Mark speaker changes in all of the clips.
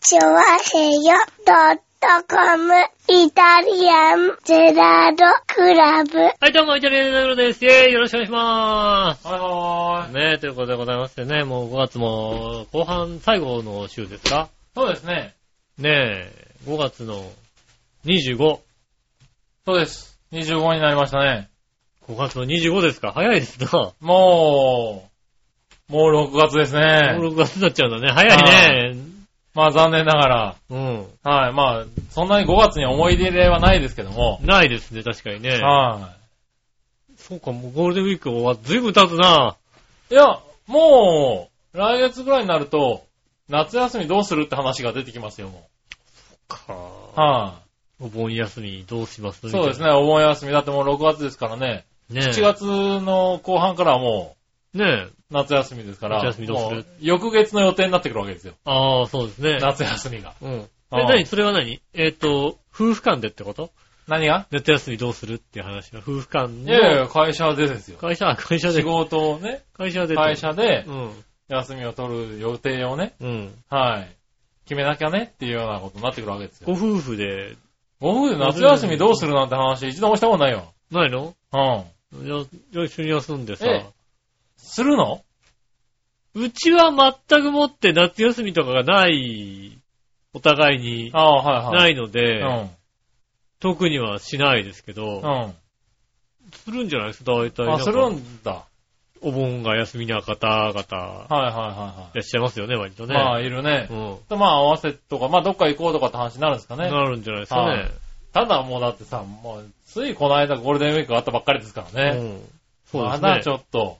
Speaker 1: チョワヘヨドットコムイタリアンゼラードクラブ。
Speaker 2: はい、どうも、イタリアンジェラードです。イェーイ、よろしくお願いしま
Speaker 3: はいは
Speaker 2: す。
Speaker 3: ーい。
Speaker 2: ねえ、ということでございましてね、もう5月も後半最後の週ですか
Speaker 3: そうですね。
Speaker 2: ねえ、5月の25。
Speaker 3: そうです。25になりましたね。
Speaker 2: 5月の25ですか早いですな。
Speaker 3: もう、もう6月です
Speaker 2: も
Speaker 3: ね。
Speaker 2: う6月になっちゃうんだね。早いね。
Speaker 3: まあ残念ながら。
Speaker 2: うん。
Speaker 3: はい。まあ、そんなに5月に思い出れはないですけども。
Speaker 2: ないですね、確かにね。
Speaker 3: は
Speaker 2: そうか、もうゴールデンウィークはずいぶん経つな。
Speaker 3: い。いや、もう、来月ぐらいになると、夏休みどうするって話が出てきますよ、もう。
Speaker 2: か
Speaker 3: は
Speaker 2: お盆休みどうします
Speaker 3: い。そうですね、。お盆休み。だってもう6月ですからね。
Speaker 2: ねえ。
Speaker 3: 7月の後半からはも
Speaker 2: ねえ。
Speaker 3: う、夏休みですから。
Speaker 2: 夏休みどうする
Speaker 3: も翌月の予定になってくるわけですよ。
Speaker 2: ああ、そうですね。
Speaker 3: 夏休みが。
Speaker 2: うん。え、
Speaker 3: ああ
Speaker 2: 何それは何えっ、と、夫婦間でってこと
Speaker 3: 何が
Speaker 2: 夏休みどうするっていう話は、夫婦間
Speaker 3: いやい
Speaker 2: の
Speaker 3: や、会社でですよ。
Speaker 2: 会社、会社
Speaker 3: 仕
Speaker 2: で、
Speaker 3: 事をね、
Speaker 2: 会社で。
Speaker 3: 会。社で
Speaker 2: うん。
Speaker 3: 休みを取る予定をね、
Speaker 2: うん。
Speaker 3: はい。決めなきゃねっていうようなことになってくるわけです
Speaker 2: ご
Speaker 3: よ。
Speaker 2: 夫婦で、
Speaker 3: ゴルフで夏休みどうするなんて話一度もしたことないよ。
Speaker 2: ないの
Speaker 3: うん。
Speaker 2: いやいや一緒に休んでさ。
Speaker 3: えするの
Speaker 2: うちは全くもって夏休みとかがない、お互いに
Speaker 3: ああ、はいは。
Speaker 2: ないいので、特にはしないですけ
Speaker 3: う
Speaker 2: ど、
Speaker 3: ん。うん。
Speaker 2: するんじゃないですか大体なん
Speaker 3: あ、
Speaker 2: か。
Speaker 3: するんだ。
Speaker 2: お盆が休みな方々、
Speaker 3: はいはいはい
Speaker 2: らっしゃいますよね、割と
Speaker 3: は
Speaker 2: ね。
Speaker 3: い。まあ、いるね
Speaker 2: う。ん。
Speaker 3: まあ、合わせとか、まあ、どっか行こうとかって話になるんですかね。
Speaker 2: なるんじゃないですか
Speaker 3: は
Speaker 2: ね
Speaker 3: い。ただもうだってさ、もう、ついこの間ゴールデンウィークがあったばっかりですからね。
Speaker 2: うんそうですね。
Speaker 3: まだちょっと。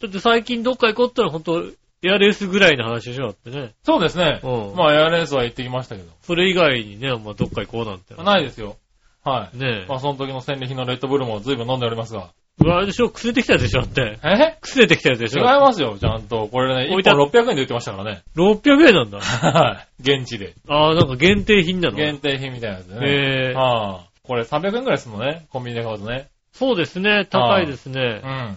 Speaker 2: だって最近どっか行こうってのは本当エアレースぐらいの話でしょだってね。
Speaker 3: そうですね。
Speaker 2: うん
Speaker 3: まあ、エアレースは行ってきましたけど。
Speaker 2: それ以外にね、まあ、どっか行こうなんて。
Speaker 3: ないですよ。はい。
Speaker 2: ねえ。
Speaker 3: まあ、その時の戦歴のレッドブルも随分飲んでおりますが。
Speaker 2: うわあれでしょ崩れてきたやつでしょだって。
Speaker 3: え
Speaker 2: 崩れてきたやつでし
Speaker 3: 違い
Speaker 2: ょ
Speaker 3: ますよ、ちゃんと。これね、
Speaker 2: 置い
Speaker 3: 1
Speaker 2: てあ
Speaker 3: 本600円で売ってましたからね。
Speaker 2: ?600 円 なんだ。
Speaker 3: はい。現地で。
Speaker 2: ああ、なんか限定品なの。
Speaker 3: 限定品みたいなやつでね。
Speaker 2: えー、
Speaker 3: はあ。これ300円くらいするのね、コンビニで買うとね。
Speaker 2: そうですね。高いですね
Speaker 3: う。ん。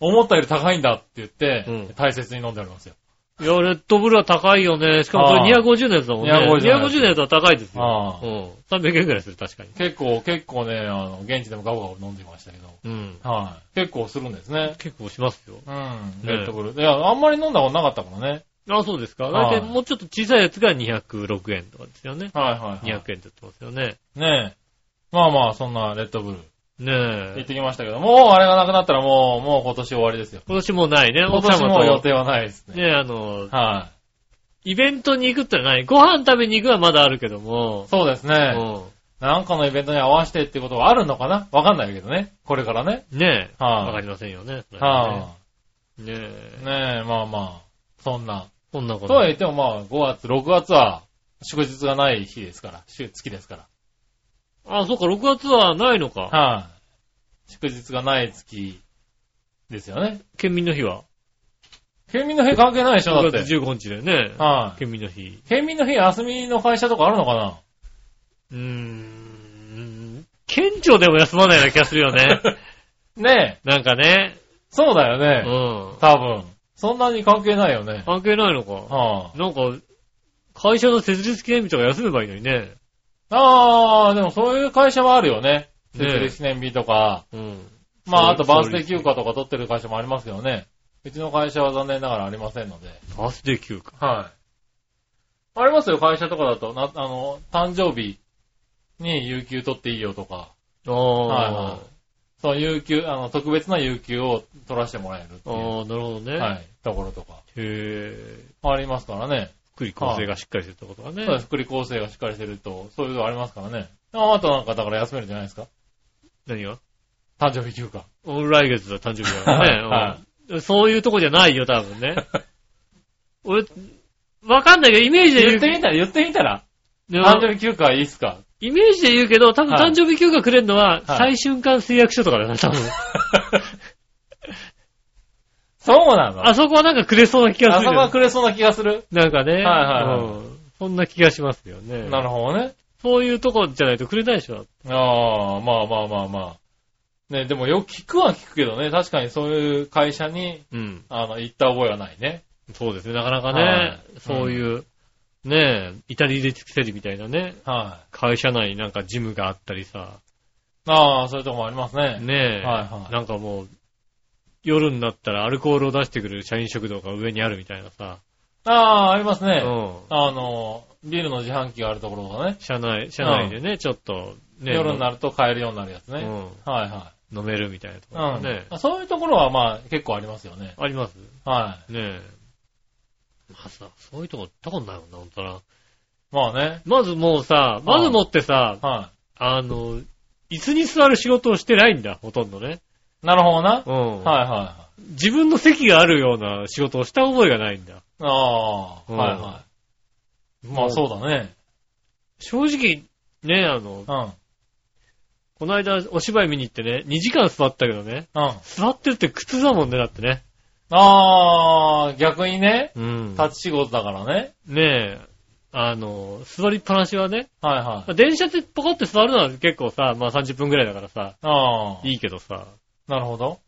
Speaker 3: 思ったより高いんだって言って、
Speaker 2: うん
Speaker 3: 大切に飲んでおりますよ。
Speaker 2: いや、レッドブルは高いよね。しかもこれ
Speaker 3: ああ
Speaker 2: 250のやつだもんね。
Speaker 3: 250のやつ
Speaker 2: 250のやつは高いですよ。
Speaker 3: は
Speaker 2: う
Speaker 3: あ。
Speaker 2: ん。300円くらいする、確かに。
Speaker 3: 結構、結構ね、あの、現地でもガブガブ飲んでましたけど。
Speaker 2: うん。
Speaker 3: はい。結構するんですね。
Speaker 2: 結構しますよ。
Speaker 3: うん。
Speaker 2: ね
Speaker 3: レッドブル。いや、あんまり飲んだことなかったからね。
Speaker 2: ああ、そうですか。
Speaker 3: は
Speaker 2: 大
Speaker 3: い
Speaker 2: 体もうちょっと小さいやつが206円とかですよね。
Speaker 3: はいは
Speaker 2: 200
Speaker 3: い、
Speaker 2: 円
Speaker 3: は
Speaker 2: って言ってますよね。
Speaker 3: い。ねえ。まあまあ、そんなレッドブル。
Speaker 2: ね
Speaker 3: 行っ
Speaker 2: え。
Speaker 3: てきましたけど、もうあれがなくなったらもう、もう今年終わりですよ。
Speaker 2: 今年もないね。
Speaker 3: 今年
Speaker 2: 奥様
Speaker 3: も
Speaker 2: と
Speaker 3: 予定はないですね。
Speaker 2: ねえ、あの、
Speaker 3: は
Speaker 2: イベントに行くってのはない。ご飯食べに行くはまだあるけども
Speaker 3: い。。そうですね。
Speaker 2: う
Speaker 3: なんかのイベントに合わせてってことはあるのかなわかんないけどね。これからね。
Speaker 2: ん。ねえ。
Speaker 3: はい
Speaker 2: わかりませんよね。それは
Speaker 3: は
Speaker 2: ねねえ
Speaker 3: い。。ねえ、まあまあ。そんな。
Speaker 2: こんなことと。
Speaker 3: は言ってもまあ、5月、6月は祝日がない日ですから。週月ですから。
Speaker 2: あ、そうか、6月はないのか。
Speaker 3: はい。祝日がない月ですよね。
Speaker 2: 県民の日は。
Speaker 3: 県民の日関係ないでしょ、だ
Speaker 2: 6
Speaker 3: っ
Speaker 2: 月
Speaker 3: て。
Speaker 2: 15日だよね。
Speaker 3: はい。
Speaker 2: 県民の日。
Speaker 3: 県民の日休みの会社とかあるのかな
Speaker 2: うーん。県庁でも休まないような気がするよ ね。
Speaker 3: ねえ。
Speaker 2: なんかね。
Speaker 3: そうだよ
Speaker 2: う
Speaker 3: ね。
Speaker 2: ん。
Speaker 3: 多分。そんなに関係ないよね。
Speaker 2: 関係ないのか。
Speaker 3: は
Speaker 2: なんか、会社の設立記念日とか休めばいいのにね。
Speaker 3: あ、あー、でもそういう会社はあるよね。
Speaker 2: ねえ
Speaker 3: 設立記念日とか。
Speaker 2: うん。
Speaker 3: まあ、あ
Speaker 2: そ
Speaker 3: と
Speaker 2: う
Speaker 3: バースデー休暇とか取ってる会社もありますけどね。うちの会社は残念ながらありませんので。
Speaker 2: バースデー休暇。
Speaker 3: はい。ありますよ、会社とかだと。な、あの、誕生日に有給取っていいよとか。
Speaker 2: あ
Speaker 3: はい
Speaker 2: あ。
Speaker 3: はい。そう、有給、あの、特別な有給を取らせてもらえるっていう。
Speaker 2: ああ、なるほどね。
Speaker 3: はい。ところとか。
Speaker 2: へえ。
Speaker 3: ありますからね。
Speaker 2: 福利厚生がしっかりするってことだね。
Speaker 3: そうです。福利厚生がしっかりしてると、そういうのありますからね。ああとなんか、だから休めるんじゃないですか。
Speaker 2: 何が
Speaker 3: 誕生日休暇。
Speaker 2: 俺来月だ、誕生日だからね
Speaker 3: は
Speaker 2: うん。そういうとこじゃないよ、多分ね。 俺、わかんないけど、イメージで言
Speaker 3: 言
Speaker 2: う
Speaker 3: ってみたら、言ってみたら、
Speaker 2: でも
Speaker 3: 誕生日休暇いいっすか
Speaker 2: イメージで言うけど、多分
Speaker 3: はい
Speaker 2: 誕生日休暇くれるのは、
Speaker 3: はい
Speaker 2: 最瞬間誓約書とかだよね、多分。
Speaker 3: そうなの
Speaker 2: あそこはなんかくれそうな気がする
Speaker 3: 朝
Speaker 2: よね
Speaker 3: がくれそうな気がする。
Speaker 2: なんかね。
Speaker 3: はいはいはい
Speaker 2: うんそんな気がしますよね。
Speaker 3: なるほどね。
Speaker 2: そういうとこじゃないとくれないでしょ。
Speaker 3: ああ、まあまあまあまあ。ね、でもよく聞くは聞くけどね、確かにそういう会社に、
Speaker 2: うん。
Speaker 3: あの、行った覚えはないね。
Speaker 2: そうですね、なかなか
Speaker 3: は
Speaker 2: ね
Speaker 3: い、
Speaker 2: そういうねえ、イタリアでテレビみたいなね、
Speaker 3: はい。
Speaker 2: 会社内になんかジムがあったりさ、
Speaker 3: ああ、そういうとこもありますね。
Speaker 2: ねえ、
Speaker 3: はいはい
Speaker 2: なんかもう、夜になったらアルコールを出してくれる社員食堂が上にあるみたいなさ、
Speaker 3: ああ、あります
Speaker 2: う
Speaker 3: ね。
Speaker 2: ん。
Speaker 3: あの、ビールの自販機があるところがね、
Speaker 2: 社内、社内でね、ちょっと、ね、
Speaker 3: 夜になると買えるようになるやつ
Speaker 2: う
Speaker 3: ね。
Speaker 2: ん、
Speaker 3: はいは
Speaker 2: 飲めるみたいなとこ
Speaker 3: い。う
Speaker 2: ろ
Speaker 3: ん、
Speaker 2: ね、
Speaker 3: あそういうところはまあ結構ありますよね。
Speaker 2: あります
Speaker 3: は
Speaker 2: ねえ。まあさ、そういうとこ行ったことないもんな、ほんとな。
Speaker 3: い。まあね。
Speaker 2: まずもうさ、まずもってさ、
Speaker 3: は
Speaker 2: あの、椅子に座る仕事をしてないんだ、ほとんどね。
Speaker 3: い。なるほどな。
Speaker 2: うん。
Speaker 3: はいはいはい。
Speaker 2: 自分の席があるような仕事をした覚えがないんだ。
Speaker 3: ああ、
Speaker 2: うん
Speaker 3: はいはい。まあそうだね。
Speaker 2: 正直、ね、あの、
Speaker 3: うん。
Speaker 2: この間お芝居見に行ってね、2時間座ったけどね、
Speaker 3: うん。
Speaker 2: 座ってるって苦痛だもんね、だってね。
Speaker 3: ああ、逆にね、
Speaker 2: うん。
Speaker 3: 立ち仕事だからね。
Speaker 2: ねえ、あの、座りっぱなしはね、
Speaker 3: はいはい
Speaker 2: ま。あ電車でポコって座るのは結構さ、まあ30分くらいだからさ、
Speaker 3: あ
Speaker 2: いいけどさ、
Speaker 3: あ、なるほど。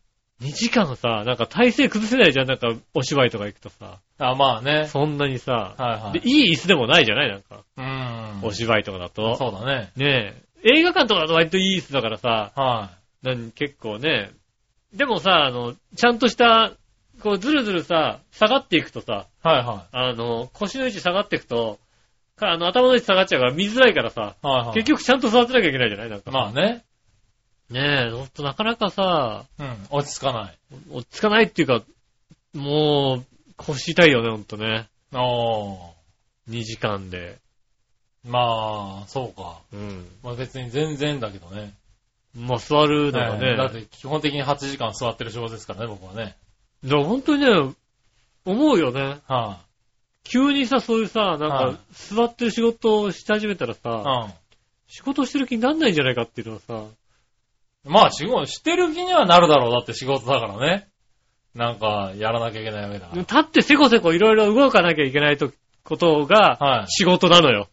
Speaker 2: 2時間さ、なんか体勢崩せないじゃん、なんかお芝居とか行くとさ、
Speaker 3: あまあね。
Speaker 2: そんなにさ、
Speaker 3: はいは
Speaker 2: で
Speaker 3: い。
Speaker 2: いい椅子でもないじゃないなんか、
Speaker 3: う
Speaker 2: お
Speaker 3: ん。
Speaker 2: 芝居とかだと。
Speaker 3: そうだね。
Speaker 2: ねえ、映画館とかだと割といい椅子だからさ、
Speaker 3: は
Speaker 2: なん結構ね、でもさ、あの、ちゃんとした、こう、ずるずるさ、下がっていくとさ、
Speaker 3: い。はいは
Speaker 2: あの、腰の位置下がっていくと、かあの、頭の位置下がっちゃうから見づらいからさ、
Speaker 3: い。はいはい。
Speaker 2: 結局ちゃんと座ってなきゃいけないじゃないなんか。
Speaker 3: まあね。
Speaker 2: ねえ、ほんとなかなかさ、
Speaker 3: うん。落ち着かない。
Speaker 2: 落ち着かないっていうか、もう、腰痛いよね、ほんとね。
Speaker 3: おー。
Speaker 2: 2時間で。
Speaker 3: まあ、そうか。
Speaker 2: うん。
Speaker 3: まあ別に全然だけどね。
Speaker 2: まあ、座るのが
Speaker 3: ね
Speaker 2: ね。
Speaker 3: だって基本的に8時間座ってる仕事ですからね、僕はね。
Speaker 2: だから本当にね、思うよね。
Speaker 3: は
Speaker 2: 急にさ、そういうさ、な
Speaker 3: は
Speaker 2: ん
Speaker 3: い
Speaker 2: か、座ってる仕事をし始めたらさ、
Speaker 3: い。
Speaker 2: 仕事してる気になんないんじゃないかっていうのはさ、
Speaker 3: うん。まあ仕事してる気にはなるだろう。だって仕事だからね。なんか、やらなきゃいけないわけだから。
Speaker 2: 立ってせこせこいろいろ動かなきゃいけないとことが、
Speaker 3: はい。
Speaker 2: 仕事なのよ。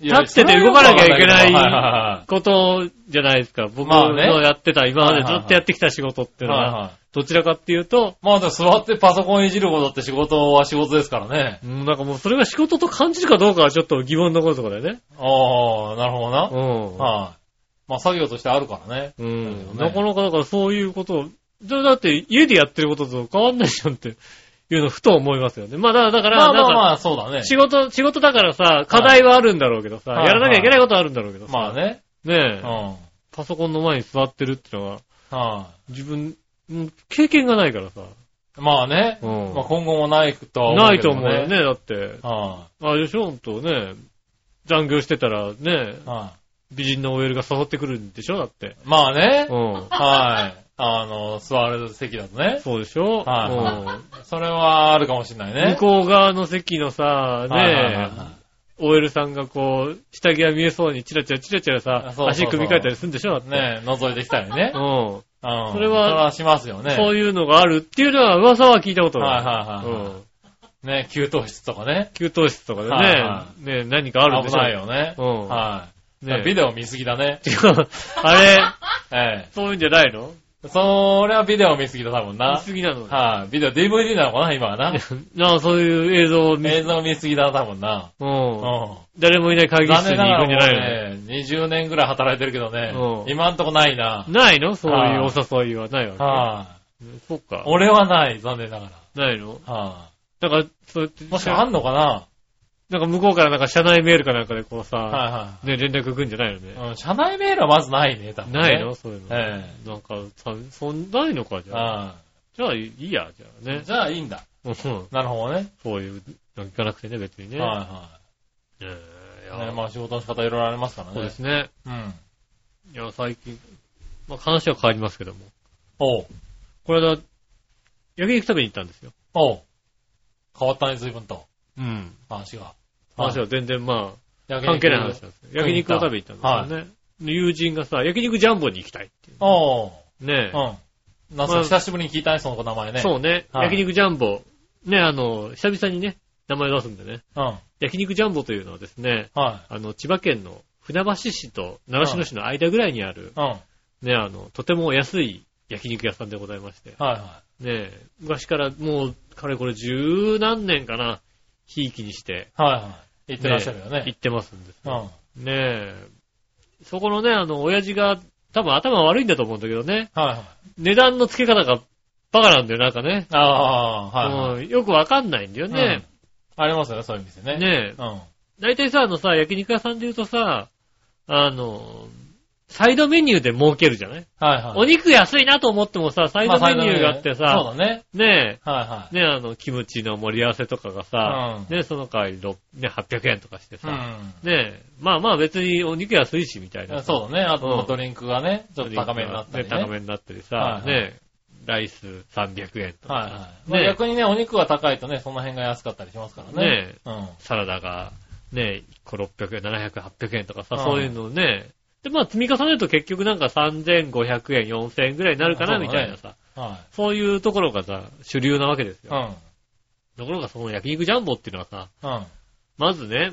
Speaker 3: いや
Speaker 2: 立ってて動かなきゃいけない
Speaker 3: それはよくわかん
Speaker 2: ことじゃないですか。僕
Speaker 3: まあ
Speaker 2: の
Speaker 3: ね
Speaker 2: やってた、今までずっとやってきた仕事っ
Speaker 3: け
Speaker 2: てい
Speaker 3: ど
Speaker 2: うの
Speaker 3: はいはいはい
Speaker 2: は、
Speaker 3: はい
Speaker 2: どちらかっていうと、
Speaker 3: まあ、でも座ってパソコンいじることって仕事は仕事ですからね。
Speaker 2: うんなんかもうそれが仕事と感じるかどうかはちょっと疑問残るところだよね。
Speaker 3: ああ、なるほどな。はい、
Speaker 2: うん。
Speaker 3: まあ、作業としてあるからね。
Speaker 2: うん。な
Speaker 3: なる
Speaker 2: か
Speaker 3: ほど
Speaker 2: なかだからそういうことを、それだって家でやってることと変わんないじゃんっていうのをふと思いますよね。まあだから、だから
Speaker 3: まあま
Speaker 2: なん
Speaker 3: あ
Speaker 2: か、
Speaker 3: まあ、そうだね。
Speaker 2: 仕事、仕事だからさ、課題はあるんだろうけどさ、
Speaker 3: はい
Speaker 2: やらなきゃいけないことはあるんだろうけどさ、
Speaker 3: まあね。
Speaker 2: ねえ、
Speaker 3: うん。はい、
Speaker 2: パソコンの前に座ってるってのは、自分、うん経験がないからさ、
Speaker 3: まあね。
Speaker 2: うん
Speaker 3: まあ、今後もないとは
Speaker 2: な
Speaker 3: う
Speaker 2: い
Speaker 3: け
Speaker 2: と
Speaker 3: ど
Speaker 2: 思うよ。ね、だって。
Speaker 3: は
Speaker 2: あれでしょ、ほんとね、残業してたらね
Speaker 3: い、、はい
Speaker 2: 美人の OL が誘ってくるんでしょ、だって。
Speaker 3: まあね。
Speaker 2: うん。
Speaker 3: はい。あの、座れる席だとね。
Speaker 2: そうでしょ、
Speaker 3: はい
Speaker 2: うん
Speaker 3: それはあるかもしれないね。
Speaker 2: 向こう側の席のさ、
Speaker 3: はいはいはい
Speaker 2: ね
Speaker 3: はい
Speaker 2: え、OL さんがこう、下着が見えそうにチラチラチラチラさ
Speaker 3: あそ、うそうそう
Speaker 2: 足組み替えたりするんでしょだって。
Speaker 3: ねえ、覗いてきたりね
Speaker 2: う。ん。
Speaker 3: うん。
Speaker 2: それは
Speaker 3: それはしますよね。
Speaker 2: そういうのがあるっていうのは噂は聞いたことがある。
Speaker 3: はいはいはいはい
Speaker 2: うん。
Speaker 3: ね、給湯室とかね。
Speaker 2: 給湯室とかでね、
Speaker 3: はいは
Speaker 2: ね何かあるんでし
Speaker 3: 危
Speaker 2: ょ
Speaker 3: ないよね。
Speaker 2: うん
Speaker 3: はい。
Speaker 2: ね
Speaker 3: ビデオ見すぎだね。
Speaker 2: 違う あれ、
Speaker 3: え
Speaker 2: そういうんじゃないの
Speaker 3: え。それはビデオ見すぎだ、多分
Speaker 2: 見
Speaker 3: な。
Speaker 2: すぎなの。
Speaker 3: はい。ビデオ、DVD なのかな、今はな。
Speaker 2: なあ、そういう映像を見
Speaker 3: 映像見すぎだ、多分な。
Speaker 2: う。
Speaker 3: うんん。
Speaker 2: 誰もいない会議
Speaker 3: 残
Speaker 2: 室に
Speaker 3: 念な
Speaker 2: 行く
Speaker 3: が
Speaker 2: んじゃない
Speaker 3: らもうね、20年ぐらい働いてるけどね
Speaker 2: う、ん
Speaker 3: 今んとこないな
Speaker 2: の。ないのそういうお誘いはないわ
Speaker 3: は
Speaker 2: け。そっ
Speaker 3: い。
Speaker 2: か。
Speaker 3: 俺はない、残念なが
Speaker 2: ないの
Speaker 3: ら。は
Speaker 2: だから、そうやって
Speaker 3: い。もしかあんのかな
Speaker 2: なんか向こうからなんか社内メールかなんかでこうさ、
Speaker 3: は
Speaker 2: ね、連絡来るんじゃないのね
Speaker 3: い。はい。うん、社内メールはまずないね、多分ね。
Speaker 2: ないのそういうの。
Speaker 3: え
Speaker 2: なんか、さそんないのか、じ
Speaker 3: え。
Speaker 2: ゃあ。
Speaker 3: は
Speaker 2: じゃあ、いいや、じゃあ
Speaker 3: い
Speaker 2: ね。
Speaker 3: じゃあ、いいんだ。
Speaker 2: うんそう
Speaker 3: なるほどね。
Speaker 2: いうの行かなくてね、別にね。
Speaker 3: は
Speaker 2: えーい
Speaker 3: い
Speaker 2: や
Speaker 3: はい。ね、まあ仕事の仕方いろいろありますか
Speaker 2: そ
Speaker 3: ら
Speaker 2: うで
Speaker 3: ね。
Speaker 2: すね。
Speaker 3: うん。
Speaker 2: いや、最近、まあ話は変わりますけども。
Speaker 3: おう。
Speaker 2: これだ、焼肉食べに行ったんですよ。
Speaker 3: おう。変わったね、随分と。
Speaker 2: うん。
Speaker 3: 話が。
Speaker 2: 話
Speaker 3: は
Speaker 2: は全然ま
Speaker 3: い、
Speaker 2: あ、
Speaker 3: 関
Speaker 2: 関係ない話なんですけど焼肉を食べに行ったんですよね。で友人がさ、焼肉ジャンボに行きたいっていう
Speaker 3: おう。
Speaker 2: ねえ。
Speaker 3: うん。なんか
Speaker 2: まあ
Speaker 3: 久しぶりに聞いたね、その名前ね。う。
Speaker 2: そうね。
Speaker 3: はい
Speaker 2: 焼肉ジャンボ。ね、あの、久々にね、名前を出すんでね。
Speaker 3: うん。
Speaker 2: 焼肉ジャンボというのはですね、
Speaker 3: は
Speaker 2: あの、千葉県の船橋市と習志野市の間ぐらいにある、
Speaker 3: い。うん。はい
Speaker 2: ね、あの、とても安い焼肉屋さんでございまして、ね
Speaker 3: は
Speaker 2: え、昔からもう、かれこれ十何年かな、ひいきにして、
Speaker 3: はいはい。行ってらっしゃるよね。
Speaker 2: 行ってますんで。
Speaker 3: うん。
Speaker 2: ねえ。そこのね、あの、親父が、多分頭悪いんだと思うんだけどね。
Speaker 3: はいはい。
Speaker 2: 値段の付け方がバカなんだよ、なんかね。
Speaker 3: ああ、はいはい。
Speaker 2: うんよくわかんないんだよね。
Speaker 3: ありますよね、そういう店ね。
Speaker 2: ねえ。
Speaker 3: うん。
Speaker 2: 大体さ、あのさ、焼肉屋さんで言うとさ、あの、サイドメニューで儲けるじゃない、
Speaker 3: はいはい。
Speaker 2: お肉安いなと思ってもさ、サイドメニューがあってさ、
Speaker 3: まあサイドメニューねそうだね。
Speaker 2: ね
Speaker 3: はいは
Speaker 2: え、ねえ、あの、キムチの盛り合わせとかがさ、
Speaker 3: う
Speaker 2: ねえ、その代わりろね、800円とかしてさ、
Speaker 3: い。
Speaker 2: ねえ、まあまあ別にお肉安いし、みたいうな。
Speaker 3: ん。そうだね。あと、
Speaker 2: うん
Speaker 3: ドリンクがね、ちょっと高めになったりね。
Speaker 2: 高めになったりさ、
Speaker 3: はいはい
Speaker 2: ねえ、ライス300円とか、
Speaker 3: はいはい。まあ
Speaker 2: ね
Speaker 3: 逆にね、お肉が高いとね、その辺が安かったりしますからね。
Speaker 2: ね
Speaker 3: うん。はい
Speaker 2: サラダが、ね、1個600円、700、800円とかさ、
Speaker 3: うん
Speaker 2: そういうのをね、で、まあ積み重ねると結局なんか3500円、4000円ぐらいになるかな、
Speaker 3: うん
Speaker 2: みたいなさ、。
Speaker 3: う
Speaker 2: そういうところがさ、主流なわけですよ。
Speaker 3: ん。
Speaker 2: ところがその焼肉ジャンボっていうのはさ、
Speaker 3: うん。
Speaker 2: まずね、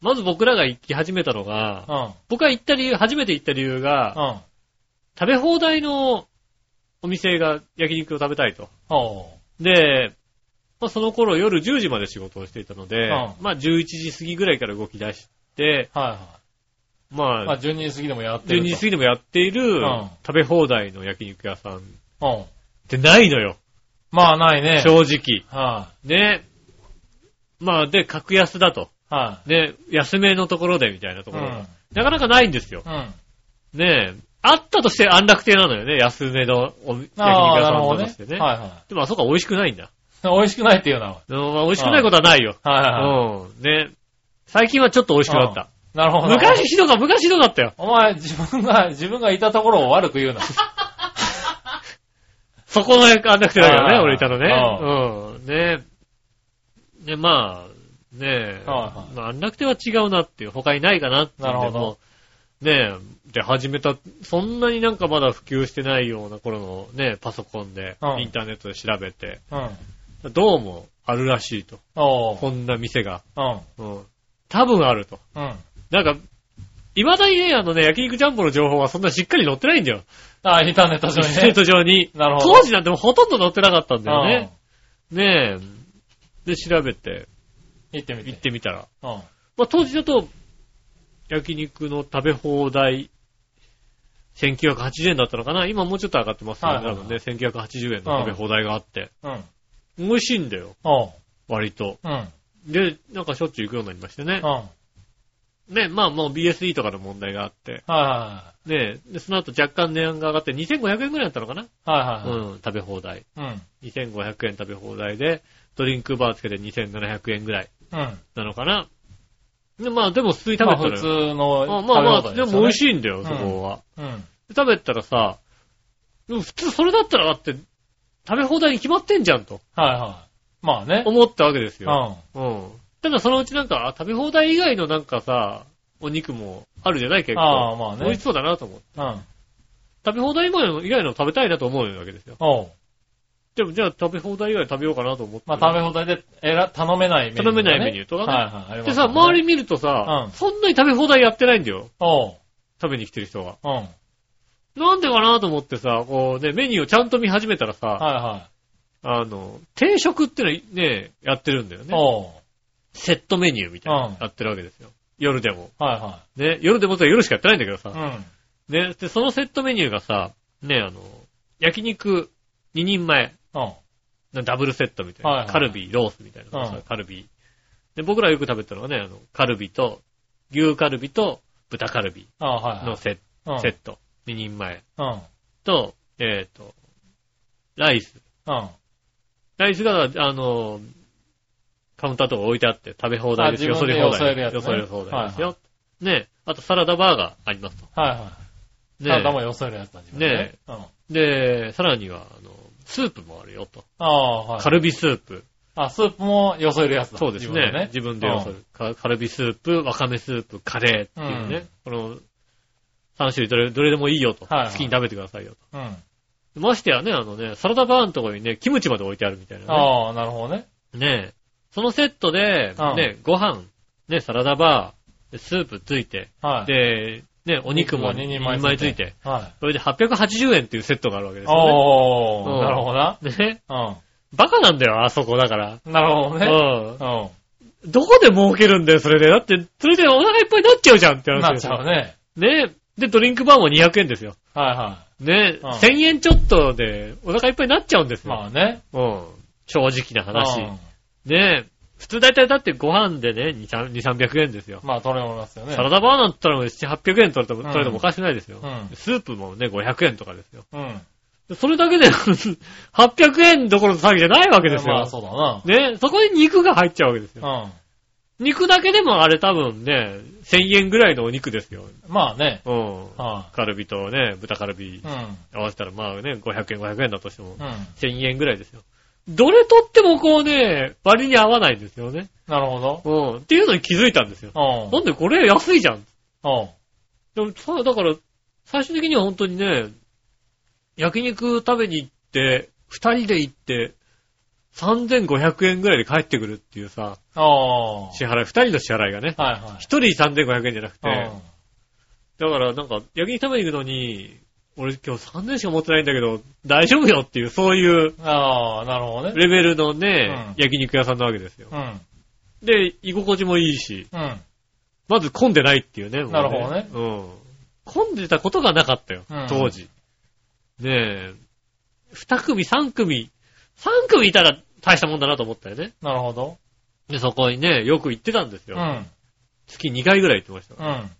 Speaker 2: まず僕らが行き始めたのが、
Speaker 3: うん。
Speaker 2: 僕が行った理由、初めて行った理由
Speaker 3: う
Speaker 2: が、
Speaker 3: ん。
Speaker 2: 食べ放題のお店が焼肉を食べたいと。
Speaker 3: おう。
Speaker 2: で、まあ、その頃夜10時まで仕事をしていたので、
Speaker 3: うん
Speaker 2: まあ11時過ぎぐらいから動き出して、
Speaker 3: はいは
Speaker 2: まあ、
Speaker 3: い。まあ12時過ぎでもやってる
Speaker 2: 12
Speaker 3: と。
Speaker 2: 時過ぎでもやっている、
Speaker 3: ん
Speaker 2: 食べ放題の焼肉屋さんっ
Speaker 3: うん。
Speaker 2: てないのよ、
Speaker 3: まあないね。
Speaker 2: 正直。
Speaker 3: は
Speaker 2: ね。まあ、で、格安だと。
Speaker 3: い。は
Speaker 2: ね、安めのところでみたいなと
Speaker 3: い。
Speaker 2: こ
Speaker 3: う
Speaker 2: ろが、
Speaker 3: ん。
Speaker 2: なかなかないんですよ。
Speaker 3: うん。
Speaker 2: ねあったとして安楽亭なのよね、安めのお焼肉
Speaker 3: あ
Speaker 2: 屋
Speaker 3: あ、な
Speaker 2: さ
Speaker 3: る
Speaker 2: んだ
Speaker 3: ほど
Speaker 2: と
Speaker 3: ね
Speaker 2: して。ね。
Speaker 3: はいは
Speaker 2: でも、あそこは美味しくないんだ。
Speaker 3: い。美味しくないっていうな。
Speaker 2: うんまあ美味しくないことはないよ。
Speaker 3: はいはいは
Speaker 2: うん。ね。最近はちょっと美味しくなった。
Speaker 3: い。なるほど。
Speaker 2: 昔ひどか、昔ひどかったよ。
Speaker 3: お前、自分が、自分がいたところを悪く言 うな。
Speaker 2: そこの役あんなくてだからね、
Speaker 3: あー
Speaker 2: 俺いたのね。うん。ねで、まあ、ねえ、
Speaker 3: はいはい
Speaker 2: まあ、安楽亭は違うなっていう、他にないかなっていう
Speaker 3: なるほど
Speaker 2: もうねえ、で、始めた、そんなになんかまだ普及してないような頃のね、パソコンで
Speaker 3: う、ん
Speaker 2: インターネットで調べて、
Speaker 3: うん。
Speaker 2: どうもあるらしいと。
Speaker 3: おう。
Speaker 2: こんな店が。
Speaker 3: うん。
Speaker 2: うん。多分あると。
Speaker 3: うん。
Speaker 2: なんか、未だにね、あのね、焼肉ジャンボの情報はそんなしっかり載ってないんだよ。
Speaker 3: あ、いたね、確かに
Speaker 2: ステー
Speaker 3: ね。
Speaker 2: ト上に。
Speaker 3: なるほど。
Speaker 2: 当時なんてもうほとんど載ってなかったんだよね。ねえ。で、調べて、
Speaker 3: うん。行ってみて。
Speaker 2: 行ってみたら。
Speaker 3: うん。
Speaker 2: まあ、当時だと、焼肉の食べ放題、1980円だったのかな今もうちょっと上がってますけど、
Speaker 3: はいはいはい
Speaker 2: 多分ね、1980円の食べ放題があって。
Speaker 3: うん。
Speaker 2: 美味しいんだよ、
Speaker 3: おう。
Speaker 2: 割と。
Speaker 3: うん。うん。
Speaker 2: で、なんかしょっちゅう行くようになりましてね。
Speaker 3: はい
Speaker 2: ね、まあもう BSE とかの問題があって。
Speaker 3: は
Speaker 2: ねで、その後若干値段が上がって2500円くらいだったのかな、
Speaker 3: い。はいは
Speaker 2: うん、食べ放題。
Speaker 3: い。うん。
Speaker 2: 2500円食べ放題で、ドリンクバーつけて2700円ぐらい
Speaker 3: うん。
Speaker 2: なのかな。で、まあでも普通に食
Speaker 3: ま
Speaker 2: べ
Speaker 3: あ
Speaker 2: た
Speaker 3: 普
Speaker 2: ら、まあ
Speaker 3: 通の食べ
Speaker 2: まあまあ、
Speaker 3: 物
Speaker 2: でも美味
Speaker 3: い。
Speaker 2: しいんだよ、そこは。
Speaker 3: うん。
Speaker 2: で食べたらさ、でも普通それだったらだって、食べ放題に決まってんじゃんと
Speaker 3: はいはい。まあね。
Speaker 2: 思ったわけです
Speaker 3: う
Speaker 2: よ。
Speaker 3: ん。
Speaker 2: うん。ただそのうちなんか、あ食べ放題以外のなんかさ、お肉もあるじゃない結構。
Speaker 3: ああまあね
Speaker 2: 美味しそうだなと思って。
Speaker 3: うん。
Speaker 2: 食べ放題以外の以外の食べたいなと思うわけですよ。
Speaker 3: おう。
Speaker 2: でもじゃあ食べ放題以外食べようかなと思って。
Speaker 3: まあ食べ放題で、えら、頼めないメニュー。
Speaker 2: 頼めないメニューとかね
Speaker 3: はいはい。あります
Speaker 2: でさ、周
Speaker 3: り。
Speaker 2: り見るとさ、
Speaker 3: うん
Speaker 2: そんなに食べ放題やってないんだよ。
Speaker 3: おう。
Speaker 2: 食べに来てる人が。
Speaker 3: うん。はい
Speaker 2: なんでかなと思ってさ、こうね、メニューをちゃんと見始めたらさ、
Speaker 3: は
Speaker 2: あの、定食ってのはね、やってるんだよ
Speaker 3: い。
Speaker 2: ね。
Speaker 3: おう。
Speaker 2: セットメニューみたいな
Speaker 3: うん
Speaker 2: のやってるわけですよ。夜でも。
Speaker 3: はいは
Speaker 2: ね、夜でもって夜しかやってないんだけど
Speaker 3: い。
Speaker 2: さ。
Speaker 3: うん。
Speaker 2: ね、で、そのセットメニューがさ、ね、あの、焼肉2人前、
Speaker 3: うん。
Speaker 2: ダブルセットみたいな。
Speaker 3: はいはい
Speaker 2: カルビ、ロースみたいなのがさ、
Speaker 3: うん
Speaker 2: カルビ。で、僕らよく食べたのはね、あの、カルビと、牛カルビと豚カルビ
Speaker 3: ああはい
Speaker 2: の
Speaker 3: は
Speaker 2: セッ
Speaker 3: い。うん
Speaker 2: ト、セット。2人前
Speaker 3: うん。
Speaker 2: と、えっ、と、ライス。
Speaker 3: うん。
Speaker 2: ライスが、あの、カウンターとか置いてあって、食べ放題ですよ。
Speaker 3: あ
Speaker 2: そ
Speaker 3: 自分
Speaker 2: れ
Speaker 3: で
Speaker 2: 放題
Speaker 3: よそえるやつね
Speaker 2: よそれ放題ですよ。
Speaker 3: は
Speaker 2: ねあとサラダバーがありますと。
Speaker 3: はいはい。
Speaker 2: ね
Speaker 3: 体も寄せるやつだ、自分で
Speaker 2: ね
Speaker 3: うん。あ
Speaker 2: で、さらには、あの、スープもあるよと。
Speaker 3: あ、はい。
Speaker 2: カルビスープ。
Speaker 3: あ、スープもよそえるやつだ。
Speaker 2: そうですね。自分でよそる。かカルビスープ、わかめスープ、カレーっていうね。この、3種類どれ、どれでもいいよと。
Speaker 3: はいはい
Speaker 2: 好きに食べてくださいよと。
Speaker 3: うん。うん。
Speaker 2: ましてやね、あのね、サラダバーのところにね、キムチまで置いてあるみたいなね。
Speaker 3: ああ、なるほどね。
Speaker 2: ねえ、そのセットで、
Speaker 3: うん
Speaker 2: ね、ご飯、ね、サラダバー、でスープついて、
Speaker 3: はい。、
Speaker 2: で、ね、お肉も2
Speaker 3: 2人
Speaker 2: 人
Speaker 3: 前
Speaker 2: 前ついて、。
Speaker 3: は
Speaker 2: それで880円っていうセットがあるわけで
Speaker 3: い。
Speaker 2: すよね。
Speaker 3: おー、なるほどな。
Speaker 2: ね、
Speaker 3: うん。
Speaker 2: バカなんだよ、あそこだから。
Speaker 3: なるほどね。
Speaker 2: う
Speaker 3: うん。
Speaker 2: ん。どこで儲けるんだよ、それで。だって、それでお腹いっぱいになっちゃうじゃんって話
Speaker 3: なっ
Speaker 2: です
Speaker 3: ち
Speaker 2: よ
Speaker 3: ゃうね。
Speaker 2: ね。で、ドリンクバーも200円ですよ。
Speaker 3: はいは
Speaker 2: ね。
Speaker 3: うん
Speaker 2: 1000円ちょっとでお腹いっぱいになっちゃうんです
Speaker 3: い。
Speaker 2: よ。
Speaker 3: まあね。
Speaker 2: うん。正直な話。
Speaker 3: うん
Speaker 2: ね。普通大体だってご飯でね、2、3 300円ですよ。
Speaker 3: まあ取れますよね。
Speaker 2: サラダバーなんて言ったらもう7、800円取れても、
Speaker 3: うん
Speaker 2: 取れてもおかしくないですよ。
Speaker 3: うん
Speaker 2: スープもね、500円とかですよ。
Speaker 3: うん。
Speaker 2: それだけで、800円どころの詐欺じゃないわけですよ。
Speaker 3: まあそうだな。
Speaker 2: ね、そこに肉が入っちゃうわけですよ。
Speaker 3: う
Speaker 2: 肉だけでもあれ多分ね、1000円ぐらいのお肉ですよ。
Speaker 3: ん。まあね。
Speaker 2: うん。
Speaker 3: は
Speaker 2: カルビとね、豚カルビ
Speaker 3: い。うん。
Speaker 2: 合わせたらまあね、500円、500円だとしても
Speaker 3: う、ん。
Speaker 2: 1000円ぐらいですよ。どれとってもこうね、割に合わないんですよね。
Speaker 3: なるほ
Speaker 2: う
Speaker 3: ど。
Speaker 2: ん。っていうのに気づいたんですよ。
Speaker 3: うん。
Speaker 2: なんでこれ安いじゃん。
Speaker 3: うん。
Speaker 2: でもさ、だから、最終的には本当にね、焼肉食べに行って、二人で行って、3500円ぐらいで帰ってくるっていうさ、
Speaker 3: ああ。はい
Speaker 2: 支払い、二人の支払いがね。
Speaker 3: は
Speaker 2: 一人3500円じゃなくて、
Speaker 3: い。うん
Speaker 2: だからなんか、焼肉食べに行くのに、俺今日3000円しか持ってないんだけど、大丈夫よっていう、そういう
Speaker 3: ああ、なるほどね。
Speaker 2: レベルのね、
Speaker 3: う
Speaker 2: 焼肉屋さんなわけですよ。
Speaker 3: うん。
Speaker 2: で、居心地もいいし、
Speaker 3: うん。
Speaker 2: まず混んでないっていうね。もう
Speaker 3: なるほどね
Speaker 2: うん。混んでたことがなかったよ
Speaker 3: うん、
Speaker 2: 当時。ねえ、二組、三組、三組いたら大したもんだなと思ったよね。
Speaker 3: なるほど。
Speaker 2: で、そこにね、よく行ってたんです
Speaker 3: う
Speaker 2: よ。
Speaker 3: ん。
Speaker 2: 月2回ぐらい行ってました。
Speaker 3: うん。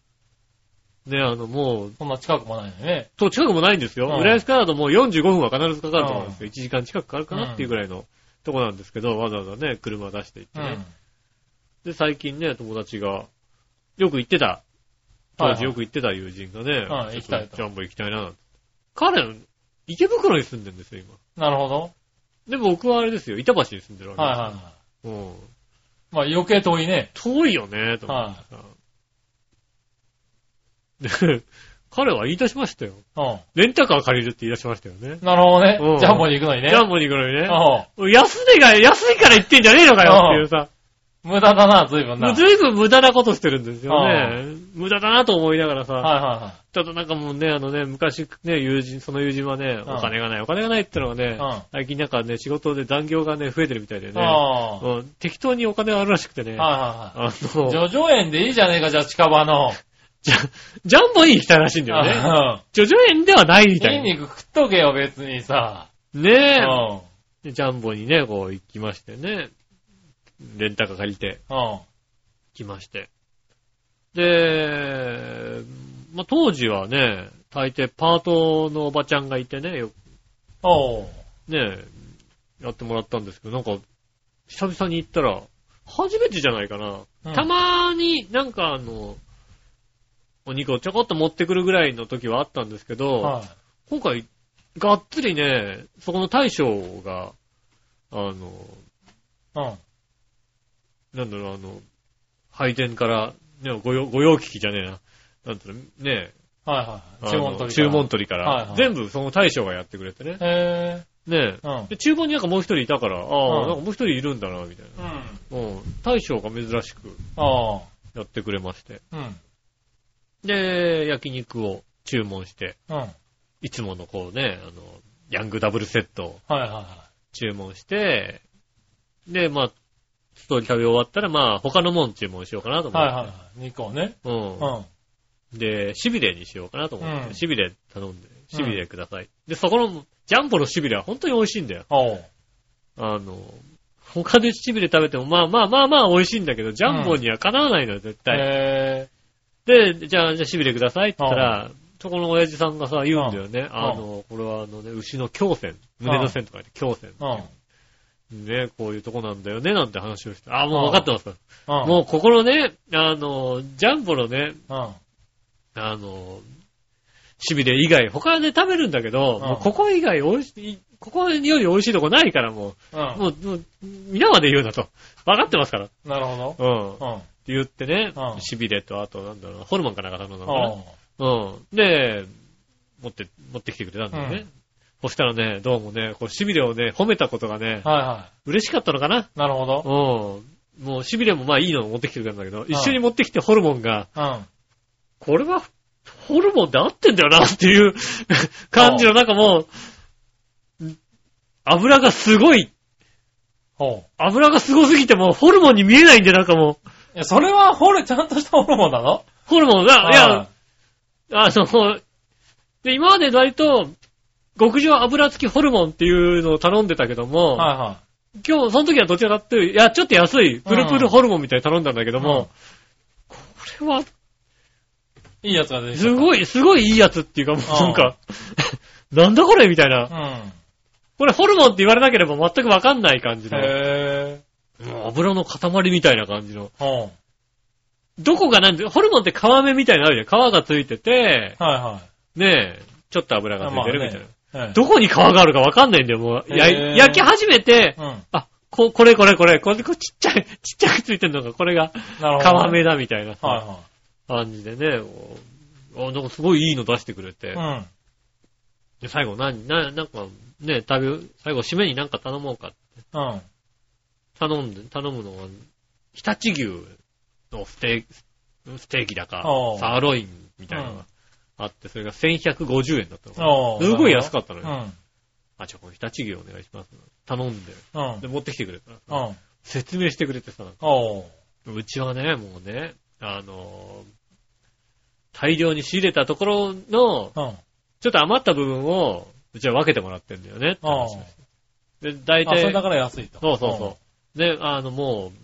Speaker 2: ね、あの、もう、
Speaker 3: そんな近くもないよね。
Speaker 2: と近くもないんですよ。
Speaker 3: うん
Speaker 2: 浦安からだともう45分は必ずかかると思うんですよ。
Speaker 3: う
Speaker 2: 1時間近くかかるかなっていうぐらいのとこなんですけど、わざわざね、車出して行って
Speaker 3: う
Speaker 2: ね。
Speaker 3: ん。
Speaker 2: で、最近ね、友達が、よく行ってた、当時よく行ってた友人がね、
Speaker 3: はい
Speaker 2: ちょっ
Speaker 3: 行きたいと
Speaker 2: とジャンボ行きたいななんて。彼、池袋に住んでるんですよ、今。
Speaker 3: なるほど。
Speaker 2: でも僕はあれですよ、板橋に住んでるわけ
Speaker 3: はいはいはい。
Speaker 2: ですよ。うん
Speaker 3: まあ余計遠いね。
Speaker 2: 遠いよね、と思ってさ。で、 彼は言い出しましたよ。
Speaker 3: うん。
Speaker 2: レンタカー借りるって言い出しましたよね。
Speaker 3: なるほどね
Speaker 2: うん。
Speaker 3: ジャンボに行くのにね。
Speaker 2: ジャンボに行くのにね。
Speaker 3: ボ。
Speaker 2: 安値が、安いから言ってんじゃねえのかよっていうさ、
Speaker 3: 無駄だな、随分な。
Speaker 2: ずいぶん無駄なことしてるんですよね。無駄だなと思いながら
Speaker 3: はい
Speaker 2: さ、
Speaker 3: は
Speaker 2: ただなんかもうね、あのね、昔ね、友人、その友人はね、
Speaker 3: うん
Speaker 2: お金がない、お金がないってのが
Speaker 3: い
Speaker 2: ね、
Speaker 3: はい。
Speaker 2: 最近なんかね、仕事で残業がね、増えてるみたいで
Speaker 3: うん。
Speaker 2: ね、
Speaker 3: ああ。
Speaker 2: うん適当にお金があるらしくてね、あ
Speaker 3: は
Speaker 2: の、
Speaker 3: いはい
Speaker 2: ジ
Speaker 3: はい。叙々苑でいいじゃねえか、じゃあ近場の。
Speaker 2: ャジャンボに行きたいらしいんだよね。
Speaker 3: ね。
Speaker 2: ジョジョ園ではないみたい
Speaker 3: 筋肉食っとけよ、別にさ。
Speaker 2: な。
Speaker 3: うん。う
Speaker 2: ね
Speaker 3: ん。
Speaker 2: え、ジャンボにね、こう行きましてね、レンタカー借りて、来まして。で、まあ、当時はね、大抵パートのおばちゃんがいてね、よ
Speaker 3: おう。
Speaker 2: ね、やってもらったんですけど、なんか、久々に行ったら、初めてじゃないかな。
Speaker 3: うん
Speaker 2: たまになんかあの、お肉をちょこっと持ってくるぐらいの時はあったんですけど、
Speaker 3: はい。
Speaker 2: 今回、がっつりね、そこの大将が、あの、
Speaker 3: うん。
Speaker 2: なんだろう、あの、配膳から、ね、ご用、ご用聞きじゃねえな。なんだろう、ね
Speaker 3: はいはい。
Speaker 2: あ
Speaker 3: 注
Speaker 2: の
Speaker 3: 文取り。
Speaker 2: 注文。取りから、
Speaker 3: はいはい
Speaker 2: 全部その大将がやってくれてね。
Speaker 3: へ
Speaker 2: ね
Speaker 3: ぇうん
Speaker 2: え。。で、厨房になんかもう一人いたから、ああ、
Speaker 3: うん
Speaker 2: なんかもう一人いるんだな、みたい
Speaker 3: うん。
Speaker 2: な。うん。大将が珍しく
Speaker 3: ああ。
Speaker 2: やってくれまして。
Speaker 3: うん。
Speaker 2: で、焼肉を注文して、
Speaker 3: うん。はい
Speaker 2: いつものこうね、あの、ヤングダブルセットを
Speaker 3: はいは
Speaker 2: 注文して、で、まあ、一人食べ終わったら、まあ、他のもん注文しようかなと
Speaker 3: い。
Speaker 2: 思っ
Speaker 3: は
Speaker 2: て。
Speaker 3: いはい。2個ね。
Speaker 2: うん
Speaker 3: う。ん。
Speaker 2: で、しびれにしようかなと思っ
Speaker 3: う
Speaker 2: て、
Speaker 3: ん
Speaker 2: しびれ頼んで、しびれください。で、そこの、ジャンボのしびれは本当に美味しいんだよ。
Speaker 3: おう。
Speaker 2: あの、他でしびれ食べても、まあまあまあまあ美味しいんだけど、ジャンボにはかなわないのよ、絶対。
Speaker 3: へ
Speaker 2: で、じゃあ、じゃあしびれくださいって言ったら、そこの親父さんがさ、言うんだよね。あの、これはあのね、牛の胸腺、胸の線とかで胸腺。
Speaker 3: ぇうん。
Speaker 2: ね、こういうとこなんだよね、なんて話をして。あ、もう分かってますか
Speaker 3: うん。
Speaker 2: もうここのね、あの、ジャンボのね、
Speaker 3: うん。
Speaker 2: あの、しびれ以外、他で食べるんだけど、
Speaker 3: ん
Speaker 2: もうここ以外美味しい、ここより美味しいとこないからもう、
Speaker 3: うん。
Speaker 2: もう、もう皆まで言うなと。分かってますから。
Speaker 3: なるほ
Speaker 2: うん。って
Speaker 3: ど。うん。
Speaker 2: 言ってね
Speaker 3: う、ん
Speaker 2: しびれと、あと、なんだろうな、ホルモンかなんか頼んだのか
Speaker 3: おう。
Speaker 2: な。うん。で、持って、持ってきてくれたんだよね。
Speaker 3: うん
Speaker 2: そしたらね、どうもね、こう、しびれをね、褒めたことがね、
Speaker 3: はいは
Speaker 2: 嬉しかったのかな。
Speaker 3: い。なるほ
Speaker 2: う
Speaker 3: ど。
Speaker 2: ん。もう、しびれもまあいいのを持ってきてくれたんだけど、一緒に持ってきてホルモンが、
Speaker 3: うん。
Speaker 2: これは、ホルモンで合ってんだよなっていう 感じの、なんかもう、油がすごい
Speaker 3: ほう。
Speaker 2: 油がすごすぎてもうホルモンに見えないんで、なんかもう。
Speaker 3: いや、それは、ほれ、ちゃんとしたホルモンなの
Speaker 2: ホルモンが、い
Speaker 3: は
Speaker 2: や、あの、で、今まで割と、極上油付きホルモンっていうのを頼んでたけども、
Speaker 3: はいは
Speaker 2: 今日、その時はどちらかっていう、いや、ちょっと安い、プルプルホルモンみたいに頼んだんだけども、
Speaker 3: うん。
Speaker 2: これはい
Speaker 3: いいやつが出てきた。
Speaker 2: すごい、すごいいいやつっていうか、もうなんか、 なんだこれみたいな
Speaker 3: う。ん。
Speaker 2: これホルモンって言われなければ全くわかんない感じの。
Speaker 3: へ
Speaker 2: うん油の塊みたいな感じの。
Speaker 3: ぇー。ほ
Speaker 2: どこがなんで、ホルモンって皮目みたいなのあるじゃん。皮がついてて、
Speaker 3: う。はいは
Speaker 2: ねえ、ちょっと油がついてるみたいな。
Speaker 3: い。ええ
Speaker 2: どこに皮があるかわかんないんだよ、もう。や
Speaker 3: へー
Speaker 2: 焼き始めて
Speaker 3: う、ん。
Speaker 2: あ、こ、これこれこれ、これ、これちっちゃい、ちっちゃくついてるのが、これが
Speaker 3: なるほど。
Speaker 2: 皮目だみたいなさ
Speaker 3: は
Speaker 2: 感じでね、おあ、なんかすごいいいの出してくれて。
Speaker 3: いはい。
Speaker 2: で、最後何、な、なんか、ね、食べ、最後締めになんか頼もうか。
Speaker 3: うん。うん。
Speaker 2: 頼んで、頼むのは、日立牛のステーキ、ステーキだか
Speaker 3: お、う
Speaker 2: サーロインみたいなのがあって、それが1150円だったのかな
Speaker 3: おー
Speaker 2: すごい安かったの
Speaker 3: う
Speaker 2: よ。
Speaker 3: ん。
Speaker 2: あ、じゃあこの日立牛お願いします。頼んで、
Speaker 3: うん
Speaker 2: で、。持ってきてくれた。
Speaker 3: うん。
Speaker 2: 説明してくれてさ、
Speaker 3: おー。
Speaker 2: うちはね、もうね、あのー大量に仕入れたところの、
Speaker 3: うん。
Speaker 2: ちょっと余った部分を、うちは分けてもらってんだよね。って
Speaker 3: お
Speaker 2: 話で、
Speaker 3: ー。
Speaker 2: 大
Speaker 3: あ、それ
Speaker 2: 体、
Speaker 3: だから安いと。
Speaker 2: そうそうそう。で、あの、もう、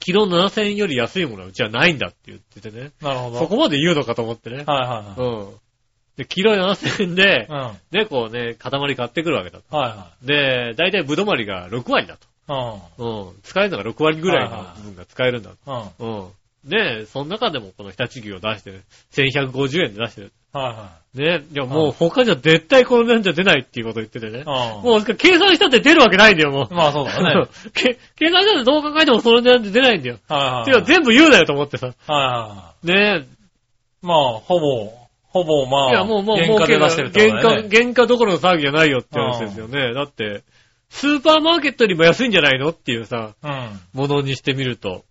Speaker 2: キロ7000円より安いものはうちはないんだって言っててね。
Speaker 3: うん。なるほど。
Speaker 2: そこまで言うのかと思ってね。
Speaker 3: はいはいは
Speaker 2: うん。で、キロ7000円で
Speaker 3: い。う、ん。はい
Speaker 2: で、こうね、塊買ってくるわけだと。
Speaker 3: は
Speaker 2: で、大体ぶどまりが6割だ
Speaker 3: い。うん。
Speaker 2: と。うん。使えるのが6割ぐらい
Speaker 3: はい
Speaker 2: の
Speaker 3: はい
Speaker 2: 部分が使えるんだと。
Speaker 3: うん。はい
Speaker 2: うん。で、その中でもこの日立牛を出してる。1150円で出してる。
Speaker 3: は
Speaker 2: ね。いや、もう
Speaker 3: はい
Speaker 2: 他じゃ絶対この値段じゃ出ないっていうこと言っててね
Speaker 3: い。。うん。
Speaker 2: もう計算したって出るわけないんだよ、もう。
Speaker 3: まあそうだね。はい
Speaker 2: け計算したらどう考えてもそれなんて出ないんだよ。
Speaker 3: はい。
Speaker 2: てか全部言うなよと思ってさ。
Speaker 3: はいは
Speaker 2: ね
Speaker 3: い。まあ、ほぼ、ほぼ
Speaker 2: え。
Speaker 3: まあ、
Speaker 2: いや、もう、もう、
Speaker 3: 原
Speaker 2: もう
Speaker 3: 価で出してるって
Speaker 2: 原
Speaker 3: ことだ
Speaker 2: 価、
Speaker 3: よね。
Speaker 2: 原価どころの騒ぎじゃないよって話ですよね。だって、スーパーマーケットよりも安いんじゃないのっていうさ、
Speaker 3: うん。。
Speaker 2: ものにしてみると。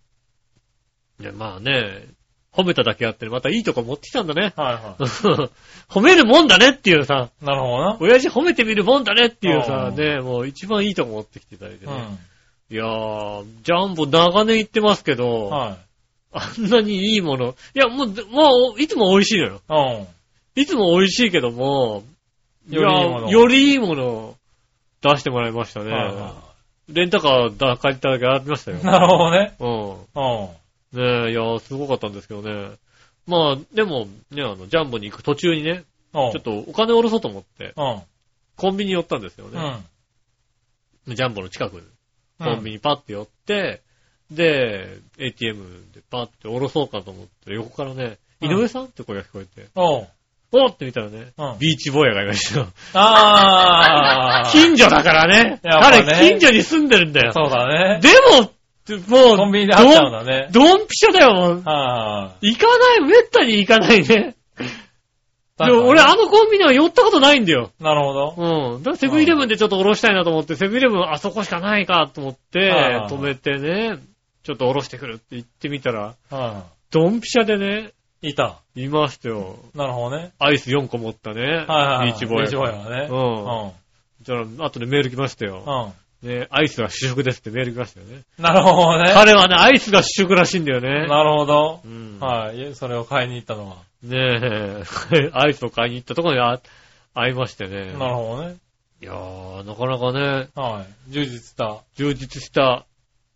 Speaker 2: いや、まあね、褒めただけあって、またいいとこ持ってきたんだね
Speaker 3: はいは
Speaker 2: 褒めるもんだねっていうさ、
Speaker 3: い。なるほどな。
Speaker 2: 親父褒めてみるもんだねっていうさ、
Speaker 3: うん
Speaker 2: ね、もう一番いいとこ持ってきていただいて
Speaker 3: う
Speaker 2: ね。
Speaker 3: ん。
Speaker 2: いやー、ジャンボ長年行ってますけど、
Speaker 3: はい。
Speaker 2: あんなにいいもの。いや、もう、もう、いつも美味しいのよ。
Speaker 3: うん。
Speaker 2: いつも美味しいけども、
Speaker 3: よりいいもの
Speaker 2: やよりいいものを出してもらいましたね。
Speaker 3: はいは
Speaker 2: レンタカーだ借りただけありましたよ
Speaker 3: い。。 なるほどね。
Speaker 2: う。
Speaker 3: うん
Speaker 2: ねえ、いや、すごかったんですけどね。まあ、でも、ね、あの、ジャンボに行く途中にね、
Speaker 3: ん。うん。
Speaker 2: ちょっとお金を下ろそうと思って、
Speaker 3: う
Speaker 2: コンビニ寄ったんですよ
Speaker 3: ん。う
Speaker 2: ね。
Speaker 3: ん。
Speaker 2: ジャンボの近くに。コンビ
Speaker 3: ニ。
Speaker 2: ニパッて寄って、で、ATM でパッて下ろそうかと思って、横からね、
Speaker 3: う
Speaker 2: 井
Speaker 3: ん
Speaker 2: 上さんって声が聞こえて、
Speaker 3: うん。
Speaker 2: おーって見たらね、
Speaker 3: うん
Speaker 2: ビーチボーイヤがいましたよ。
Speaker 3: あ ー。
Speaker 2: 近所だからね。
Speaker 3: やっぱね
Speaker 2: 彼、近所に住んでるんだよ。
Speaker 3: そうだね。
Speaker 2: でも、もう、
Speaker 3: コンビニで貼っちゃうんだね。
Speaker 2: ドンドンピシャだよ、もう。
Speaker 3: は
Speaker 2: 行かない、めったに行かないね。
Speaker 3: い。
Speaker 2: でも俺、
Speaker 3: 確か
Speaker 2: あのコンビニは寄ったことないんだよ。
Speaker 3: になるほど。
Speaker 2: うん。だからセブンイレブンでちょっとおろしたいなと思って、セブンイレブンあそこしかないかと思って
Speaker 3: あ、あ
Speaker 2: 止めてね、ちょっとおろしてくるって言ってみたら、
Speaker 3: うん。
Speaker 2: ドンピシャでね、
Speaker 3: いた。
Speaker 2: いましたよ。
Speaker 3: なるほどね。
Speaker 2: アイス4個持ったね。
Speaker 3: はいはいはい。
Speaker 2: ビーチボーイ。
Speaker 3: ビーチボーイはね。う
Speaker 2: じゃあ、後でメール来ましたよ。
Speaker 3: ん。うん。
Speaker 2: ね、アイスは主食ですってメール来ましたよね。
Speaker 3: なるほどね。
Speaker 2: 彼はね、アイスが主食らしいんだよね。
Speaker 3: なるほど
Speaker 2: う。ん。
Speaker 3: はい。それを買いに行ったのは。
Speaker 2: ねえ、 アイスを買いに行ったところにあ会いましてね。
Speaker 3: なるほどね。
Speaker 2: いやー、なかなかね、
Speaker 3: はい。充実した。
Speaker 2: 充実した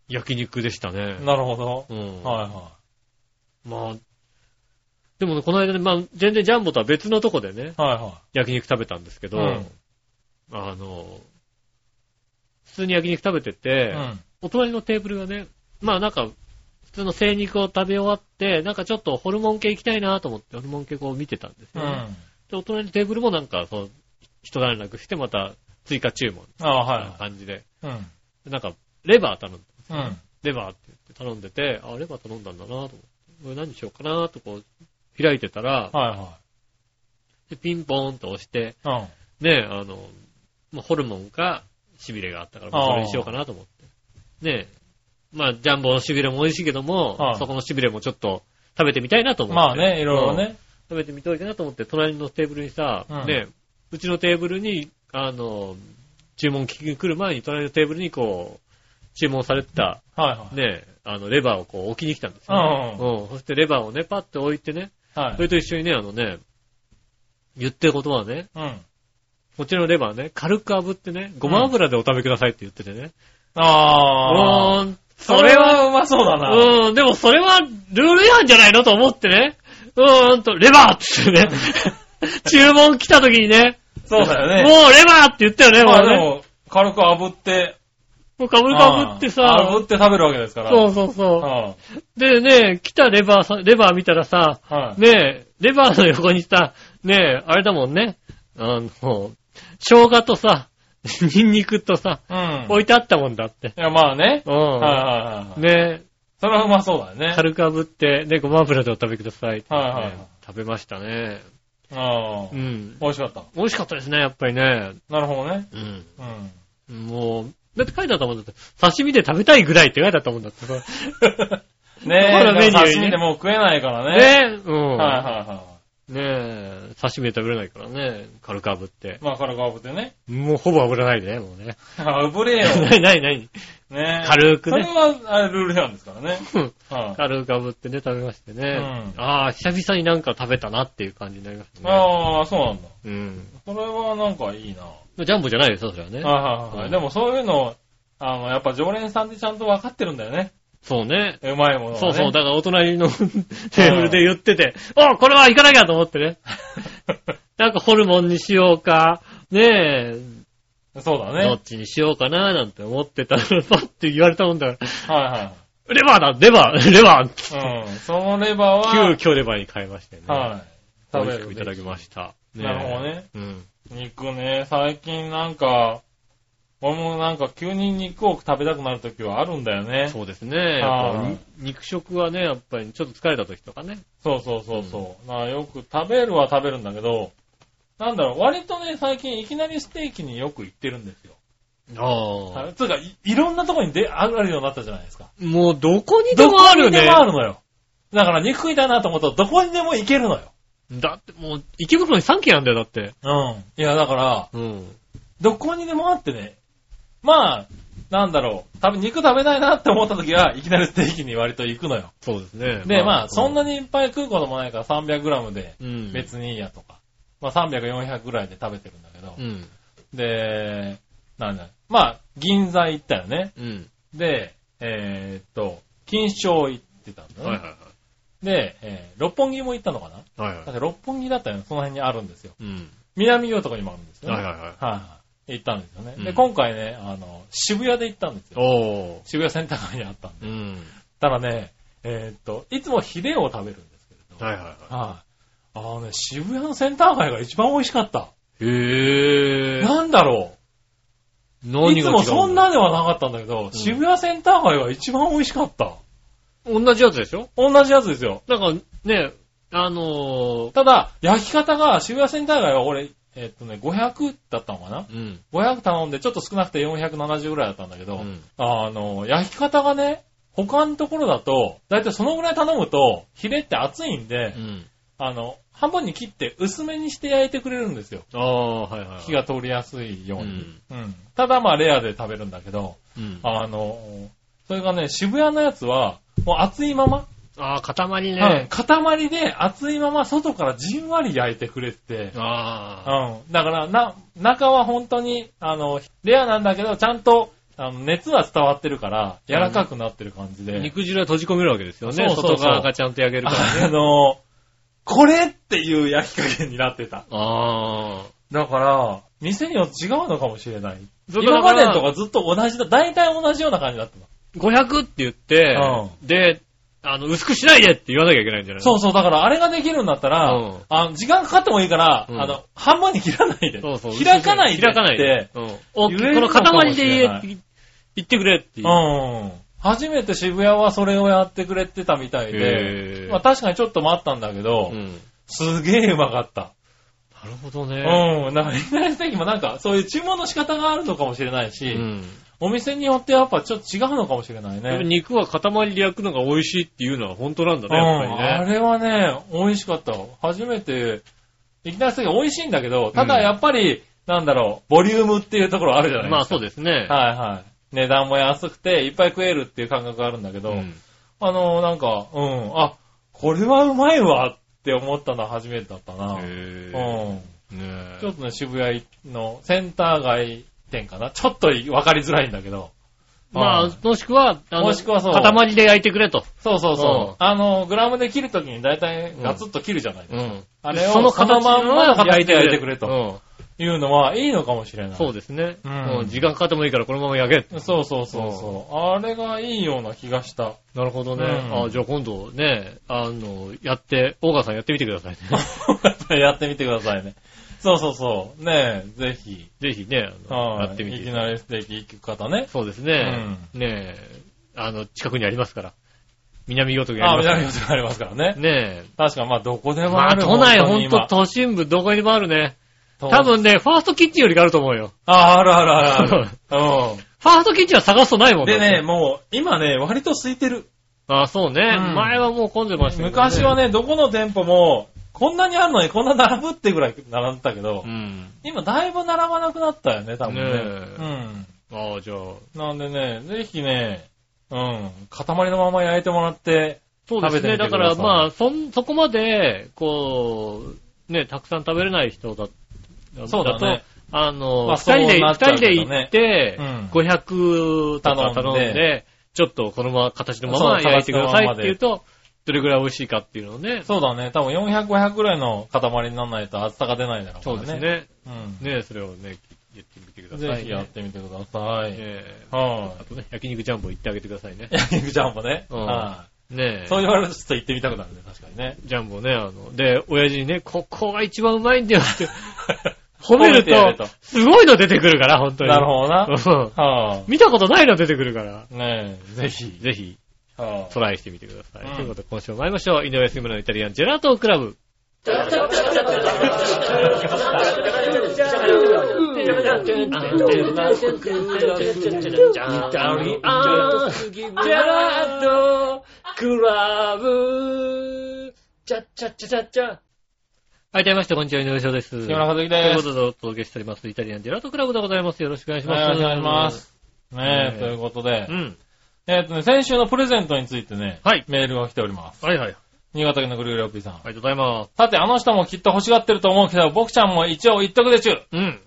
Speaker 2: 焼肉でしたね。
Speaker 3: なるほど。
Speaker 2: うん。
Speaker 3: はいは
Speaker 2: まあ、でもね、この間ね、まあ、全然ジャンボとは別のとこでね、
Speaker 3: い。はいは
Speaker 2: 焼肉食べたんですけど、
Speaker 3: うん
Speaker 2: あの、普通に焼肉食べて
Speaker 3: い。
Speaker 2: て、
Speaker 3: うん。
Speaker 2: お隣のテーブルがね、まあなんか、普通の生肉を食べ終わって、なんかちょっとホルモン系行きたいなと思って、ホルモン系こう見てたんです
Speaker 3: う
Speaker 2: よ、ね
Speaker 3: ん。
Speaker 2: で、お隣のテーブルもなんか、その、人段落して、また追加注文、
Speaker 3: ああ、はい
Speaker 2: な感じで、
Speaker 3: はい。うん。
Speaker 2: でなんか、レバー頼んで、
Speaker 3: うん。
Speaker 2: レバーって言って頼んでて、あ、レバー頼んだんだなと思って、これ何しようかなとこう、開いてたら、
Speaker 3: は
Speaker 2: でピンポーンと押して、
Speaker 3: いはい。
Speaker 2: ね、あの、まあホルモンか、しびれがあったから、まあ
Speaker 3: あー
Speaker 2: それにしようかなと思って。ね、まあ、ジャンボのしびれも美味しいけども、
Speaker 3: はい
Speaker 2: そこのしびれもちょっと食べてみたいなと
Speaker 3: う
Speaker 2: 思
Speaker 3: ん。
Speaker 2: って。
Speaker 3: まあね、いろいろ
Speaker 2: うん
Speaker 3: ね。
Speaker 2: 食べてみたいなと思って、隣のテーブルにさ、
Speaker 3: うん
Speaker 2: ね、うちのテーブルに、あの、注文聞きに来る前に、隣のテーブルにこう、注文されてた、
Speaker 3: はいはい。
Speaker 2: ね、あの、レバーをこう置きに来たんです
Speaker 3: う
Speaker 2: よ、
Speaker 3: んうん。
Speaker 2: うん。そしてレバーをね、パッて置いてね、
Speaker 3: はい
Speaker 2: そ。れと一緒にね、あのね、言ってる言葉はね、
Speaker 3: うん。
Speaker 2: こちらのレバーね、軽く炙ってね、ごま油でお食べくださいって言っててね。う
Speaker 3: あ
Speaker 2: ー
Speaker 3: あ。
Speaker 2: ん、
Speaker 3: そ
Speaker 2: それ
Speaker 3: れ
Speaker 2: は、
Speaker 3: はうまそうだな。
Speaker 2: うーん、でもそれはルール違反じゃないのと思ってね。うーんと、レバーっつって ね。注文来た時にね、
Speaker 3: そうだよね。
Speaker 2: もうレバーって言ったよね、
Speaker 3: ま
Speaker 2: も
Speaker 3: あ
Speaker 2: う
Speaker 3: で
Speaker 2: ね。
Speaker 3: も、軽く炙って。
Speaker 2: もうかぶかぶってさ、
Speaker 3: あー炙って食べるわけですから。
Speaker 2: そうそうそうう。でね、来たレバーさ、レバー見たらさ、
Speaker 3: ん。はい。
Speaker 2: ねえ、レバーの横にさ、ねえ、あれだもんね。あの、生姜とさ、 ニンニクとさ、
Speaker 3: うん。
Speaker 2: 置いてあったもんだって。
Speaker 3: いや、まあね。
Speaker 2: う
Speaker 3: はい
Speaker 2: ん。
Speaker 3: はいはいはい。
Speaker 2: ね
Speaker 3: それはうまそうだよね。
Speaker 2: え、軽く炙って、ね、ごま油でお食べくださいってね、
Speaker 3: はいはいはい
Speaker 2: 食べましたね。
Speaker 3: ああ
Speaker 2: う。ん。
Speaker 3: 美味しかった。
Speaker 2: 美味しかったですね、やっぱりね。
Speaker 3: なるほどね。
Speaker 2: うん。
Speaker 3: うん。
Speaker 2: もう、だって書いてあったもんだって、刺身で食べたいぐらいって書いてあったもんだってさ。このメニューに
Speaker 3: ねえ、
Speaker 2: ね
Speaker 3: 刺身でもう食えないからね。
Speaker 2: ねえ、うん。
Speaker 3: はいはいは
Speaker 2: ねえ、刺身で食べれないからね、軽く炙って
Speaker 3: い。。まあ、軽く炙ってね。
Speaker 2: もうほぼ炙らないでね、もうね。
Speaker 3: 炙れよ。
Speaker 2: ないないない。
Speaker 3: ねえ。
Speaker 2: 軽く
Speaker 3: それ
Speaker 2: ね。
Speaker 3: は、あれ、ルール違反ですからね。
Speaker 2: うん
Speaker 3: はい。
Speaker 2: 軽く炙ってね、食べましてね。
Speaker 3: う
Speaker 2: ああ、久々になんか食べたなっていう感じになりましたね。
Speaker 3: ああ、そうなんだ。
Speaker 2: うん。
Speaker 3: それはなんかいいな。
Speaker 2: ジャンボじゃないですよ、それはね。
Speaker 3: はいはいは
Speaker 2: うん
Speaker 3: い。でもそういうの、あの、やっぱ常連さんってちゃんと分かってるんだよね。
Speaker 2: そうね。
Speaker 3: うまいものはね。
Speaker 2: そうそう、だからお隣の テーブルで言ってて、おこれは行かなきゃと思ってね。 なんかホルモンにしようか、ねえ、
Speaker 3: そう
Speaker 2: ど
Speaker 3: だ
Speaker 2: っ
Speaker 3: ね。
Speaker 2: ちにしようかななんて思ってたら、 パッて言われたもんだから、
Speaker 3: は
Speaker 2: レバーだ、レバー、レ バー
Speaker 3: いはい。うん。そのレバーは、
Speaker 2: 急遽レバーに変えましてね。
Speaker 3: は
Speaker 2: 美
Speaker 3: い。食
Speaker 2: 味
Speaker 3: べ
Speaker 2: し
Speaker 3: る
Speaker 2: く
Speaker 3: べ
Speaker 2: い
Speaker 3: き
Speaker 2: ただきました。え
Speaker 3: なるほどね。
Speaker 2: うん。
Speaker 3: 肉ね、最近なんか、俺もなんか急に肉を食べたくなる時はあるんだよね。
Speaker 2: そうですね。やっぱに肉食はね、やっぱりちょっと疲れた時とかね。
Speaker 3: そうそうそうそう。なよく食べるは食べるんだけど、なんだろう、割とね、最近いきなりステーキによく行ってるんですよ。
Speaker 2: ああ。
Speaker 3: はいつうか、いいろんなとこにであるようになったじゃないですか。
Speaker 2: もうどこにで
Speaker 3: ど
Speaker 2: もあ
Speaker 3: こ
Speaker 2: る
Speaker 3: に
Speaker 2: ね。
Speaker 3: でもあるのよ。だから肉食いたいなと思ったらどこにでも行けるのよ。
Speaker 2: だってもう池袋に3軒あんだよ、だって。
Speaker 3: うん。いや、だから、
Speaker 2: うん。
Speaker 3: どこにでもあってね。まあ、なんだろう。多分肉食べたいなって思った時は、いきなりステーキに割と行くのよ。
Speaker 2: そうですね。
Speaker 3: で、まあ、そんなにいっぱい食うこともないから 300g で
Speaker 2: うん。
Speaker 3: 別にいいやとか。まあ、300、400ぐらいで食べてるんだけど
Speaker 2: う。ん。
Speaker 3: で、なんだまあ、銀座行ったよね。
Speaker 2: うん。
Speaker 3: で、えーっと、金賞行ってたんだね。
Speaker 2: はいは
Speaker 3: で、えー六本木も行ったのかない
Speaker 2: はい。はいは
Speaker 3: だっ
Speaker 2: い。
Speaker 3: て六本木だったよね。その辺にあるんですよ。
Speaker 2: うん。
Speaker 3: 南洋とかにもあるんですよ、ね。
Speaker 2: はいはいはい。
Speaker 3: はいはい。行ったんですよね。
Speaker 2: う
Speaker 3: で、
Speaker 2: ん
Speaker 3: 今回ね、あの、渋谷で行ったんですよ。
Speaker 2: おー。
Speaker 3: 渋谷センター街にあったんで。
Speaker 2: うん。
Speaker 3: ただね、えーっと、いつもヒレを食べるんですけれど。
Speaker 2: はいはいは
Speaker 3: はい。あのね、渋谷のセンター街が一番美味しかった。
Speaker 2: い。へー。
Speaker 3: なんだろう。い
Speaker 2: 何
Speaker 3: つ
Speaker 2: が違う
Speaker 3: もそんな
Speaker 2: の
Speaker 3: ではなかったんだけど、渋谷センター街が一番美味しかった。
Speaker 2: 同じやつでしょ
Speaker 3: 同じやつですよ。
Speaker 2: だからね、あのー、
Speaker 3: ただ、焼き方が、渋谷センター街は俺、えーっとね、500だったのかな
Speaker 2: うん。
Speaker 3: ?500 頼んで、ちょっと少なくて470ぐらいだったんだけど、
Speaker 2: うん
Speaker 3: あの、焼き方がね、他のところだと、だいたいそのぐらい頼むと、ヒレって熱いんで、
Speaker 2: うん。
Speaker 3: あの、半分に切って薄めにして焼いてくれるんですよ。
Speaker 2: ああ、はいはいはい。
Speaker 3: 火が通りやすいように。うん。ただまあレアで食べるんだけど、
Speaker 2: うん。
Speaker 3: あの、それがね、渋谷のやつは、もう熱いまま、
Speaker 2: ああ、塊
Speaker 3: うん
Speaker 2: ね。
Speaker 3: 塊で熱いまま外からじんわり焼いてくれて、
Speaker 2: ああ。
Speaker 3: うん。だから、な、中は本当に、あの、レアなんだけど、ちゃんと、あの、熱は伝わってるから、柔らかくなってる感じで。
Speaker 2: 肉汁は閉じ込めるわけですよね。
Speaker 3: そうそうそう
Speaker 2: 外側がちゃんと焼けるからね。
Speaker 3: あの、これっていう焼き加減になってた。
Speaker 2: ああ。
Speaker 3: だから、店によって違うのかもしれない。
Speaker 2: ずっとだ
Speaker 3: 今
Speaker 2: から
Speaker 3: までのとかずっと同じだ。大体同じような感じだったの。
Speaker 2: 500って言って、で、あの、薄くしないでって言わなきゃいけないんじゃない
Speaker 3: そうそう、だからあれができるんだったら、
Speaker 2: うん
Speaker 3: あの時間かかってもいいから、
Speaker 2: うん
Speaker 3: あの、半分に切らないで。
Speaker 2: そうそう。
Speaker 3: 開かないで。
Speaker 2: 開かないで。うん。お
Speaker 3: 言え
Speaker 2: こ
Speaker 3: る
Speaker 2: の
Speaker 3: のかも
Speaker 2: 塊
Speaker 3: しれない
Speaker 2: でい言ってくれっていう。
Speaker 3: うん。初めて渋谷はそれをやってくれてたみたい
Speaker 2: へ
Speaker 3: で
Speaker 2: ー、
Speaker 3: まあ確かにちょっと待ったんだけど、
Speaker 2: うん
Speaker 3: すげえうまかった。
Speaker 2: なるほどね。
Speaker 3: うん。だから、いきなりステーキもなんか、そういう注文の仕方があるのかもしれないし、
Speaker 2: うん。
Speaker 3: お店によってやっぱちょっと違うのかもしれないね。
Speaker 2: でも肉は塊で焼くのが美味しいっていうのは本当なんだ
Speaker 3: うん、
Speaker 2: ね、やっぱりね。
Speaker 3: あれはね、美味しかった。初めて、いきなりステーキ美味しいんだけど、ただやっぱり、なんだろう、ボリュームっていうところあるじゃないですか。
Speaker 2: まあそうですね。
Speaker 3: はいはい。値段も安くて、いっぱい食えるっていう感覚があるんだけど、
Speaker 2: うん
Speaker 3: あの、なんか、うん、あ、これはうまいわって思ったのは初めてだったな。
Speaker 2: へぇ
Speaker 3: うん。
Speaker 2: ー。ね
Speaker 3: ちょっとね、渋谷のセンター街店かな。ちょっとわかりづらいんだけど。
Speaker 2: ま
Speaker 3: う
Speaker 2: あ
Speaker 3: ん、
Speaker 2: もしくは、あの、
Speaker 3: もしくはそう
Speaker 2: 塊で焼いてくれと。
Speaker 3: そうそう
Speaker 2: う
Speaker 3: そ
Speaker 2: ん
Speaker 3: う。あの、グラムで切るときに大体ガツッと切るじゃない。
Speaker 2: うん。
Speaker 3: あれを
Speaker 2: その
Speaker 3: その
Speaker 2: 形
Speaker 3: まんま焼いて焼いてくれと
Speaker 2: と。
Speaker 3: いうのはいいのかもしれ
Speaker 2: う。
Speaker 3: なんい。
Speaker 2: そうですね。
Speaker 3: うん
Speaker 2: もう時間かかってもいいからこのまま焼け。
Speaker 3: そうそうそうそう。あれがいいような気がした。
Speaker 2: なるほどね。
Speaker 3: うん
Speaker 2: あじゃあ今度ね、あの、やって、大川さんやってみてくださいね。
Speaker 3: やってみてくださいね。そうそうそう。ねえ、ぜひ。
Speaker 2: ぜひね、あの
Speaker 3: はい
Speaker 2: やってみ
Speaker 3: いき
Speaker 2: て。
Speaker 3: なりステーキ行く方ね。
Speaker 2: そうですね。ねえ、あの、近くにありますから。南魚徳に
Speaker 3: あ
Speaker 2: あ
Speaker 3: あ、
Speaker 2: り
Speaker 3: みた
Speaker 2: ま
Speaker 3: い
Speaker 2: す
Speaker 3: なことがありますからね。
Speaker 2: ねえ。
Speaker 3: 確か、まあ、どこでも
Speaker 2: ま
Speaker 3: あ
Speaker 2: あ、
Speaker 3: る。
Speaker 2: 都内ほ
Speaker 3: 本
Speaker 2: ん
Speaker 3: に今
Speaker 2: と都心部どこにでもあるね。
Speaker 3: と
Speaker 2: 多分ね、ファーストキッチンよりがあると思うよ。
Speaker 3: あ、あるあるある
Speaker 2: フ
Speaker 3: ある。うん。
Speaker 2: ァーストキッチンは探すとないもんだっ
Speaker 3: で
Speaker 2: て
Speaker 3: ね、。もう、今ね、割と空いてる。
Speaker 2: ああ、そうね。
Speaker 3: うん
Speaker 2: 前はもう混んでましたけど
Speaker 3: 昔は。ね、どこの店舗も、こんなにあるのにこんな並ぶってぐらい並んでたけど
Speaker 2: う、ん。
Speaker 3: 今だいぶ並ばなくなったよね、多分ね。
Speaker 2: ねああ、じゃあ。
Speaker 3: うん。なんでね、ぜひね、うん、塊のまま焼いてもらって、
Speaker 2: そうですね。
Speaker 3: 食べて
Speaker 2: だ
Speaker 3: みて
Speaker 2: か
Speaker 3: くださ
Speaker 2: ら
Speaker 3: い
Speaker 2: まあ、そん、そこまで、こう、ね、たくさん食べれない人だ、
Speaker 3: そうだね
Speaker 2: と、あの、
Speaker 3: まあ
Speaker 2: 二人で、
Speaker 3: そうな
Speaker 2: 二
Speaker 3: っち
Speaker 2: 人
Speaker 3: ゃう
Speaker 2: で
Speaker 3: けど
Speaker 2: 行
Speaker 3: ね
Speaker 2: って、
Speaker 3: うん
Speaker 2: 500とか頼ん
Speaker 3: 頼ん
Speaker 2: で
Speaker 3: で、
Speaker 2: ちょっとこのまま形のま
Speaker 3: そう
Speaker 2: ま焼いてください
Speaker 3: 形のま
Speaker 2: っ
Speaker 3: ま
Speaker 2: て
Speaker 3: で
Speaker 2: いうと、どれぐらい美味しいかっていうのをね。
Speaker 3: そうだね。多分400、500ぐらいの塊にならないと厚さが出ないだろうか
Speaker 2: そう
Speaker 3: らね。
Speaker 2: です。ね。
Speaker 3: う
Speaker 2: ね、それをね、言ってみてくだ
Speaker 3: ん。
Speaker 2: さいね。
Speaker 3: ぜひやってみてください。
Speaker 2: ええ
Speaker 3: は
Speaker 2: あとね、焼肉ジャンボ行ってあげてくださいね
Speaker 3: い。。焼肉ジャンボね。
Speaker 2: うん
Speaker 3: は
Speaker 2: ね
Speaker 3: い。
Speaker 2: え。
Speaker 3: そう言われるとちょっと行ってみたくなるね、確かにね。
Speaker 2: ジャンボね、あの、で、親父にね、ここが一番うまいんだよ って、褒める
Speaker 3: 褒めてやれ
Speaker 2: と
Speaker 3: と、
Speaker 2: すごいの出てくるから、本当に。
Speaker 3: なるほどな。
Speaker 2: ど。うん。
Speaker 3: は
Speaker 2: 見たことないの出てくるから。
Speaker 3: あ。ねえ、 ぜひ。
Speaker 2: ぜひ、
Speaker 3: は
Speaker 2: トライしてみてください。
Speaker 3: うん
Speaker 2: ということで、今週も参りましょう。井上杉村のイタリアンジェラートクラブ。はい、どうもみなさんこんにちは、井上翔です。
Speaker 3: あ。木村和樹
Speaker 2: という
Speaker 3: で
Speaker 2: こ
Speaker 3: す。
Speaker 2: とでお届けしております、イタリアンジェラートクラブでございます。よろしくお願いし
Speaker 3: お
Speaker 2: ます。
Speaker 3: 願いしま。す。
Speaker 2: ね
Speaker 3: ね
Speaker 2: え
Speaker 3: え、ということで
Speaker 2: う。ん。
Speaker 3: えっとね、先週のプレゼントについてね、
Speaker 2: はい
Speaker 3: メールが来ております。
Speaker 2: はいはい。
Speaker 3: 新潟県のぐるぐるおっぴーさん。
Speaker 2: ありがとうございます。
Speaker 3: さて、あの人もきっと欲しがってると思うけど、僕ちゃんも一応一得でちゅ。
Speaker 2: うん。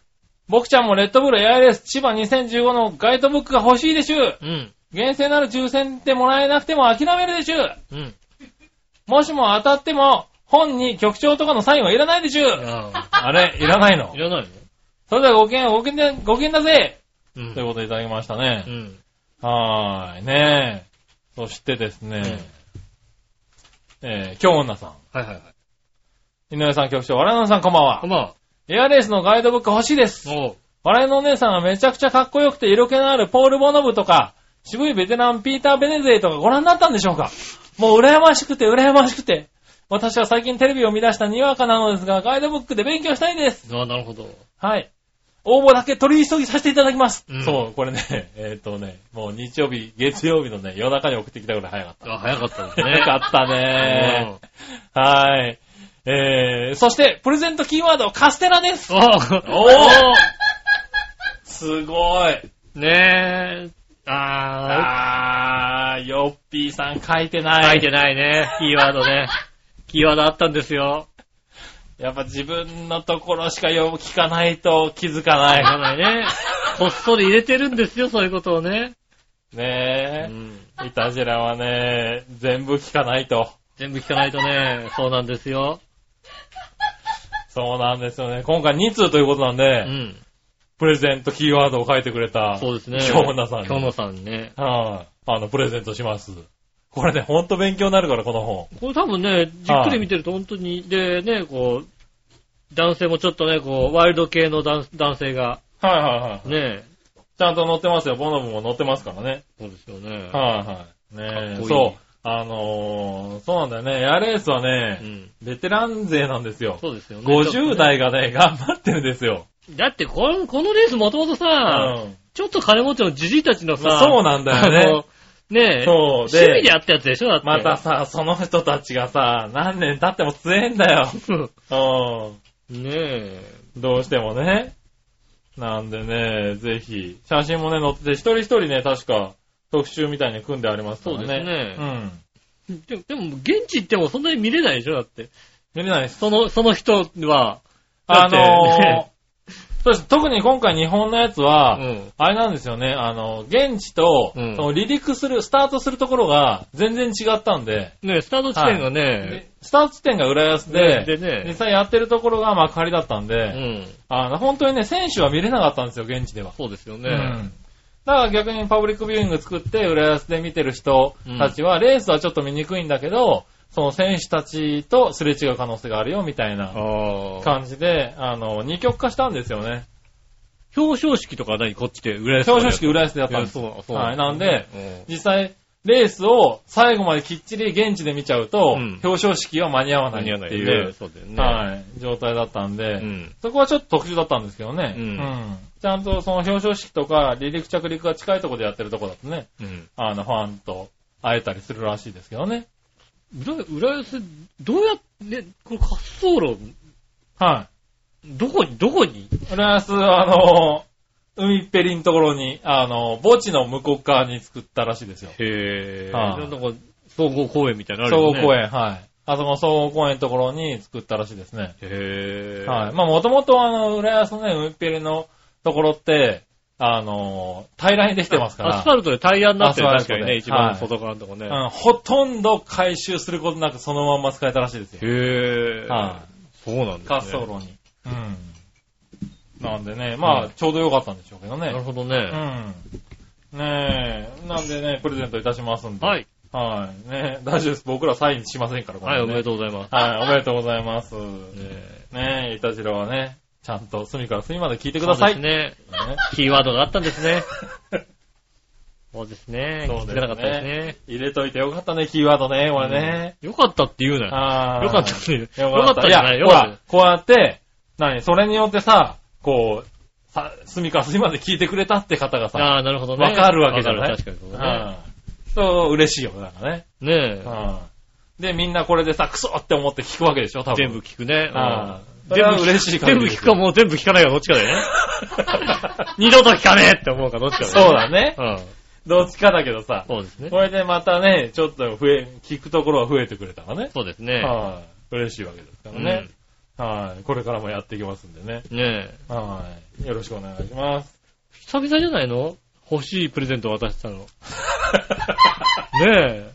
Speaker 3: 僕ちゃんもレッドブルエアレース千葉2015のガイドブックが欲しいでしゅ。
Speaker 2: うん。
Speaker 3: 厳正なる抽選でもらえなくても諦めるでしゅ。
Speaker 2: うん。
Speaker 3: もしも当たっても、本に局長とかのサインはいらないでしゅ。
Speaker 2: あ
Speaker 3: あれ、いらないの
Speaker 2: ーい。らない
Speaker 3: それではごきげん、ごきげんで、ごきげんだぜ
Speaker 2: のうん
Speaker 3: ということでいただきました
Speaker 2: う
Speaker 3: ね。
Speaker 2: ん。
Speaker 3: はーい、ねえ。そしてですね、えー、京女さ
Speaker 2: はいはいはい。
Speaker 3: ん。井上さん局長、我々のさんこんばん
Speaker 2: こ
Speaker 3: は
Speaker 2: ん。ばんは。
Speaker 3: エアレースのガイドブック欲しいです。
Speaker 2: おう。
Speaker 3: 我々のお姉さんがめちゃくちゃかっこよくて色気のあるポール・ボノブとか、渋いベテランピーター・ベネゼイとかご覧になったんでしょうかもう羨ましくて羨ましくて。私は最近テレビを見出したにわかなのですが、ガイドブックで勉強したいです。
Speaker 2: ああ、なるほど。
Speaker 3: はい。応募だけ取り急ぎさせていただきます。
Speaker 2: うん
Speaker 3: そう、これね、えっ、とね、もう日曜日、月曜日のね、夜中に送ってきたぐらい早かっ
Speaker 2: あ早かったです
Speaker 3: た。
Speaker 2: ね。
Speaker 3: 早かったね。はい。えー、そして、プレゼントキーワード、カステラです。
Speaker 2: うんお
Speaker 3: お
Speaker 2: お
Speaker 3: すごい。
Speaker 2: ねえ。あ
Speaker 3: あー、ヨッピーさん書いて
Speaker 2: あ、
Speaker 3: ない。
Speaker 2: 書いてないね。キーワードね。キーワードあったんですよ。
Speaker 3: やっぱ自分のところしかよ聞かないと気づか
Speaker 2: 書かな
Speaker 3: な
Speaker 2: いね。こっそり入れてるんですよ、そういうことをね。
Speaker 3: い。
Speaker 2: うん。
Speaker 3: ねえ。いたじらはね、全部聞かないと。
Speaker 2: 全部聞かないとね、そうなんですよ。
Speaker 3: そうなんですよね。今回2通ということなんで、
Speaker 2: うん。
Speaker 3: プレゼントキーワードを書いてくれた。
Speaker 2: そうですね。
Speaker 3: 京女さんに。
Speaker 2: 京野さんね。
Speaker 3: はい、あの、プレゼントします。これね、ほんと勉強になるから、この本。
Speaker 2: これ多分ね、じっくり見てると本当に、でね、こう、男性もちょっとね、こう、ワイルド系の男男性が、
Speaker 3: はいはいはい。
Speaker 2: ね、
Speaker 3: ちゃんと載ってますよ。ボノブも載ってますからね。
Speaker 2: そうですよね。
Speaker 3: はいはい。ね
Speaker 2: かっ
Speaker 3: え
Speaker 2: こいい
Speaker 3: そう。あのー、そうなんだよね。エアレースはね、
Speaker 2: うん。
Speaker 3: ベテラン勢なんですよ。
Speaker 2: そうですよね。
Speaker 3: 50代がね、頑張ってるんですよ。
Speaker 2: だってこの、このレースもともとさ、
Speaker 3: うん
Speaker 2: ちょっと金持ちのじじいたちのさ、
Speaker 3: そうなんだよね。
Speaker 2: ね。ねえ、
Speaker 3: そう。
Speaker 2: 趣味で
Speaker 3: で、
Speaker 2: やったやつでしょだって。
Speaker 3: またさ、その人たちがさ、何年経っても強えんだよ。
Speaker 2: うん
Speaker 3: う
Speaker 2: ねえ。
Speaker 3: ん。どうしてもね。なんでね、ぜひ、写真もね、載ってて、一人一人ね、確か、特集みたいに組んでありますからね。
Speaker 2: そうです
Speaker 3: ね。
Speaker 2: でも、でも現地行ってもそんなに見れないでしょだって。
Speaker 3: うん。見れないです。
Speaker 2: その、その人は、だ
Speaker 3: あ
Speaker 2: って
Speaker 3: のー
Speaker 2: ね、
Speaker 3: そうです。特に今回日本のやつ
Speaker 2: う
Speaker 3: は、
Speaker 2: ん。
Speaker 3: あれなんですよね、あの、現地と、
Speaker 2: うん
Speaker 3: その離陸する、スタートするところが全然違ったんで、
Speaker 2: ね、スタート地点がね、
Speaker 3: でスタート地点が浦安
Speaker 2: ね
Speaker 3: で、
Speaker 2: でね
Speaker 3: 実際やってるところが幕張だったんで、
Speaker 2: うん。
Speaker 3: あの、本当にね、選手は見れなかったんですよ、現地では。
Speaker 2: そうですよ
Speaker 3: う
Speaker 2: ね。
Speaker 3: ん。だから逆にパブリックビューイング作って、浦安で見てる人たちは、レースはちょっと見にくいんだけど、その選手たちとすれ違う可能性があるよ、みたいな
Speaker 2: ああ。
Speaker 3: 感じで、あの、二極化したんですよね。
Speaker 2: 表彰式とかは何こっちで裏
Speaker 3: 表彰式
Speaker 2: 裏
Speaker 3: 浦安でやっ
Speaker 2: い
Speaker 3: たん
Speaker 2: や、
Speaker 3: です。
Speaker 2: そう、そう。
Speaker 3: はい、なんで、実際、レースを最後まできっちり現地で見ちゃうと、
Speaker 2: うん
Speaker 3: 表彰式は間に合わ
Speaker 2: うん、
Speaker 3: な
Speaker 2: 間
Speaker 3: い
Speaker 2: に合わな
Speaker 3: って
Speaker 2: い
Speaker 3: い
Speaker 2: よ
Speaker 3: う、
Speaker 2: ね。そうだよね。
Speaker 3: はい、状態だったんで、
Speaker 2: うん。
Speaker 3: そこはちょっと特殊だったんですけどね。
Speaker 2: うん
Speaker 3: ちゃんとその表彰式とか、離陸着陸が近いところでやってるとこだとね、
Speaker 2: うん。
Speaker 3: あの、ファンと会えたりするらしいですけどね。
Speaker 2: 裏、裏安、どうやって、ね、これ滑走路、
Speaker 3: は
Speaker 2: どこに、どこに
Speaker 3: い。浦安、あの、海っぺりのところに、あの、墓地の向こう側に作ったらしいですよ。
Speaker 2: へぇー。
Speaker 3: はい
Speaker 2: なんか、総合公園みたいなのある
Speaker 3: 総
Speaker 2: よ
Speaker 3: 合
Speaker 2: ね。
Speaker 3: 公。園、はい。あそこの総合公園のところに作ったらしいですね。
Speaker 2: へぇー。
Speaker 3: はい。まあ、もともと、あの、浦安のね、海っぺりのところって、あの、平らにできてますか
Speaker 2: アスファ
Speaker 3: ら、
Speaker 2: ルトでタイヤになってる
Speaker 3: アス
Speaker 2: 確
Speaker 3: フ
Speaker 2: かに
Speaker 3: ァルト
Speaker 2: ね、
Speaker 3: で
Speaker 2: 一番外側のとこね。
Speaker 3: うん、ほとんど回収することなくそのまんま使えたらしいですよ。
Speaker 2: へぇー。
Speaker 3: は
Speaker 2: そうなん
Speaker 3: い。
Speaker 2: だ、
Speaker 3: 滑
Speaker 2: ね。
Speaker 3: 走路に。うん。なんでね、
Speaker 2: う
Speaker 3: まあ、
Speaker 2: ん
Speaker 3: ちょうどよかったんでしょうけど
Speaker 2: なる
Speaker 3: ね。
Speaker 2: ほど
Speaker 3: う
Speaker 2: ね。
Speaker 3: ん。ねえ、なんでね、プレゼントいたしますんで。。
Speaker 2: はいい。
Speaker 3: はい。ねえ大丈夫です。僕らサインしませんから、
Speaker 2: はい、おめで
Speaker 3: う。
Speaker 2: とうございます。
Speaker 3: はい、おめでとうございます。
Speaker 2: え
Speaker 3: ねえ、いたじろはね、ちゃんと隅から隅まで聞いて
Speaker 2: ー
Speaker 3: ください。
Speaker 2: そうですね。
Speaker 3: ね
Speaker 2: キーワードがあったんです ね。そうですね。
Speaker 3: そうですね
Speaker 2: 気づかなかったですね。
Speaker 3: 入れといてよかったね、キーワードね、これね。
Speaker 2: よかったって言うなよ。
Speaker 3: あー
Speaker 2: よかったって言う。
Speaker 3: よかった。い
Speaker 2: じゃな
Speaker 3: や、
Speaker 2: いよ
Speaker 3: ほ
Speaker 2: かっ
Speaker 3: ら、こうやって、何それによってさ、こう、さ、隅から隅まで聞いてくれたって方が
Speaker 2: た。
Speaker 3: さ、
Speaker 2: ああー、なるほどね。
Speaker 3: わかるわけじゃない
Speaker 2: わかる確かにそうだ
Speaker 3: うんそう、嬉しいよ、なんかね。
Speaker 2: ね。ねえ。
Speaker 3: うんで、みんなこれでさ、クソって思って聞くわけでしょ、多分。
Speaker 2: 全部。聞くね。
Speaker 3: あ
Speaker 2: うん
Speaker 3: それは
Speaker 2: 全部
Speaker 3: 嬉し
Speaker 2: 全
Speaker 3: い限り
Speaker 2: 部
Speaker 3: です
Speaker 2: 聞くかもう全部聞かないかどっちかだよ ね。二度と聞かねえって思うかどっちか
Speaker 3: そうだ
Speaker 2: ね。
Speaker 3: ね。
Speaker 2: うん。
Speaker 3: どっちかだけどさ、
Speaker 2: そうですね
Speaker 3: こ。れでまたね、ちょっと増え、聞くところは増えてくれたからね。
Speaker 2: そうですね。
Speaker 3: はい。嬉しいわけですからね。はい。これからもやっていきますんでね。
Speaker 2: ねえ。
Speaker 3: はい。よろしくお願いし ます。
Speaker 2: 久々じゃないの欲しいプレゼント渡したの。ねえ。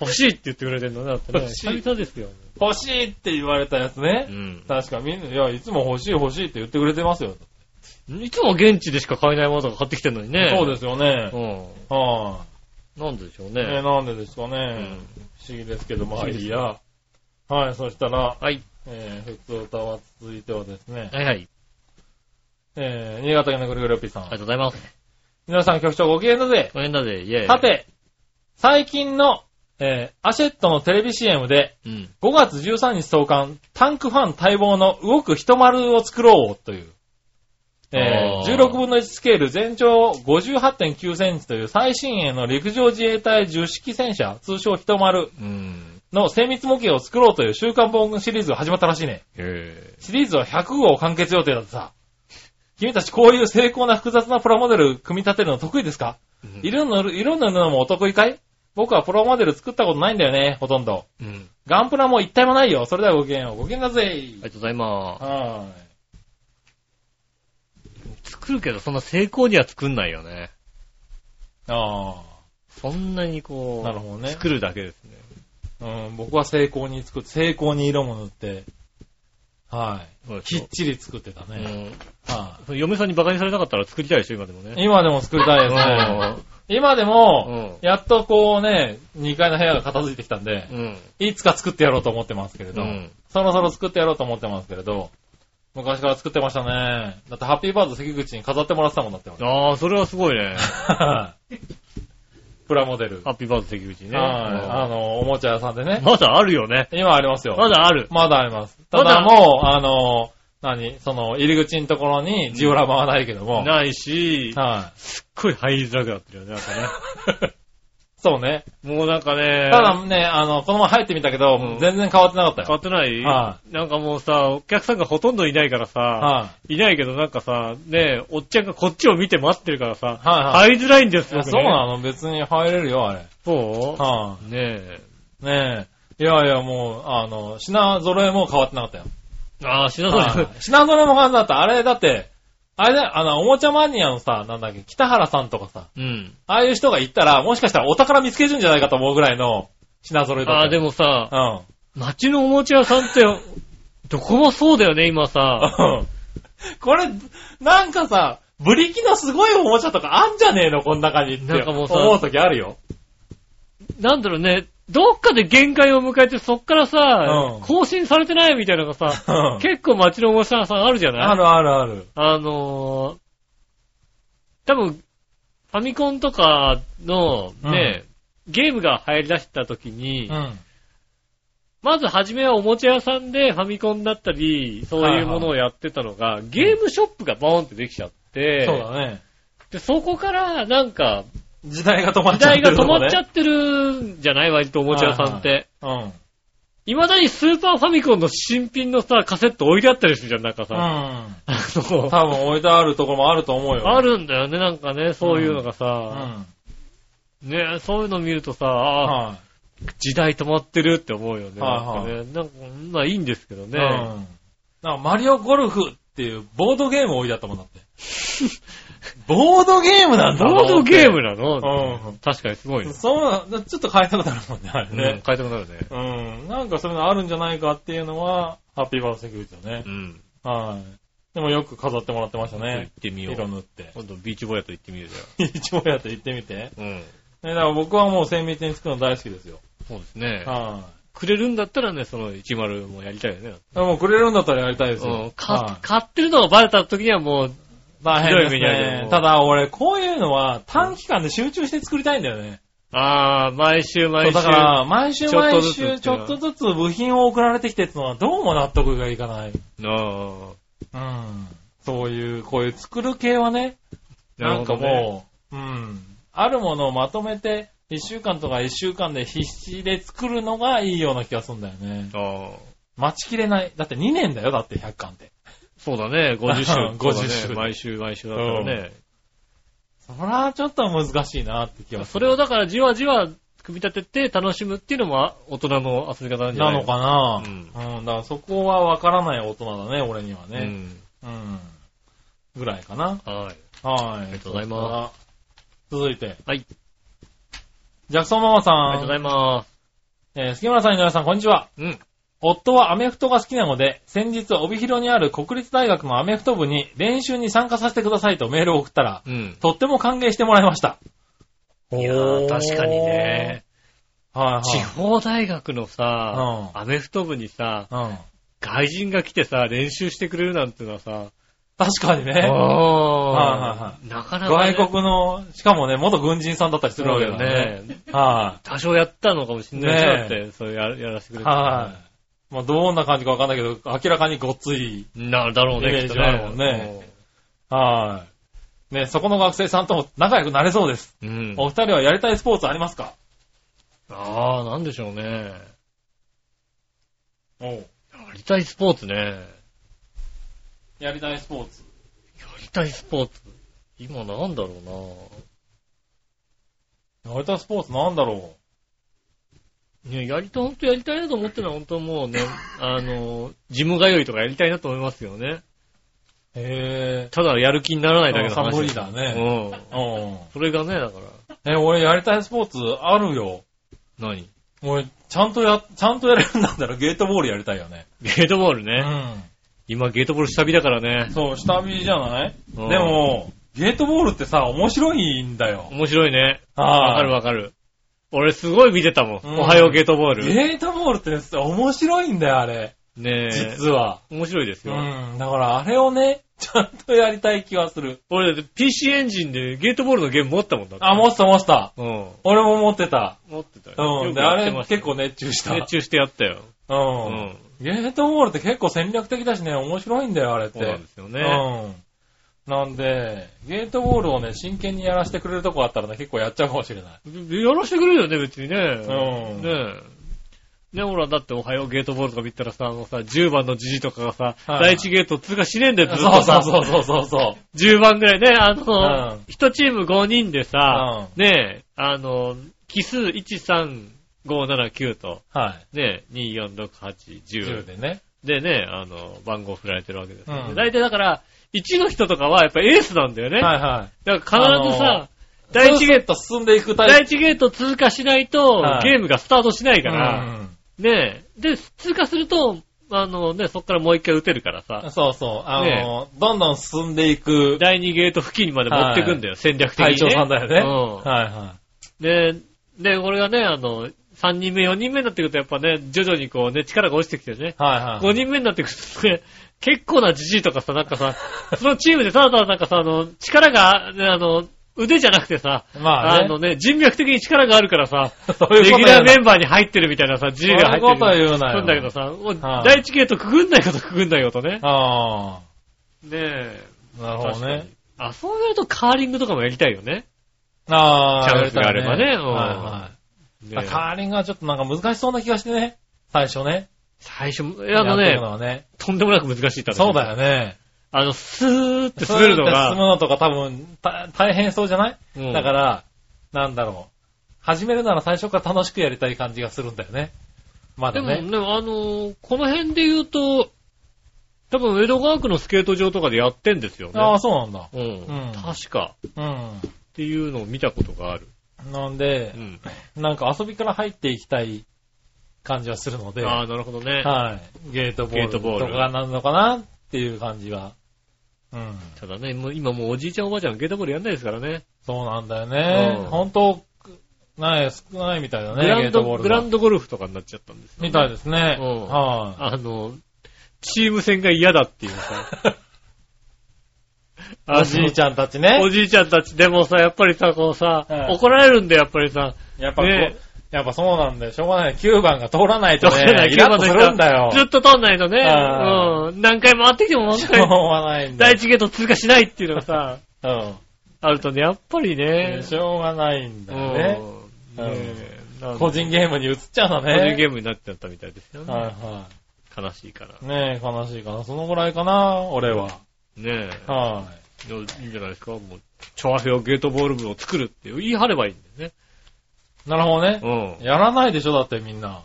Speaker 2: 欲しいって言ってくれてるのね、だって ね。
Speaker 3: 欲しい
Speaker 2: 久々ですよ。
Speaker 3: 欲しいって言われたやつ
Speaker 2: う
Speaker 3: ね。
Speaker 2: ん。
Speaker 3: 確かみんな、いや、いつも欲しい欲しいって言ってくれてますよ。
Speaker 2: いつも現地でしか買えないものとか買ってきてるのにね。
Speaker 3: そう
Speaker 2: す。
Speaker 3: ですよね。
Speaker 2: う
Speaker 3: は
Speaker 2: ん。なんででしょう
Speaker 3: い。え
Speaker 2: ね。
Speaker 3: ーなんでですか
Speaker 2: う
Speaker 3: ね。
Speaker 2: ん
Speaker 3: 不思議ですけど、まあ
Speaker 2: 不思
Speaker 3: い
Speaker 2: 議です
Speaker 3: いや。はい、そしたら、
Speaker 2: はい。
Speaker 3: えー、普通歌は続いてはですね、
Speaker 2: はいはい。あり
Speaker 3: えー、新潟県のぐるぐるおっぴーさ
Speaker 2: がと
Speaker 3: ん。
Speaker 2: うございます。
Speaker 3: 皆さん局長ご機嫌だぜ。
Speaker 2: ごめんなで、イェーイ。
Speaker 3: さ、て、最近の、えー、アシェットのテレビ CM で、
Speaker 2: うん。
Speaker 3: 5月13日創刊、タンクファン待望の動く一丸を作ろうという、えー
Speaker 2: あー
Speaker 3: 16分の1スケール全長58.9センチという最新鋭の陸上自衛隊10式戦車、通称一丸
Speaker 2: うん。
Speaker 3: の精密模型を作ろうという週刊本シリーズが始まったらしいね。
Speaker 2: へえ。
Speaker 3: シリーズは100号を完結予定だってさ。君たちこういう精巧な複雑なプラモデル組み立てるの得意ですか色塗る、色塗るのもお得意かい僕はプラモデル作ったことないんだよね、ほとんど。
Speaker 2: うん。うん。
Speaker 3: ガンプラも一体もないよ。それではごきげんよう。ごきげんだぜ
Speaker 2: ありがとうございます。
Speaker 3: は
Speaker 2: 作るけど、そんな成功には作んないよね。
Speaker 3: ーい。あ
Speaker 2: そんなにこ
Speaker 3: あ。
Speaker 2: う、
Speaker 3: なるほどね。
Speaker 2: 作るだけですね。
Speaker 3: うん、僕は成功に作って、成功に色も塗って、は
Speaker 2: そう
Speaker 3: い。
Speaker 2: でし
Speaker 3: き
Speaker 2: ょ
Speaker 3: っちり作ってた
Speaker 2: う
Speaker 3: ね。
Speaker 2: ん
Speaker 3: は
Speaker 2: その嫁さんに馬鹿にされなかったら作りたいでしょ、今でもね。
Speaker 3: い。今でも作りたいですね。今でも、
Speaker 2: う
Speaker 3: やっとこうね、2階の部屋が片付いてきたんで、
Speaker 2: うん。
Speaker 3: いつか作ってやろうと思ってますけれ
Speaker 2: う
Speaker 3: ど、
Speaker 2: ん。
Speaker 3: そろそろ作ってやろうと思ってますけれど、昔から作ってましたね。だってハッピーバーズ関口に飾ってもらってたもん だって。
Speaker 2: ああ、それはすごいね。
Speaker 3: 俺プラモデル。
Speaker 2: ハッピーバード関口ね。
Speaker 3: はい。あの、おもちゃ屋さんで
Speaker 2: うん
Speaker 3: ね。
Speaker 2: まだあるよね。
Speaker 3: 今ありますよ。
Speaker 2: ま。だある。
Speaker 3: まだあります。た
Speaker 2: まだ
Speaker 3: だもう、あの、何その、入り口のところにジオラマはないけども。
Speaker 2: ないし、すっ
Speaker 3: は
Speaker 2: ごい入りづらくなってるよね、なんかね。
Speaker 3: い。そうね。
Speaker 2: もうなんかね、
Speaker 3: ただね、あの、この前入ってみたけど、
Speaker 2: うん
Speaker 3: 全然変わってなかったよ。
Speaker 2: 買ってない、
Speaker 3: は
Speaker 2: なんかもうさ、お客さんがほとんどいないからさ、、
Speaker 3: はい
Speaker 2: ないけどなんかさ、ねえ、おっちゃんがこっちを見て待ってるからさ、
Speaker 3: はい
Speaker 2: 入りづらいんです
Speaker 3: い
Speaker 2: よ、
Speaker 3: やそうな
Speaker 2: の
Speaker 3: の別に入れるよ、あれ。
Speaker 2: そう、
Speaker 3: は
Speaker 2: ねえ。
Speaker 3: い。ねえ。いやいや、もう、あの、品揃えも変わってなかったよ。
Speaker 2: ああ、品ぞ
Speaker 3: は
Speaker 2: れ
Speaker 3: い品揃えも変わってなかった。あれ、だって、あれだよ、あの、おもちゃマニアのさ、なんだっけ、北原さんとかさ、
Speaker 2: うん。
Speaker 3: ああいう人が行ったら、もしかしたらお宝見つけるんじゃないかと思うぐらいの品揃えだった。
Speaker 2: ああ、で。もさ、
Speaker 3: うん。
Speaker 2: 街のおもちゃ屋さんって、どこもそうだよね、今さ。
Speaker 3: これ、なんかさ、ブリキのすごいおもちゃとかあんじゃねえの、こんな感じって。
Speaker 2: なんかもうさ
Speaker 3: 思う時あるよ。
Speaker 2: なんだろうね、どっかで限界を迎えて、そっからさ、
Speaker 3: うん
Speaker 2: 更新されてないみたいなのがさ、
Speaker 3: ある
Speaker 2: 結構街のおもちゃ屋さんあるじゃない
Speaker 3: あるある。
Speaker 2: あのー、多分、ファミコンとかのね、ゲームが流行り出した時に、
Speaker 3: うん。
Speaker 2: まず初めはおもちゃ屋さんでファミコンだったり、そういうものをやってたのが、ゲームショップがボーンってできちゃって、
Speaker 3: そうだね。
Speaker 2: でそこからなんか、
Speaker 3: 時代が止まっ
Speaker 2: 時
Speaker 3: ちゃって
Speaker 2: 代
Speaker 3: る
Speaker 2: が
Speaker 3: と
Speaker 2: 止
Speaker 3: こね。
Speaker 2: まっちゃってるんじゃない割とおもちゃ屋さんって。
Speaker 3: はいいうん。
Speaker 2: まだにスーパーファミコンの新品のさ、カセット置いてあったりするじゃん、なんかさ。
Speaker 3: うん。
Speaker 2: あの
Speaker 3: 多分置いてあるところもあると思うよ。
Speaker 2: あ。るんだよね、なんかね、そういうのが
Speaker 3: う
Speaker 2: さ。
Speaker 3: ん。
Speaker 2: ねそういうの見るとさ、ああ、
Speaker 3: は
Speaker 2: 時代止まってるって思うよね。
Speaker 3: はいは
Speaker 2: なんか
Speaker 3: い
Speaker 2: ねなんか、まあいいんですけど
Speaker 3: い。
Speaker 2: ね。
Speaker 3: うん。なんかマリオゴルフっていうボードゲーム置いてあったもん だって。ボードゲームなんだ
Speaker 2: ボードゲーム
Speaker 3: な
Speaker 2: なの確かにすごいね。
Speaker 3: そうな、ちょっと変えたことあるもんね、あれ
Speaker 2: うん
Speaker 3: ね。
Speaker 2: 変えたくなるね。
Speaker 3: うん。なんかそういうのあるんじゃないかっていうのは、ハッピーバースデーグッズよね
Speaker 2: う。ん。
Speaker 3: はい。でもよく飾ってもらってましたね
Speaker 2: 行。ってみよ
Speaker 3: 色
Speaker 2: う。
Speaker 3: 塗って。
Speaker 2: 今度ビーチボーイと行ってみるじ
Speaker 3: 一応やって行ってみて。ね、
Speaker 2: ゃん。うん。
Speaker 3: だから僕はもう精密に作るの大好きですよ。
Speaker 2: そうですね。
Speaker 3: は
Speaker 2: くれるんだったらね、その10もやりたいよね。
Speaker 3: い。でもくれるんだったらやりたいです
Speaker 2: うん
Speaker 3: よ。。
Speaker 2: か
Speaker 3: は
Speaker 2: 買ってるのがバレた時にはもう、
Speaker 3: い大変です
Speaker 2: ひどい目に遭う
Speaker 3: ね
Speaker 2: よ。
Speaker 3: ただ俺、こういうのは短期間で集中して作りたいんだよね。
Speaker 2: ああ、毎週
Speaker 3: そ
Speaker 2: 毎
Speaker 3: う
Speaker 2: 週。
Speaker 3: だから、毎週毎週
Speaker 2: ち
Speaker 3: ち
Speaker 2: ょ
Speaker 3: ょ
Speaker 2: っ
Speaker 3: っ
Speaker 2: と
Speaker 3: とずつ部品を送られてきてってのはどうも納得がいかない。
Speaker 2: あ
Speaker 3: うん。そういう、こういう作る系はね、
Speaker 2: あ
Speaker 3: なんかもう、うん。あるものをまとめて、一週間とか一週間で必死で作るのがいいような気がするんだよね。
Speaker 2: う。ああ。
Speaker 3: 待ちきれない。だって2年だよ、だって100巻って。
Speaker 2: そうだね、50週。
Speaker 3: 50
Speaker 2: そうだね
Speaker 3: 週
Speaker 2: 毎週毎週だったらね。
Speaker 3: そら、ちょっと難しいなって気がす
Speaker 2: そ
Speaker 3: る。
Speaker 2: れをだからじわじわ組み立てて楽しむっていうのもあ大人の遊び方なんじゃな
Speaker 3: ないのかな
Speaker 2: う
Speaker 3: うん。だからそこはわからない大人だね、俺に
Speaker 2: ね。
Speaker 3: は
Speaker 2: う
Speaker 3: ね。
Speaker 2: ん。
Speaker 3: うん。ぐらいかな。
Speaker 2: はい。
Speaker 3: はい。あり。
Speaker 2: がとうございます
Speaker 3: 続いて。
Speaker 2: はい。
Speaker 3: ジャクソンママさん。
Speaker 2: ありがとうございます。
Speaker 3: えー、杉村さん、井上さん、こんにちは。
Speaker 2: うん。
Speaker 3: 夫はアメフトが好きなので、先日帯広にある国立大学のアメフト部に練習に参加させてくださいとメールを送ったら、
Speaker 2: うん。
Speaker 3: とっても歓迎してもらいました。
Speaker 2: いやー確かにね。
Speaker 3: はいはい。
Speaker 2: 地方大学のさ、
Speaker 3: う
Speaker 2: アメフト部にさ、
Speaker 3: うん。
Speaker 2: 外人が来てさ、練習してくれるなんてのはさ、
Speaker 3: 確かに
Speaker 2: あ
Speaker 3: ね。はいは
Speaker 2: あなかなかね。
Speaker 3: 外国の、しかもね、元軍人さんだったりするわけだ
Speaker 2: よ
Speaker 3: からね。
Speaker 2: ね。
Speaker 3: は
Speaker 2: 多少やったのかもしんないし
Speaker 3: ね
Speaker 2: だって、そうややらせてくれ
Speaker 3: い。はい。まあ、どんな感じかわかんないけど、明らかにごっつい。
Speaker 2: い。なるだろう
Speaker 3: イメ
Speaker 2: ね、
Speaker 3: ー
Speaker 2: き
Speaker 3: ジ
Speaker 2: っと
Speaker 3: あるもんねはい。ね、そこの学生さんとも仲良くなれそうです。
Speaker 2: うん。うん
Speaker 3: お二人はやりたいスポーツありますか
Speaker 2: ああ、なんでしょうね。
Speaker 3: お
Speaker 2: やりたいスポーツね。や
Speaker 3: やりたいスポーツ。
Speaker 2: りたいスポーツ。今なんだろう
Speaker 3: やりたいスポーツなんだろ
Speaker 2: な。ね、やりたい、ほんとやりたいなと思ってるのは、ほんともう ね、あの、ジム通いとかやりたいなと思いますよね。
Speaker 3: う。へ
Speaker 2: ただやる気にならないだけの話。
Speaker 3: あーサボりだ
Speaker 2: ね。うん。
Speaker 3: ぇー。
Speaker 2: それがね、だから、
Speaker 3: うん。え、俺やりたいスポーツあるよ。
Speaker 2: 何
Speaker 3: 俺、ちゃんとや、ちゃんとやれるんだったらゲートボールやりたいよね。
Speaker 2: ゲートボールね。
Speaker 3: う
Speaker 2: 今ゲートボール下火だからね
Speaker 3: ん。。そう、下火じゃないで
Speaker 2: うん
Speaker 3: も、ゲートボールってさ、面白いんだよ。
Speaker 2: 面白いね。
Speaker 3: はい
Speaker 2: わかるわかる。俺すごい見てたもん。
Speaker 3: うん
Speaker 2: おはようゲートボール。
Speaker 3: ゲートボールってさ面白いんだよ、あれ。
Speaker 2: ねえ。
Speaker 3: 実は。
Speaker 2: 面白いです
Speaker 3: う
Speaker 2: よ。
Speaker 3: ん。だから、あれをね、 ちゃんとやりたい気がする。
Speaker 2: 俺だって PC エンジンでゲートボールのゲーム持ったもんだって。
Speaker 3: あ、持ってた、持ってた。
Speaker 2: うん。
Speaker 3: 俺も持ってた。
Speaker 2: 持ってたよ。
Speaker 3: う
Speaker 2: よ
Speaker 3: ん。
Speaker 2: く
Speaker 3: で、
Speaker 2: や
Speaker 3: あ
Speaker 2: って
Speaker 3: れ
Speaker 2: ました
Speaker 3: 結構熱中した。
Speaker 2: 熱中してやったよ。う
Speaker 3: うん
Speaker 2: ん。
Speaker 3: ゲートボールって結構戦略的だしね、面白いんだよ、あれって。
Speaker 2: そうなんですよね。
Speaker 3: うん。なんで、ゲートボールをね、真剣にやらせてくれるとこあったらね、結構やっちゃうかもしれない。
Speaker 2: やらしてくれるよね、別にね。
Speaker 3: うん
Speaker 2: ねえ。ねほら、だっておはようゲートボールとか見たらさ、あのさ、10番のじじとかがさ、
Speaker 3: は
Speaker 2: 第
Speaker 3: い
Speaker 2: 1ゲート通過しねえんだよ、ずっ
Speaker 3: そう
Speaker 2: と
Speaker 3: そ
Speaker 2: さ
Speaker 3: うそうそうそうそ
Speaker 2: 10番ぐらいね、あ
Speaker 3: う
Speaker 2: の
Speaker 3: ん、
Speaker 2: 1チーム5人でさ、ねえ、あの、奇数1、3、5、7、9と、
Speaker 3: う。はい。
Speaker 2: ねえ、2、4、6、8、
Speaker 3: 10
Speaker 2: 10
Speaker 3: でね。
Speaker 2: でね、あの、番号振られてるわけですよね。
Speaker 3: うん
Speaker 2: 大体だから、1の人とかはやっぱエースなんだよね。
Speaker 3: はいはい。
Speaker 2: だから必ず
Speaker 3: あの
Speaker 2: さ、第1ゲート
Speaker 3: ト進んでいくタ
Speaker 2: 第
Speaker 3: イ
Speaker 2: 1ゲート通過しないと、
Speaker 3: はい
Speaker 2: ゲームがスタートしない
Speaker 3: プ。
Speaker 2: から、
Speaker 3: うん
Speaker 2: ねえ。で、通過すると、あのね、そこからもう一回打てるからさ、
Speaker 3: そうそう。あの、どんどん進んでいく
Speaker 2: 第2ゲート付近まで持ってくんだよ、戦略的
Speaker 3: 隊
Speaker 2: に、
Speaker 3: 長
Speaker 2: ね。
Speaker 3: さんだよね。
Speaker 2: う
Speaker 3: はいは
Speaker 2: ん。で、で、これがね、あの、3人目、4人目になってくると、やっぱね、徐々にこうね、力が落ちてきてね
Speaker 3: い。、はいは
Speaker 2: 5
Speaker 3: い。
Speaker 2: 人目になってくるとね、結構なじじいとかさ、なんかさ、そのチームでただただなんかさ、あの、力が、ねあの、腕じゃなくてさ、
Speaker 3: まあね
Speaker 2: のね、人脈的に力があるからさ、
Speaker 3: そういう
Speaker 2: レギ
Speaker 3: こと
Speaker 2: ュラ
Speaker 3: や
Speaker 2: ー
Speaker 3: な
Speaker 2: メンバーに入ってるみたいなさ、G が入ってる。
Speaker 3: そういうことは言うなよ
Speaker 2: んだけどさ、もう
Speaker 3: はい
Speaker 2: 第一ゲートくぐんないことくぐんないことね。
Speaker 3: あ
Speaker 2: ねえ。
Speaker 3: あ、なるほど
Speaker 2: 確
Speaker 3: ね。
Speaker 2: かに。あ、そうやるとカーリングとかもやりたいよね。
Speaker 3: ああ、
Speaker 2: チャンスがあればね
Speaker 3: やり
Speaker 2: う
Speaker 3: たい
Speaker 2: ん
Speaker 3: はいは
Speaker 2: ね
Speaker 3: い。あ
Speaker 2: え
Speaker 3: カーリングはちょっとなんか難しそうな気がしてね。最初ね。
Speaker 2: 最初、あの
Speaker 3: やっていく
Speaker 2: ね
Speaker 3: の、はね。
Speaker 2: とんでもなく難しい
Speaker 3: そうだよ
Speaker 2: ね。
Speaker 3: ね。
Speaker 2: あの、スーって滑るの
Speaker 3: そうやって進む
Speaker 2: が、
Speaker 3: のとか多分、た大変そうじゃない、
Speaker 2: うん
Speaker 3: だから、なんだろう。始めるなら最初から楽しくやりたい感じがするんだよね。ま
Speaker 2: で
Speaker 3: だ
Speaker 2: も
Speaker 3: ね。
Speaker 2: ね、あのー、この辺で言うと、多分江戸川区のスケート場とかでやってんですよね。
Speaker 3: ああ、そうなんだ。
Speaker 2: うん
Speaker 3: うん
Speaker 2: 確か。っ
Speaker 3: う
Speaker 2: ていうのを見たことがある。
Speaker 3: ん。なんで
Speaker 2: う、ん。
Speaker 3: なんか遊びから入っていきたい感じはするので、
Speaker 2: あ
Speaker 3: は
Speaker 2: あ、なるほどね。
Speaker 3: い。ゲートボ
Speaker 2: ゲートボ
Speaker 3: ー
Speaker 2: ール
Speaker 3: ルとかなのかなっていう感じが。うん。
Speaker 2: ただね、もう今もうおじいちゃんおばあちゃんゲートボールやんないですからね。
Speaker 3: そうなんだよね。
Speaker 2: うん
Speaker 3: 本当ない、少ないみたいだね、
Speaker 2: グラ
Speaker 3: ゲ
Speaker 2: ン
Speaker 3: ートボ
Speaker 2: ド、
Speaker 3: ール
Speaker 2: グ
Speaker 3: が
Speaker 2: ランドゴルフとかになっちゃったんですよね
Speaker 3: みたいですね。
Speaker 2: うん
Speaker 3: はい、
Speaker 2: あの、チーム戦が嫌だっていうさ。
Speaker 3: おじいち
Speaker 2: ゃ
Speaker 3: ゃんたちね。
Speaker 2: おじいちゃんたち、でもさ、やっぱりさ、こうさ、
Speaker 3: はい
Speaker 2: 怒られるんだよ、やっぱりさ。
Speaker 3: やっぱこう、
Speaker 2: ね
Speaker 3: やっぱそうなんだよ。しょうがない。9番が通らないとね、イ
Speaker 2: 9
Speaker 3: ラ
Speaker 2: 番
Speaker 3: ッとするんだよ。
Speaker 2: ずっと通んないとね、
Speaker 3: あ
Speaker 2: うん。何回回ってきても本
Speaker 3: し
Speaker 2: 当に、
Speaker 3: ょうがないんだ
Speaker 2: 第
Speaker 3: よ。
Speaker 2: 一ゲート通過しないっていうのがさ、あるとね、やっぱり
Speaker 3: う
Speaker 2: ね
Speaker 3: ん。、しょうがないんだよね。
Speaker 2: うんねえなんで
Speaker 3: 個人ゲームに移っちゃうの
Speaker 2: 個人ゲ
Speaker 3: ね。
Speaker 2: ームになっちゃったみたいですよね。
Speaker 3: はいは
Speaker 2: 悲しいから。
Speaker 3: い。ねえ、悲しいかな。そのぐらいかな、俺は。
Speaker 2: ねえ。
Speaker 3: はい
Speaker 2: やいいんじゃないですか。もう、チョアヘヨゲートボール部を作るって言い張ればいいんだよ
Speaker 3: い。なるほどね。
Speaker 2: ね。
Speaker 3: やらないでしょ、だってみんな。は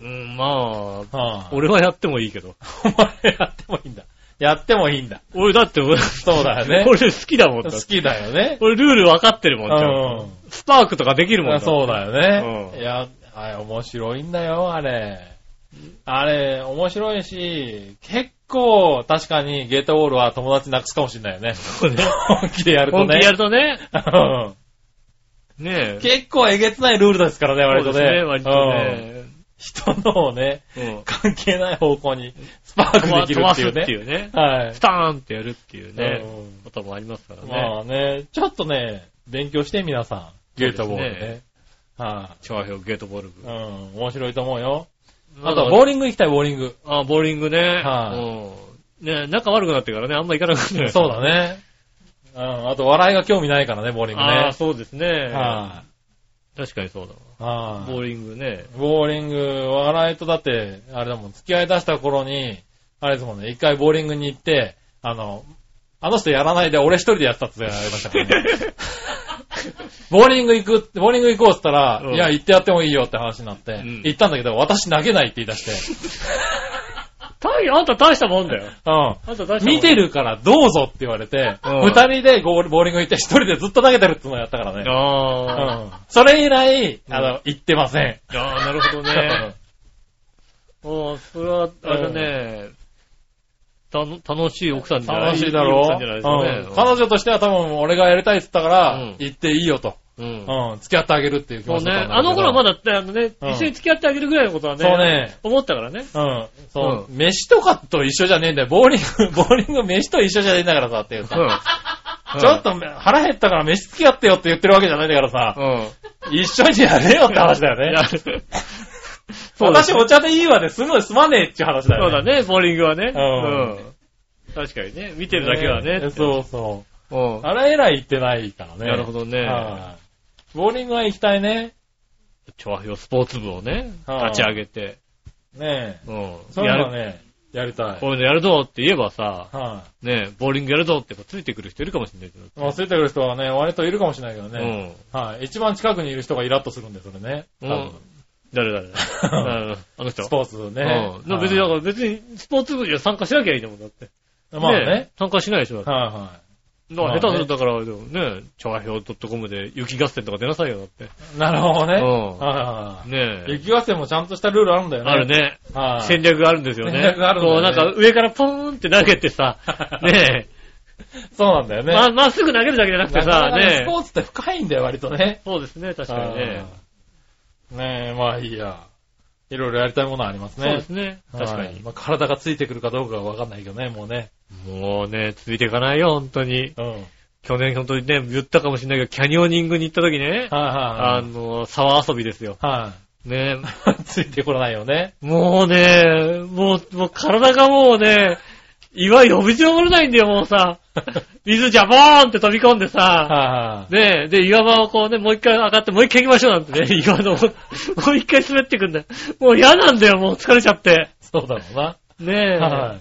Speaker 3: い、
Speaker 2: うん。うん、まあ、俺はやってもいいけど。
Speaker 3: お前 やってもいいんだ。やってもいいんだ。
Speaker 2: 俺だって、俺、
Speaker 3: そうだよね
Speaker 2: 俺好きだもんだ
Speaker 3: 好
Speaker 2: って。
Speaker 3: きだよね。
Speaker 2: 俺ルール分かってるもん、ちゃんと
Speaker 3: うん
Speaker 2: スパークとかできるもんだ。
Speaker 3: そうだよね。
Speaker 2: うん
Speaker 3: いや、あれ面白いんだよ、あれ。あれ、面白いし、結構、確かにゲートボールは友達なくすかもしれないよね。
Speaker 2: うね
Speaker 3: 本気でやると
Speaker 2: 本気でや
Speaker 3: ね
Speaker 2: る。とね。
Speaker 3: うん
Speaker 2: ねえ。
Speaker 3: 結構えげつないルールですからね、割と
Speaker 2: そうです
Speaker 3: ね。
Speaker 2: ね、割とね。
Speaker 3: うん人のをね、
Speaker 2: うん
Speaker 3: 関係ない方向にスパークでき
Speaker 2: 飛
Speaker 3: る
Speaker 2: ば
Speaker 3: っ
Speaker 2: す
Speaker 3: てい
Speaker 2: っ
Speaker 3: うね。
Speaker 2: ていうね。
Speaker 3: はい
Speaker 2: ス。ターンってやるっていうね
Speaker 3: うん、
Speaker 2: こともありますからね。
Speaker 3: まあね、ちょっとね、勉強して皆さん、ゲートボー
Speaker 2: そう
Speaker 3: ル
Speaker 2: です
Speaker 3: ね。は
Speaker 2: チョアヘヨゲートボール
Speaker 3: い。
Speaker 2: 部
Speaker 3: うん。、面白いと思うよ。あ
Speaker 2: あ
Speaker 3: とは
Speaker 2: と、
Speaker 3: ボーリング行きたい、ボーリング。
Speaker 2: あ、ボーリングね。
Speaker 3: は
Speaker 2: うん。ね仲悪くなってからね、あんま行かなくなる。
Speaker 3: そうだね。うん、あと笑いが興味ないからね、ボーリングね。
Speaker 2: ああ、そうですね。
Speaker 3: は
Speaker 2: 確かにそうだ
Speaker 3: い、は
Speaker 2: わ。
Speaker 3: い、
Speaker 2: ボーリングね。
Speaker 3: ボーリング、笑いとだって、あれだもん、付き合い出した頃に、あれですもんね、一回ボーリングに行って、あの、あの人やらないで俺一人でやったってやられまし たからね。ボーリング行くって、ボーリング行こうって言ったら、
Speaker 2: うん
Speaker 3: いや、行ってやってもいいよって話になって、
Speaker 2: ん
Speaker 3: 行ったんだけど、私投げないって言い出して、
Speaker 2: たい、あんた大したもんだよ。
Speaker 3: うん。
Speaker 2: あんた大したもん。
Speaker 3: 見てるからどうぞって言われて、
Speaker 2: うん
Speaker 3: 二人でゴールボーリング行って一人でずっと投げてるってのをやったからね。
Speaker 2: ああ。
Speaker 3: うんそれ以来、
Speaker 2: ん
Speaker 3: あの、行ってません。
Speaker 2: ああ、なるほど ね。おーそれは、あれだね。たの、楽しい奥さんじゃない
Speaker 3: 楽しいだろ
Speaker 2: 奥さんじゃないですかね
Speaker 3: うん。彼女としては多分俺がやりたいって言ったから、
Speaker 2: うん
Speaker 3: 行っていいよと、
Speaker 2: うん。
Speaker 3: うん。付き合ってあげるっていう気
Speaker 2: そ
Speaker 3: 持
Speaker 2: う
Speaker 3: ち
Speaker 2: ね。
Speaker 3: だったんだ
Speaker 2: あの頃はま
Speaker 3: だ。
Speaker 2: だって、あのね、
Speaker 3: うん
Speaker 2: 一緒に付き合ってあげるぐらいのことはね、
Speaker 3: そうね
Speaker 2: 思ったからね。
Speaker 3: うん。そう、
Speaker 2: う
Speaker 3: 飯とかと一緒じゃねえんだよ。ボーリング、 ボーリング飯と一緒じゃねえんだからさっていうさ。ちょっと腹減ったから飯付き合ってよって言ってるわけじゃないんだから
Speaker 2: う
Speaker 3: さ、
Speaker 2: ん。うん。
Speaker 3: 一緒にやれよって話だよね。
Speaker 2: やるそうです
Speaker 3: 私お茶でいいわで済む、済まねえっていう話だ
Speaker 2: そう
Speaker 3: よ
Speaker 2: だ
Speaker 3: ね。
Speaker 2: ね、ボーリングはね。
Speaker 3: うん
Speaker 2: うん。確かにね。見てるだけはね。
Speaker 3: そうそうう。
Speaker 2: ん。
Speaker 3: あれ以来行ってないからね。
Speaker 2: なるほどね。
Speaker 3: はい。ボーリングは行きたいね。
Speaker 2: 調和表スポーツ部をね、
Speaker 3: はい
Speaker 2: 立ち上げて、
Speaker 3: ね
Speaker 2: うん
Speaker 3: え。。そうい
Speaker 2: や
Speaker 3: うの
Speaker 2: る、
Speaker 3: ね、やりたい。
Speaker 2: こういうのやるぞって言えばさ、
Speaker 3: は
Speaker 2: ね、ボーリングやるぞってこうついてくる人いるかもしれないけど。
Speaker 3: い。忘れてくる人はね、割といるかもしれないけどね。はい。一番近くにいる人がイラッとするんで、それね。多
Speaker 2: うん。
Speaker 3: 分
Speaker 2: 誰誰う んあの人。
Speaker 3: スポーツ
Speaker 2: う
Speaker 3: ね。
Speaker 2: ん。でも別に、だから別にスポーツ部には参加しなきゃいいと思うんだって。
Speaker 3: はいまあね。。
Speaker 2: 参加しないでしょ。だって
Speaker 3: はいは
Speaker 2: だから下手すると
Speaker 3: ま
Speaker 2: だから、でもね、調和表 .com で雪合戦とか出なさいよ、だって。
Speaker 3: い。なるほどね。
Speaker 2: うん
Speaker 3: はいは
Speaker 2: ね
Speaker 3: いはい。
Speaker 2: え。
Speaker 3: 雪合戦もちゃんとしたルールあるんだよね。
Speaker 2: ある。ね。
Speaker 3: はい。
Speaker 2: 戦略があるんですよね。
Speaker 3: 戦略があるんだ
Speaker 2: こ
Speaker 3: よ
Speaker 2: う
Speaker 3: ね
Speaker 2: なんか上からポーンって投げて さ、ね
Speaker 3: そうなんだよ
Speaker 2: え、
Speaker 3: ね。
Speaker 2: ま、まっすぐ投げるだけじゃなくて
Speaker 3: なかな
Speaker 2: さ、
Speaker 3: かね
Speaker 2: ね
Speaker 3: ス
Speaker 2: え
Speaker 3: ポーツって深いんだよ、割とね。
Speaker 2: そうですね、確かにね。
Speaker 3: あー。ねえ、まあいいや。いろいろやりたいものはあります
Speaker 2: そうで
Speaker 3: ね
Speaker 2: す。ね、
Speaker 3: はい
Speaker 2: 確かに。
Speaker 3: まあ、体がついてくるかどうかはわかんないけどね、もうね。
Speaker 2: もうね、続いていかないよ、本当に。
Speaker 3: うん。はい
Speaker 2: 去年本当にね、言ったかもしれないけど、キャニオニングに行った時ね、あ
Speaker 3: はいはい。
Speaker 2: の、沢遊びですよ。
Speaker 3: は
Speaker 2: ね
Speaker 3: い。 ついてこないよね。
Speaker 2: え、もうね、もう、もう体がもうね、岩呼び上れないんだよ、もう さ。水ジャボーンって飛び込んでさ、
Speaker 3: はい
Speaker 2: ねえ、で、岩場をこうね、もう一回上がって、もう一回行きましょうなんてね、 岩の、もう一回滑ってくんだよ。もう嫌なんだよ、もう疲れちゃって。
Speaker 3: そうだろうな。
Speaker 2: ねえ。
Speaker 3: はい。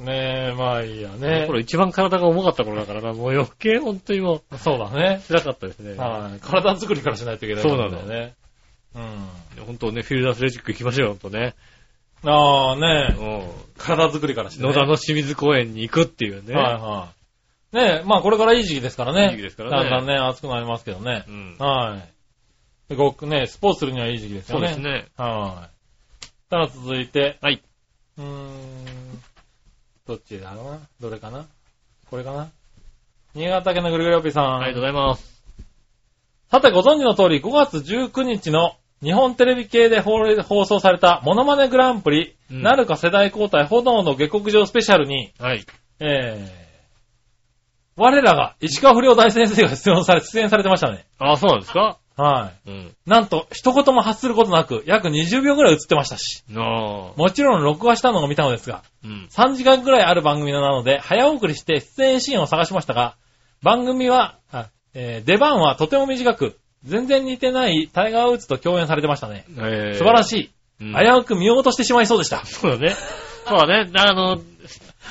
Speaker 3: ねえ、まあいいやね
Speaker 2: こ。れ一番体が重かった頃だからな、もう余計本当にも
Speaker 3: そうだね
Speaker 2: う。辛かったですね。
Speaker 3: はい。体作りからしないといけない
Speaker 2: そうなの
Speaker 3: よね。うん。
Speaker 2: 本当ね、フィールドアスレチック行きましょうよ、ほんとね。
Speaker 3: ああ、
Speaker 2: う
Speaker 3: ねえ。
Speaker 2: ん。
Speaker 3: 体作りからして、ね。
Speaker 2: 野田の清水公園に行くっていうね。
Speaker 3: はいはい。ねえ、まあこれからいい時期ですからね。
Speaker 2: いい時期ですからね
Speaker 3: だんだんね、暑くなりますけどね
Speaker 2: う。ん。
Speaker 3: はい。ごくね、スポーツするにはいい時期です
Speaker 2: そ
Speaker 3: よ
Speaker 2: う
Speaker 3: ね。
Speaker 2: です。ね。
Speaker 3: はい。さあ続いて、
Speaker 2: はい。
Speaker 3: うーん、どっちだろうなどれかなこれかな新潟県のぐるぐるおっぴーさん。
Speaker 2: ありがとうございます。
Speaker 3: さてご存知の通り、5月19日の日本テレビ系で放放送されたモノマネグランプリ、
Speaker 2: うん
Speaker 3: なるか世代交代炎の下克上スペシャルに、
Speaker 2: はい。
Speaker 3: えー、我らが石川不良大先生が出演され、出演されてましたね。
Speaker 2: あ、そうなんですか
Speaker 3: は
Speaker 2: うん。
Speaker 3: い。なんと、一言も発することなく、約20秒ぐらい映ってましたし、
Speaker 2: なあ。
Speaker 3: もちろん録画したのを見たのですが、
Speaker 2: うん。
Speaker 3: 3時間ぐらいある番組なので、早送りして出演シーンを探しましたが、番組は、あえー出番はとても短く、全然似てないタイガー・ウッズと共演されてましたね。
Speaker 2: え
Speaker 3: 素晴ら
Speaker 2: い。
Speaker 3: し
Speaker 2: う
Speaker 3: い。
Speaker 2: ん
Speaker 3: 危うく見落としてしまいそうでした。
Speaker 2: そう だね。そうだね。あの、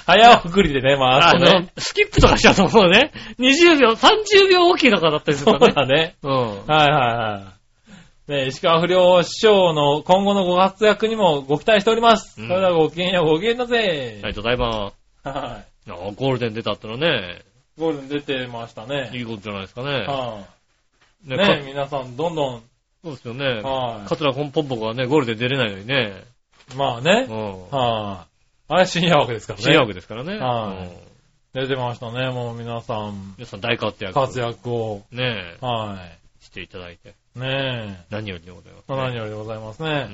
Speaker 3: 早送りでね、まあ、
Speaker 2: あ
Speaker 3: あと
Speaker 2: の
Speaker 3: ね。、
Speaker 2: スキップとかしちゃうと思うね。20秒、30秒大きいのかだったりする
Speaker 3: そう
Speaker 2: からね。
Speaker 3: だね。
Speaker 2: うん。
Speaker 3: はいはいはい。ねえ石川不良師匠の今後のご活躍にもご期待しております。
Speaker 2: うん
Speaker 3: それではごきげんよう、ごきげんだ
Speaker 2: あり。
Speaker 3: ぜ
Speaker 2: がとうございます。
Speaker 3: は
Speaker 2: あゴールデン出たってのはね、
Speaker 3: い。ゴールデン出てました
Speaker 2: い
Speaker 3: ね。
Speaker 2: いことじゃないですかね。
Speaker 3: はい。
Speaker 2: ね
Speaker 3: ねえ
Speaker 2: か
Speaker 3: 皆さんどんどん、
Speaker 2: そうですよね。
Speaker 3: はい
Speaker 2: カツラコンポンポコはね、ゴールデン出れないのにね。
Speaker 3: まあ
Speaker 2: う
Speaker 3: ね、
Speaker 2: ん。
Speaker 3: はい。あれ深夜枠ですからね。
Speaker 2: 新枠ですからね。
Speaker 3: はい
Speaker 2: うん
Speaker 3: 出てましたね、もう皆さん、
Speaker 2: 皆さん大活躍。
Speaker 3: 活躍を。
Speaker 2: ね
Speaker 3: は
Speaker 2: していただいて。
Speaker 3: い。ねえ。
Speaker 2: 何よりでございます、
Speaker 3: まあ何
Speaker 2: よ
Speaker 3: よりでございます
Speaker 2: う
Speaker 3: ね。
Speaker 2: ん。
Speaker 3: はい。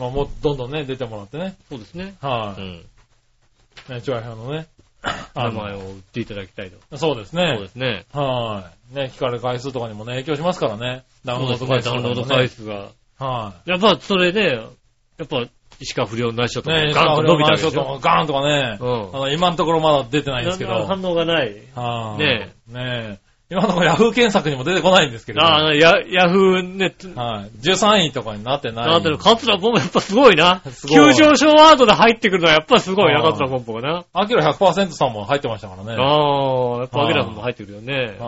Speaker 3: まあもうどんどんね、出てもらってね。
Speaker 2: そうですね。
Speaker 3: は
Speaker 2: う
Speaker 3: い。
Speaker 2: ん。
Speaker 3: ね、チュアヘア のね。
Speaker 2: 名前を売っていただきたいと。
Speaker 3: あのそうですね。
Speaker 2: そうですね。
Speaker 3: はい。ね、聞かれる回数とかにもね、影響しますからね。ダウンロード
Speaker 2: そうで
Speaker 3: 回
Speaker 2: す
Speaker 3: 数
Speaker 2: ねダウ
Speaker 3: とか
Speaker 2: ン
Speaker 3: もね、
Speaker 2: ロード回数が。
Speaker 3: は
Speaker 2: やっぱ、それで、やっぱ、石川不良の人
Speaker 3: い。
Speaker 2: とか、
Speaker 3: ね、
Speaker 2: ガンと伸びたわけ
Speaker 3: ダ
Speaker 2: で
Speaker 3: ウン
Speaker 2: し
Speaker 3: ロード
Speaker 2: ょ。
Speaker 3: 回数とかガーンとかね
Speaker 2: う、ん
Speaker 3: あ。の、今のところまだ出てないんですけど。
Speaker 2: 何の
Speaker 3: は
Speaker 2: 反応がない。
Speaker 3: い。
Speaker 2: ね
Speaker 3: ね今のところヤフー検索にも出てこないんですけど。
Speaker 2: ああ、ヤヤフーネット、
Speaker 3: はい。13位とかになってない。
Speaker 2: だってカツラポンポやっぱすごいな。
Speaker 3: すご
Speaker 2: 急
Speaker 3: い
Speaker 2: 上昇ワードで入ってくるのはやっぱすごいな、
Speaker 3: あー
Speaker 2: カツラポンポがな。
Speaker 3: アキラ100%さんも入ってましたからね。は
Speaker 2: ああ、やっぱアゲラさんも入ってくるよね。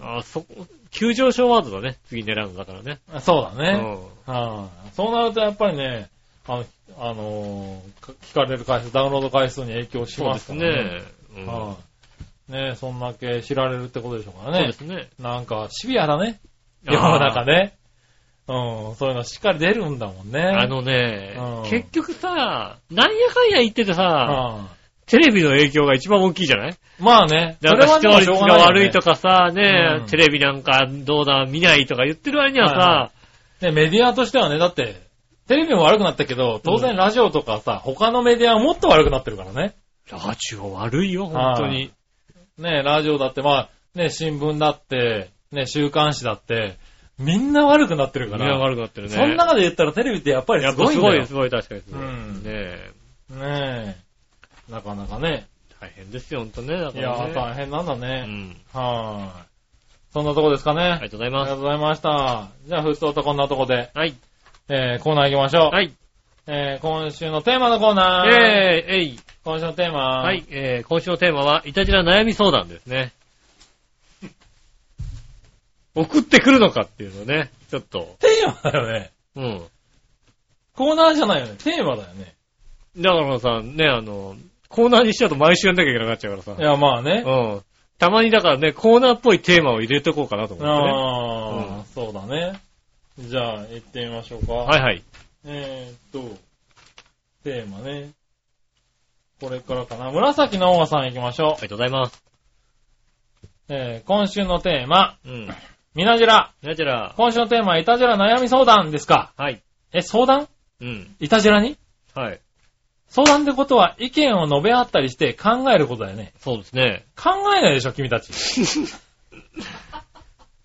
Speaker 2: ああ、そこ、急上昇ワードだね。次狙うのだからね。
Speaker 3: いそうだ
Speaker 2: う
Speaker 3: ね。
Speaker 2: ん
Speaker 3: はい。そうなるとやっぱりね、あの、あのーか聞かれる回数、ダウンロード回数に影響し
Speaker 2: そう
Speaker 3: ま
Speaker 2: ですす
Speaker 3: からね。
Speaker 2: ね。うん
Speaker 3: はい。ねえ、そんだけ知られるってことでしょうから
Speaker 2: そうで
Speaker 3: ね。
Speaker 2: すね。
Speaker 3: なんか、シビアだね。
Speaker 2: あ
Speaker 3: 世
Speaker 2: ー
Speaker 3: の中ね。うん、そういうのしっかり出るんだもんね。
Speaker 2: あのね
Speaker 3: う、ん
Speaker 2: 結局さ、なんやかんや言っててさ、
Speaker 3: うん
Speaker 2: テレビの影響が一番大きいじゃない
Speaker 3: まあね、そ
Speaker 2: なん
Speaker 3: れ
Speaker 2: か
Speaker 3: は
Speaker 2: 視聴
Speaker 3: ね、
Speaker 2: 率
Speaker 3: しょう
Speaker 2: が
Speaker 3: がないよね
Speaker 2: 悪いとかさ、ね
Speaker 3: う、ん
Speaker 2: テレビなんかどうだ、見ないとか言ってる割には
Speaker 3: はい
Speaker 2: さ、
Speaker 3: ね、メディアとしてはね、だって、テレビも悪くなったけど、当然ラジオとかさ、他のメディアはもっと悪くなってるからね。
Speaker 2: ラジオ悪いよ、本当に。
Speaker 3: ね、ラジオだって、まあ、ね、新聞だって、ね、週刊誌だって、みんな悪くなってる
Speaker 2: 見
Speaker 3: か
Speaker 2: が
Speaker 3: ら。
Speaker 2: 悪くなってるね。
Speaker 3: その中で言ったらテレビってやっぱり
Speaker 2: やっ
Speaker 3: す
Speaker 2: ぱ
Speaker 3: ごい
Speaker 2: す
Speaker 3: んだ
Speaker 2: ご
Speaker 3: よ。
Speaker 2: い、すごい、確かにすごい。
Speaker 3: う
Speaker 2: ね
Speaker 3: ん
Speaker 2: え。
Speaker 3: ねえ。なかなかね。
Speaker 2: 大変ですよ、ほんとね。だ
Speaker 3: い
Speaker 2: か
Speaker 3: や
Speaker 2: ら
Speaker 3: ー、
Speaker 2: ね
Speaker 3: 大変なんだ
Speaker 2: う
Speaker 3: ね。
Speaker 2: ん。
Speaker 3: はーい。そんなとこですかね。
Speaker 2: ありがとうござい
Speaker 3: ありが
Speaker 2: ま
Speaker 3: とうございました。じゃあ、ふつおとこんなとこで、
Speaker 2: す。はい。
Speaker 3: えー、コーナー行きましょう。
Speaker 2: はい。
Speaker 3: えー、今週のテーマのコーナー。
Speaker 2: えー、えい。
Speaker 3: 今週のテーマ。
Speaker 2: はい。。えー、今週のテーマは、いたじら悩み相談ですね。 送ってくるのかっていうのね。ちょっと。
Speaker 3: テーマだよね。
Speaker 2: うん。
Speaker 3: コーナーじゃないよね。テーマだよね。
Speaker 2: だからさ、ね、あの、コーナーにしちゃうと毎週やんなきゃいけなくなっちゃうからさ
Speaker 3: い。や、まあね。
Speaker 2: うん。たまにだからね、コーナーっぽいテーマを入れとこうかなと思ってね。
Speaker 3: ああ、
Speaker 2: うん
Speaker 3: そうだね。じゃあ、行ってみましょうか。
Speaker 2: はいはい。
Speaker 3: えーっと、テーマね。これからかな。紫のおさん行きましょ
Speaker 2: ありがとうございます。
Speaker 3: う。えー、今週のテーマ、
Speaker 2: うん。
Speaker 3: みなじら。
Speaker 2: なじら、
Speaker 3: 今週のテーマ、いたじら悩み相談ですか
Speaker 2: はい。
Speaker 3: え、相談
Speaker 2: うん。
Speaker 3: いたじらに
Speaker 2: はい。
Speaker 3: 相談ってことは意見を述べ合ったりして考えることだよね。
Speaker 2: そうです ね。
Speaker 3: 考えないでしょ、君たち。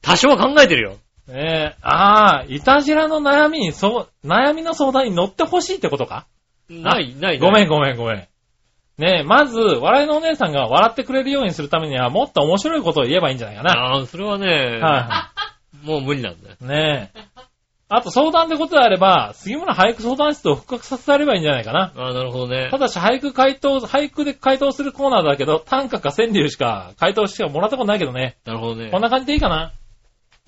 Speaker 2: 多少は考えてるよ。
Speaker 3: えー、ああ、いたじらの悩みに、そう、悩みの相談に乗ってほしいってことか
Speaker 2: ない、ない。
Speaker 3: ごめん
Speaker 2: ん。
Speaker 3: ごめんごめん。ねえ、まず、笑いのお姉さんが笑ってくれるようにするためには、もっと面白いことを言えばいいんじゃないかな。
Speaker 2: ああ、それはね、
Speaker 3: は
Speaker 2: もう無理なんだよ。
Speaker 3: い。ねえ。あと、相談ってことであれば、杉村俳句相談室を復活させられればいいんじゃないかな。
Speaker 2: ああ、なるほどね
Speaker 3: た。だし、俳句回答、俳句で回答するコーナーだけど、短歌か川柳しか回答しかもらったことないけどね。
Speaker 2: なるほどね。
Speaker 3: こんな感じでいいかな。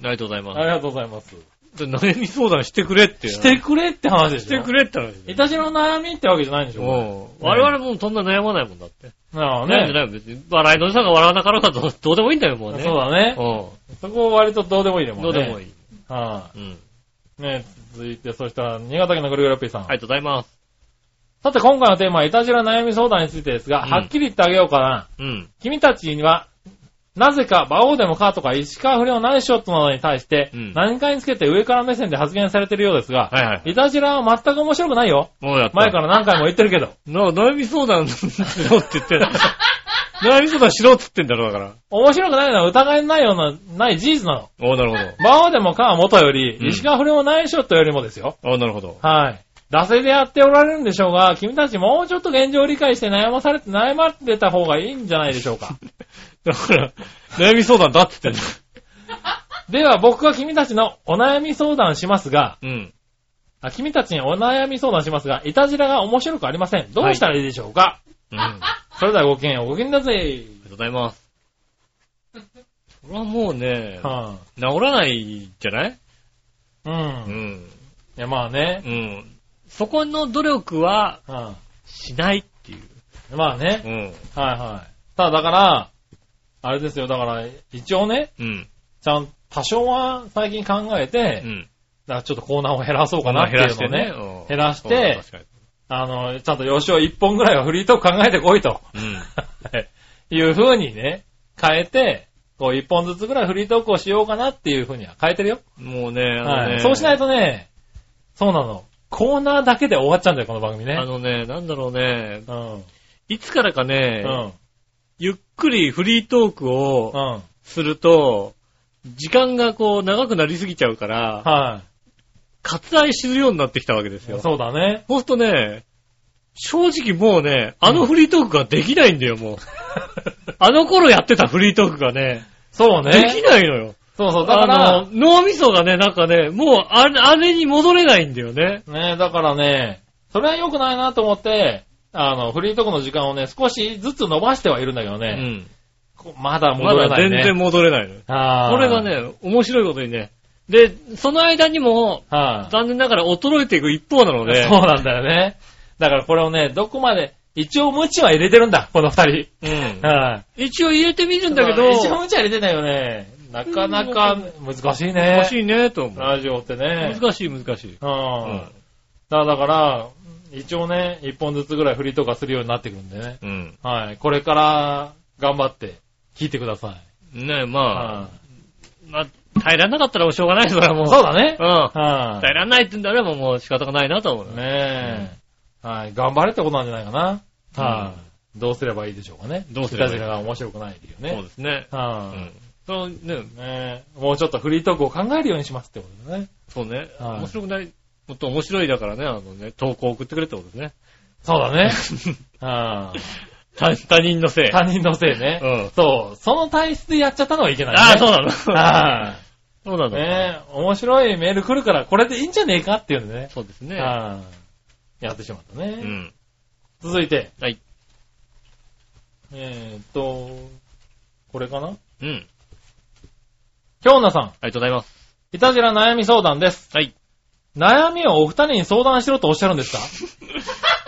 Speaker 2: ありがとうございま
Speaker 3: ありがとうございます。
Speaker 2: す。悩み相談してくれって。
Speaker 3: してくれって話でしょ。
Speaker 2: してくれって話だ
Speaker 3: い
Speaker 2: よ。
Speaker 3: たしの悩みってわけじゃないんでしょ。
Speaker 2: もう
Speaker 3: ね
Speaker 2: 我々もうそんな悩まないもんだって。
Speaker 3: なあ
Speaker 2: 悩んで
Speaker 3: ね。
Speaker 2: ないもん別に。笑いのおじさんが笑わなかろうがどうどうでもいいんだよ、もうね。
Speaker 3: そうだね。
Speaker 2: う
Speaker 3: そこ割とどうでもいいで
Speaker 2: ん。
Speaker 3: も
Speaker 2: ど
Speaker 3: ん
Speaker 2: う
Speaker 3: ね。
Speaker 2: でもい
Speaker 3: い。
Speaker 2: い。
Speaker 3: は
Speaker 2: うん。
Speaker 3: い。ね続いて、そしたら、新潟県のぐるぐるおっぴーさん。
Speaker 2: ありがとうございます。
Speaker 3: さて、今回のテーマは、いたじら悩み相談についてですが、
Speaker 2: うん
Speaker 3: はっきり言ってあげようかな。
Speaker 2: うん。
Speaker 3: 君たちには、なぜか、馬王でもかとか、石川不良何しよっとなどに対して、
Speaker 2: うん
Speaker 3: 何かにつけて上から目線で発言されてるようです
Speaker 2: は
Speaker 3: が、
Speaker 2: いはいはい
Speaker 3: いたじらは全く面白くないよ。
Speaker 2: もうやった。
Speaker 3: 前から何回も言ってるけど。
Speaker 2: な、悩み相談しろって言って、 悩み相談しろって言ってんだろ、だ から。
Speaker 3: 面白くないのは疑いのないような、ない事実なの。
Speaker 2: おなるほ
Speaker 3: 馬王でもかは元より
Speaker 2: う、ん
Speaker 3: 石川不良内緒とよりもですよ。
Speaker 2: ど。おなるほど。
Speaker 3: はい。惰性でやっておられるんでしょうが、君たちもうちょっと現状を理解して悩まされて、悩まれた方がいいんじゃないでしょう か。
Speaker 2: だから、悩み相談だって言ってんだ。
Speaker 3: では僕は君たちのお悩み相談しますが、
Speaker 2: うん。
Speaker 3: あ君たちにお悩み相談しますが、いたじらが面白くありません。どうしたらいいでしょうか、
Speaker 2: うん。あ
Speaker 3: それではごきげんよう、ごきげんだぜ。
Speaker 2: りがとうございます。それはもうね、
Speaker 3: は
Speaker 2: 治らないんじゃない
Speaker 3: あ、うん。
Speaker 2: う
Speaker 3: い
Speaker 2: ん。
Speaker 3: や、まあね。
Speaker 2: うん。そこの努力は
Speaker 3: は
Speaker 2: しないっていう。
Speaker 3: あ、まあね。
Speaker 2: うん。
Speaker 3: はいはい。ただだから、あれですよ、だから、一応ね、
Speaker 2: うん。
Speaker 3: ちゃん、多少は最近考えて、
Speaker 2: うん。
Speaker 3: だからちょっとコーナーを減らそうか
Speaker 2: ま
Speaker 3: な
Speaker 2: あ
Speaker 3: っていうのをね、
Speaker 2: うん
Speaker 3: 減らして
Speaker 2: そうだ確かに
Speaker 3: あの、ちゃんと吉尾一本ぐらいはフリートーク考えてこいと、
Speaker 2: うん。
Speaker 3: いう風にね、変えて、こう一本ずつぐらいフリートークをしようかなっていう風には変えてるよ。
Speaker 2: もうね、あの
Speaker 3: は
Speaker 2: ね、
Speaker 3: い。そうしないいとね、そうなの。コーナーだけで終わっちゃうんだよ、この番組ね。
Speaker 2: あのね、なんだろうね、
Speaker 3: うん。
Speaker 2: いつからかね、
Speaker 3: うん。
Speaker 2: ゆっくりフリートーク
Speaker 3: う
Speaker 2: を
Speaker 3: ん。
Speaker 2: すると、時間がこう長くなりすぎちゃうから、
Speaker 3: は
Speaker 2: 割愛するようになってきたわけです
Speaker 3: い。
Speaker 2: よ。
Speaker 3: そうだね。
Speaker 2: ほんとね、正直もうね、あのフリートークができないんだよ、 もう。あの頃やってたフリートークがね、
Speaker 3: そう
Speaker 2: でき
Speaker 3: ね。
Speaker 2: ないのよ。
Speaker 3: そうそう。だか
Speaker 2: あの
Speaker 3: ら、、
Speaker 2: 脳みそがね、なんかね、もうあれ、あれに戻れないんだよね。
Speaker 3: ねだからね、それは良くないなと思って、あの、フリートークの時間をね、少しずつ伸ばしてはいるんだけど
Speaker 2: う
Speaker 3: ね。
Speaker 2: ん。
Speaker 3: こまだ戻
Speaker 2: ま
Speaker 3: れ
Speaker 2: だ
Speaker 3: ない
Speaker 2: 全
Speaker 3: ね。
Speaker 2: 然戻れないのよ。
Speaker 3: あー
Speaker 2: これが。ね、面白いことにね。で、その間にも、
Speaker 3: はい、
Speaker 2: 残念ながら衰えていく一方なので、
Speaker 3: そうなんだよね。だからこれをね、どこまで、一応無知は入れてるんだ、この二人。
Speaker 2: うん
Speaker 3: は
Speaker 2: 一応入れてみる
Speaker 3: い。
Speaker 2: んだけ
Speaker 3: 一応
Speaker 2: ど、
Speaker 3: 無知は入れてたよね。なかなか難しいね。
Speaker 2: 難しいね、と思う。
Speaker 3: ラジオってね。
Speaker 2: 難しい、難しい。
Speaker 3: う。
Speaker 2: うん
Speaker 3: だだから、一応ね、一本ずつぐらい振りとかするようになってくるんでね。
Speaker 2: ん。
Speaker 3: はい。これから、頑張って、聞いてください。
Speaker 2: ねまあ、
Speaker 3: は
Speaker 2: まあ、耐えられなかったらもうしょうがない、それはも。
Speaker 3: いうそうだね。
Speaker 2: うん。
Speaker 3: は
Speaker 2: 耐えられないって言うんだらもうもう仕方がないなと思う
Speaker 3: い。
Speaker 2: よ。
Speaker 3: ねえ。はい。頑張れってことなんじゃないかな。はい。どうすればいいでしょうかね。
Speaker 2: どうすればいい
Speaker 3: いたちが面白くない理由ね。
Speaker 2: そうですね。う
Speaker 3: は
Speaker 2: ん。そうね、
Speaker 3: い、ねえもうちょっとフリートークを考えるようにしますってことだね。
Speaker 2: そうね。
Speaker 3: はい
Speaker 2: 面白くない。もっと面白いだからね、あのね、投稿送ってくれってことですね。
Speaker 3: そうだね。あ
Speaker 2: 他他人のせい。
Speaker 3: 他人のせいね。
Speaker 2: うん
Speaker 3: そう。その体質でやっちゃったのはいけないね。
Speaker 2: ああ、そうなの。
Speaker 3: あ
Speaker 2: そうなの。
Speaker 3: ねえ、面白いメール来るから、これでいいんじゃねえかっていうのね。
Speaker 2: そうですね。
Speaker 3: ああやってしまったね。
Speaker 2: うん。
Speaker 3: 続いて、
Speaker 2: はい。
Speaker 3: えーっと、これかな
Speaker 2: うん。
Speaker 3: 京奈さん、
Speaker 2: ありがとうございます。
Speaker 3: いたじら悩み相談です。
Speaker 2: はい。
Speaker 3: 悩みをお二人に相談しろとおっしゃるんですか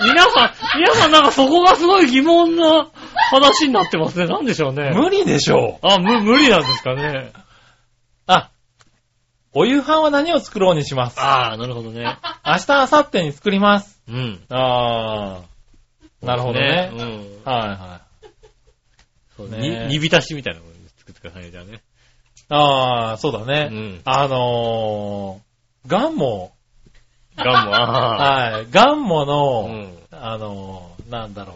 Speaker 2: 皆さん、皆さんなんかそこがすごい疑問な話になってますね。なんでしょうね。
Speaker 3: 無理でしょう。
Speaker 2: あ、む、無理なんですかね。
Speaker 3: あ、お夕飯は何を作ろうにします。
Speaker 2: ああ、なるほどね。
Speaker 3: 明日、明後日に作ります。
Speaker 2: うん。
Speaker 3: ああ。なるほどね。
Speaker 2: うん。
Speaker 3: はいはい。
Speaker 2: そう
Speaker 3: ね
Speaker 2: ね。煮浸しみたいなもの作ってくださいね、じゃあね。
Speaker 3: ああ、そうだね。
Speaker 2: うん
Speaker 3: あのー、ガンモ、
Speaker 2: ガン も、ああ。
Speaker 3: はい、ガンモ
Speaker 2: う
Speaker 3: の、
Speaker 2: ん。
Speaker 3: あのー、なんだろ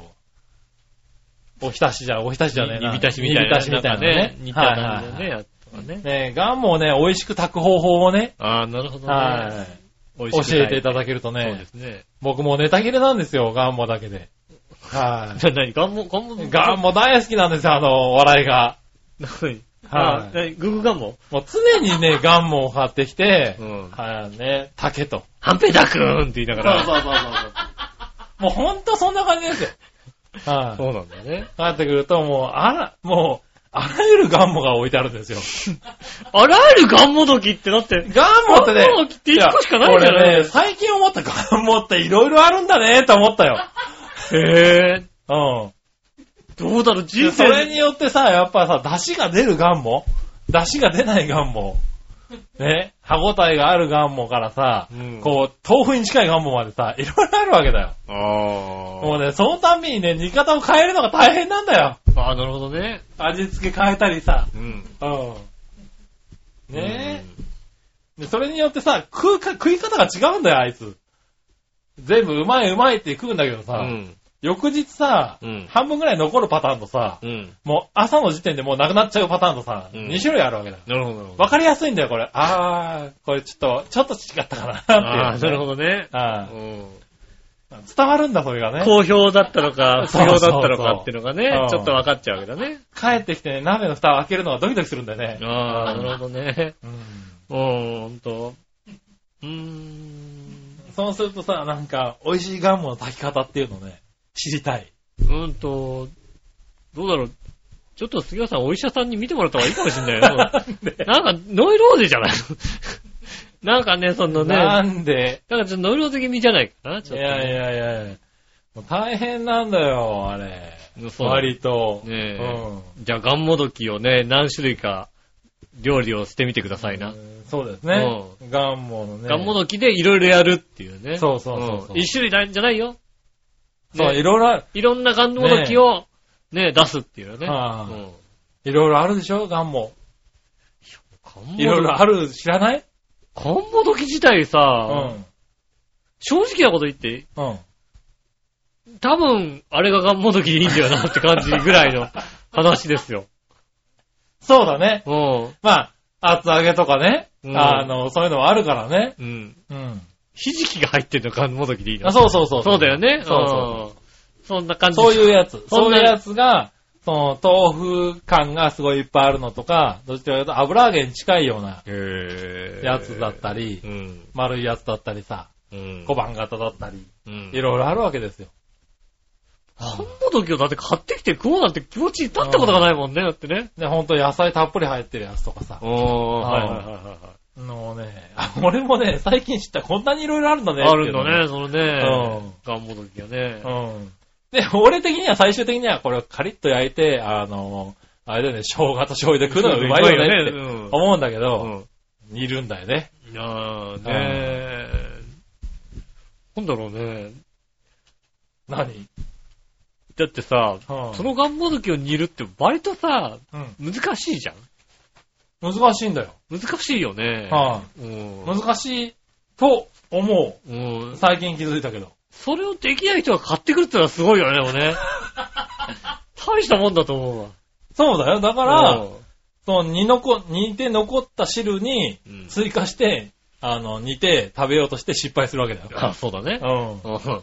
Speaker 3: う、おひたしじゃ、おひたしじゃねえな。
Speaker 2: 煮浸しみたいな。
Speaker 3: 煮浸しみたいなね。
Speaker 2: 煮た
Speaker 3: はい
Speaker 2: 感
Speaker 3: はい
Speaker 2: じの
Speaker 3: はい
Speaker 2: ね、やつとかね。
Speaker 3: ねえ、ガンモをね、美味しく炊く方法をね、
Speaker 2: ああ、なるほどね。
Speaker 3: は
Speaker 2: 美
Speaker 3: い、
Speaker 2: 味しく
Speaker 3: 教えていた
Speaker 2: だ
Speaker 3: だけると
Speaker 2: そうで
Speaker 3: ね、
Speaker 2: すね。
Speaker 3: 僕もうネタ切れなんですよ、ガンモだけで。はい。
Speaker 2: じゃあ何ガンモ、ガンモ、
Speaker 3: ガンモ大好きなんですよ、あの、笑いが。
Speaker 2: はい。
Speaker 3: はい
Speaker 2: あ、え、グーグーガンモ
Speaker 3: もう常に ね、ガンモを買ってきて、
Speaker 2: ん
Speaker 3: はい、ね、竹と。
Speaker 2: ハンペダくーんって言いながら。
Speaker 3: そうそうそうそうもうほんとそんな感じですよ。 はい、
Speaker 2: そうなんだね。
Speaker 3: なってくると、もう、あら、もう、あらゆるガンモが置いてあるんですよ。
Speaker 2: あらゆるガンモドキってだって、
Speaker 3: ガンモって
Speaker 2: ガ
Speaker 3: ね、
Speaker 2: ンモって一個しかないん
Speaker 3: 俺
Speaker 2: だね
Speaker 3: ね、最近思ったガンモっていろいろあるんだねと思ったよ。
Speaker 2: へぇ
Speaker 3: うん。
Speaker 2: どうだろう、人
Speaker 3: そ
Speaker 2: 生
Speaker 3: れによってさ、やっぱさ、出汁が出るガンモ出汁が出ないガンモ。ね、歯応えがあるガンモからさ、
Speaker 2: うん
Speaker 3: こう、豆腐に近いガンモまでさ、いろいろあるわけだよ。も
Speaker 2: あ
Speaker 3: うね、そのたんびにね、煮方を変えるのが大変なんだよ。
Speaker 2: あ。ああ、なるほどね。
Speaker 3: 味付け変えたりさ。
Speaker 2: うん。
Speaker 3: うん。ねえ。でそれによってさ、食うか、食い方が違うんだよ、あいつ。全部うまいうまいって食うんだけど
Speaker 2: う
Speaker 3: さ、
Speaker 2: ん。
Speaker 3: 翌日さ、
Speaker 2: うん
Speaker 3: 半分ぐらい残るパターンとさ、
Speaker 2: うん。
Speaker 3: もう朝の時点でもうなくなっちゃうパターンとさ、
Speaker 2: うん
Speaker 3: 2種類あるわけだよ。
Speaker 2: なるほどなるほど。
Speaker 3: わかりやすいんだよ、これ。あー、これちょっと、ちょっと違ったかな、っていう。
Speaker 2: ああ、なるほどね。
Speaker 3: あ
Speaker 2: うん
Speaker 3: ー伝わるんだ、それがね。
Speaker 2: 好評だったのか、不
Speaker 3: そうそ
Speaker 2: 評
Speaker 3: うそう
Speaker 2: だったのかっていうのが
Speaker 3: う
Speaker 2: ね
Speaker 3: ん、
Speaker 2: ちょっと分かっちゃうわけだね。
Speaker 3: 帰ってきてね、鍋の蓋を開けるのがドキドキするんだよね。
Speaker 2: ああ、なるほどね。
Speaker 3: うん
Speaker 2: うん、ほんと。うーん。
Speaker 3: そうするとさ、なんか、美味しいガンモの炊き方っていうのをね、知りたい。
Speaker 2: うんと、どうだろう。ちょっと杉浦さん、お医者さんに見てもらった方がいいかもしれ ない
Speaker 3: で
Speaker 2: よ。なんか、ノイローゼじゃないの なんかね、そのね、な
Speaker 3: な
Speaker 2: ん
Speaker 3: で、
Speaker 2: んかちょっとノイローゼ気味じゃないかな、ち
Speaker 3: い
Speaker 2: ょっとね、
Speaker 3: やいやいやいやもう大変なんだよ、あれ。
Speaker 2: そう
Speaker 3: 割と。
Speaker 2: ねえ
Speaker 3: うん
Speaker 2: じゃあ、ガンモドキをね、何種類か料理をしてみてくださいな。
Speaker 3: そうですね。ガンモのね。
Speaker 2: ガンモドキでいろいろやるっていうね。
Speaker 3: そうそうそうそうん
Speaker 2: 一種類なんじゃないよ。
Speaker 3: そう、
Speaker 2: ね
Speaker 3: いろいろある、
Speaker 2: いろんなガンモドキを、ね、出すっていうね。
Speaker 3: はあ
Speaker 2: うん
Speaker 3: いろいろあるでしょ、ガンモ。
Speaker 2: ガンモドキ
Speaker 3: いろいろある、知らない
Speaker 2: ガンモドキ自体
Speaker 3: う
Speaker 2: さ、
Speaker 3: ん。
Speaker 2: 正直なこと言って、
Speaker 3: うん。
Speaker 2: 多分、あれがガンモドキでいいんだよなって感じぐらい の話ですよ。
Speaker 3: そうだね。
Speaker 2: う
Speaker 3: まあ、厚揚げとかね。
Speaker 2: うん
Speaker 3: あの、そういうのはあるからね。
Speaker 2: ん。うん。
Speaker 3: うん。
Speaker 2: ひじきが入ってるのガンモドキでいいの
Speaker 3: あそうそうそう。
Speaker 2: そうだよね。
Speaker 3: そうそう。
Speaker 2: うん。そんな感じ。
Speaker 3: そういうやつ。
Speaker 2: そ
Speaker 3: そ
Speaker 2: ん
Speaker 3: う
Speaker 2: な
Speaker 3: いうやつが、その、豆腐感がすごいいっぱいあるのとか、どっちかというと油揚げに近いような
Speaker 2: へー
Speaker 3: やつだっ。たり、
Speaker 2: うん。
Speaker 3: 丸いやつだったりさ、
Speaker 2: うん。
Speaker 3: 小。判型だったり、
Speaker 2: うん。
Speaker 3: いろいろあるわけですよ。
Speaker 2: ガンモドキをだって買ってきて食おうなんて気持ちに立ったことがないもんね、だってね。
Speaker 3: で、ほんと野菜たっぷり入ってるやつとかさ
Speaker 2: お。ー、はい
Speaker 3: い
Speaker 2: は
Speaker 3: はいい
Speaker 2: は
Speaker 3: はい
Speaker 2: は
Speaker 3: のね、 あ俺もね、最近知ったこんなにいろいろあるんだね。
Speaker 2: い。あるんだね、その
Speaker 3: う
Speaker 2: ね
Speaker 3: ん。
Speaker 2: ガンモドキがね
Speaker 3: っ。ていうのね。うん。で、俺的には最終的にはこれをカリッと焼いて、あの、あれだよね、生姜と醤油で食うのがうまいよねって
Speaker 2: うん
Speaker 3: 思うんだけ
Speaker 2: う
Speaker 3: ど、
Speaker 2: ん。
Speaker 3: 煮るんだよね。
Speaker 2: いやーねー。なんだろうね。
Speaker 3: 何
Speaker 2: だってさ、
Speaker 3: うん
Speaker 2: そのガンモドキを煮るって割とさ、
Speaker 3: うん。
Speaker 2: 難しいじゃん
Speaker 3: 難しいんだよ。
Speaker 2: 難しいよね。
Speaker 3: は
Speaker 2: うん。
Speaker 3: 難しいと思
Speaker 2: う
Speaker 3: う。
Speaker 2: ん。
Speaker 3: 最近気づいたけど。
Speaker 2: それをできない人が買ってくるってのはすごいよね、でも ね。大したもんだと思うわ。
Speaker 3: そうだよ。だか
Speaker 2: あ
Speaker 3: ら、その煮残、煮て残った汁に
Speaker 2: うん
Speaker 3: 追加して、あの、煮て食べようとして失敗するわけだよ。
Speaker 2: あ、そうだね。
Speaker 3: うん。
Speaker 2: うん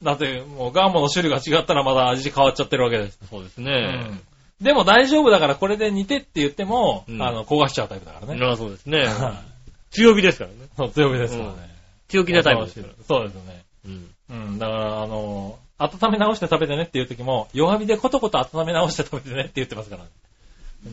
Speaker 3: だって、もうガンモの種類が違ったらまだ味変わっちゃってるわけです。
Speaker 2: そうです
Speaker 3: う
Speaker 2: ね。
Speaker 3: ん。でも大丈夫だからこれで煮てって言っても、
Speaker 2: うん
Speaker 3: あの、焦がしちゃうタイプだからね。
Speaker 2: ああそうですね。
Speaker 3: は
Speaker 2: 強気ですからね。
Speaker 3: い そう、強火ですからね。
Speaker 2: 強気なタイプですから。
Speaker 3: そうですよね。
Speaker 2: うん。
Speaker 3: うん、だから、あの、温め直して食べてねっていう時も、弱火でコトコト温め直して食べてねって言ってますから。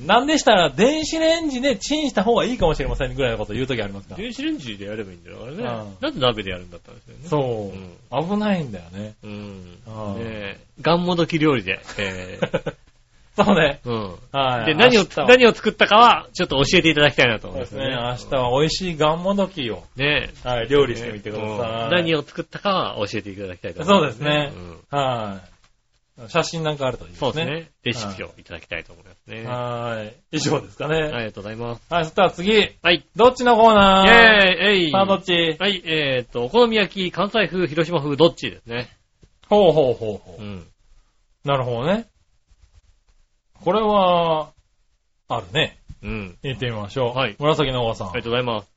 Speaker 3: なんでしたら、電子レンジでチンした方がいいかもしれませんぐらいのことを言う時ありますから。
Speaker 2: 電子レンジでやればいいんだよ。あれね
Speaker 3: うん。
Speaker 2: なんで鍋でやるんだったんですよね。
Speaker 3: そうう。危ないんだよね。
Speaker 2: う。うん。
Speaker 3: ああ
Speaker 2: ねえガンもどき料理で。え ー
Speaker 3: そうね。
Speaker 2: うん。
Speaker 3: はい。
Speaker 2: で、何を、
Speaker 3: 明日は
Speaker 2: 何を作ったかは、ちょっと教えていただきたいなと
Speaker 3: そ
Speaker 2: 思
Speaker 3: う
Speaker 2: い
Speaker 3: で
Speaker 2: ますす
Speaker 3: ね。
Speaker 2: ね。
Speaker 3: 明日は美味しいガンモドキを、
Speaker 2: ね
Speaker 3: はい、料
Speaker 2: え。
Speaker 3: 理してみてくだ
Speaker 2: う
Speaker 3: さ
Speaker 2: ん
Speaker 3: い。
Speaker 2: 何を作ったかは教えていただきたいと思い
Speaker 3: そう
Speaker 2: ま。
Speaker 3: ですすね
Speaker 2: うん。
Speaker 3: はい。写真なんかあるといいですね。
Speaker 2: そうですね。レシピをいただきたいと思いますね。あ
Speaker 3: はい。以上ですかね。
Speaker 2: り
Speaker 3: はい。
Speaker 2: がとうございます。
Speaker 3: そしたら次、
Speaker 2: はい。
Speaker 3: どっちのコー
Speaker 2: イェー
Speaker 3: ナー
Speaker 2: イえい
Speaker 3: さあ、どっち
Speaker 2: はい、えーっと、お好み焼き、関西風、広島風、どっちですね。
Speaker 3: ほうほうほうほ
Speaker 2: うん。
Speaker 3: う。なるほどね。これは、あるね。
Speaker 2: うん。
Speaker 3: 行ってみましょう。
Speaker 2: はい
Speaker 3: 紫のおばさ
Speaker 2: あ
Speaker 3: ん
Speaker 2: りが。とうございます。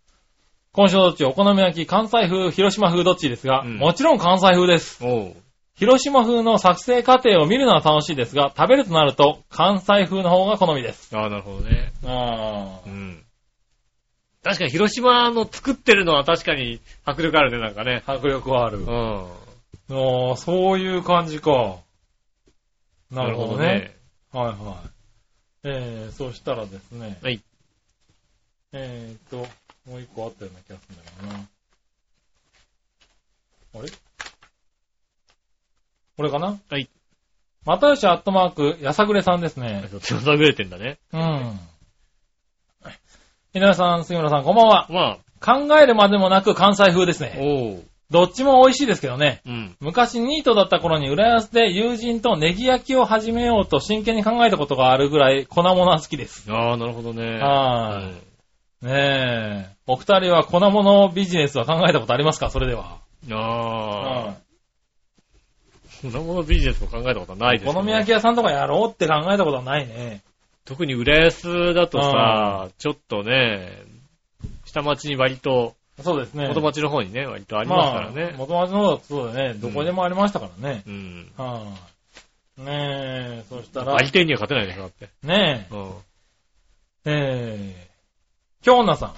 Speaker 3: 今週のどっちお好み焼き、関西風、広島風どっちですが、
Speaker 2: うん
Speaker 3: もちろん関西風です。
Speaker 2: おう。
Speaker 3: 広島風の作成過程を見るのは楽しいですが、食べるとなると関西風の方が好みです。
Speaker 2: ああ、なるほどね。
Speaker 3: あ
Speaker 2: う
Speaker 3: ー
Speaker 2: ん。確かに広島の作ってるのは確かに迫力あるね、なんかね。
Speaker 3: 迫力はある
Speaker 2: う。ん。
Speaker 3: あーそういう感じか。なるほどね。。はいはい。えー、そしたらですね。
Speaker 2: はい。
Speaker 3: えーっと、もう一個あったような気がするんだけどな。あれこれかな
Speaker 2: はい。
Speaker 3: またよしアットマーク、やさぐれさんです
Speaker 2: あ
Speaker 3: ね。
Speaker 2: と手を探れてんだね。
Speaker 3: うん。皆さん、杉村さん、こんばんは。
Speaker 2: まあ、
Speaker 3: 考えるまでもなく関西風ですね。
Speaker 2: おう。
Speaker 3: どっちも美味しいですけどね。
Speaker 2: うん。
Speaker 3: 昔ニートだった頃に浦安で友人とネギ焼きを始めようと真剣に考えたことがあるぐらい粉物は好きです。
Speaker 2: ああ、なるほどね。
Speaker 3: はーい。ねえ。お二人は粉物ビジネスは考えたことありますかそれでは。
Speaker 2: うんああ。
Speaker 3: う
Speaker 2: 粉物ビジネスも考えたことはないです、
Speaker 3: ん。お
Speaker 2: ね。
Speaker 3: 好み焼き屋さんとかやろうって考えたことはないね。
Speaker 2: 特に浦安だとさ、ちょっとね、下町に割と、
Speaker 3: そうですね。
Speaker 2: 元町の方にね、割とありますからね。
Speaker 3: まあ元町の方だとそうだね。どこでもありましたからね。
Speaker 2: うん。
Speaker 3: はい。ねえ。そしたら
Speaker 2: あ、り手には勝てないでしょ、だって。
Speaker 3: ね
Speaker 2: う
Speaker 3: え。
Speaker 2: ん。
Speaker 3: ええ。京女さ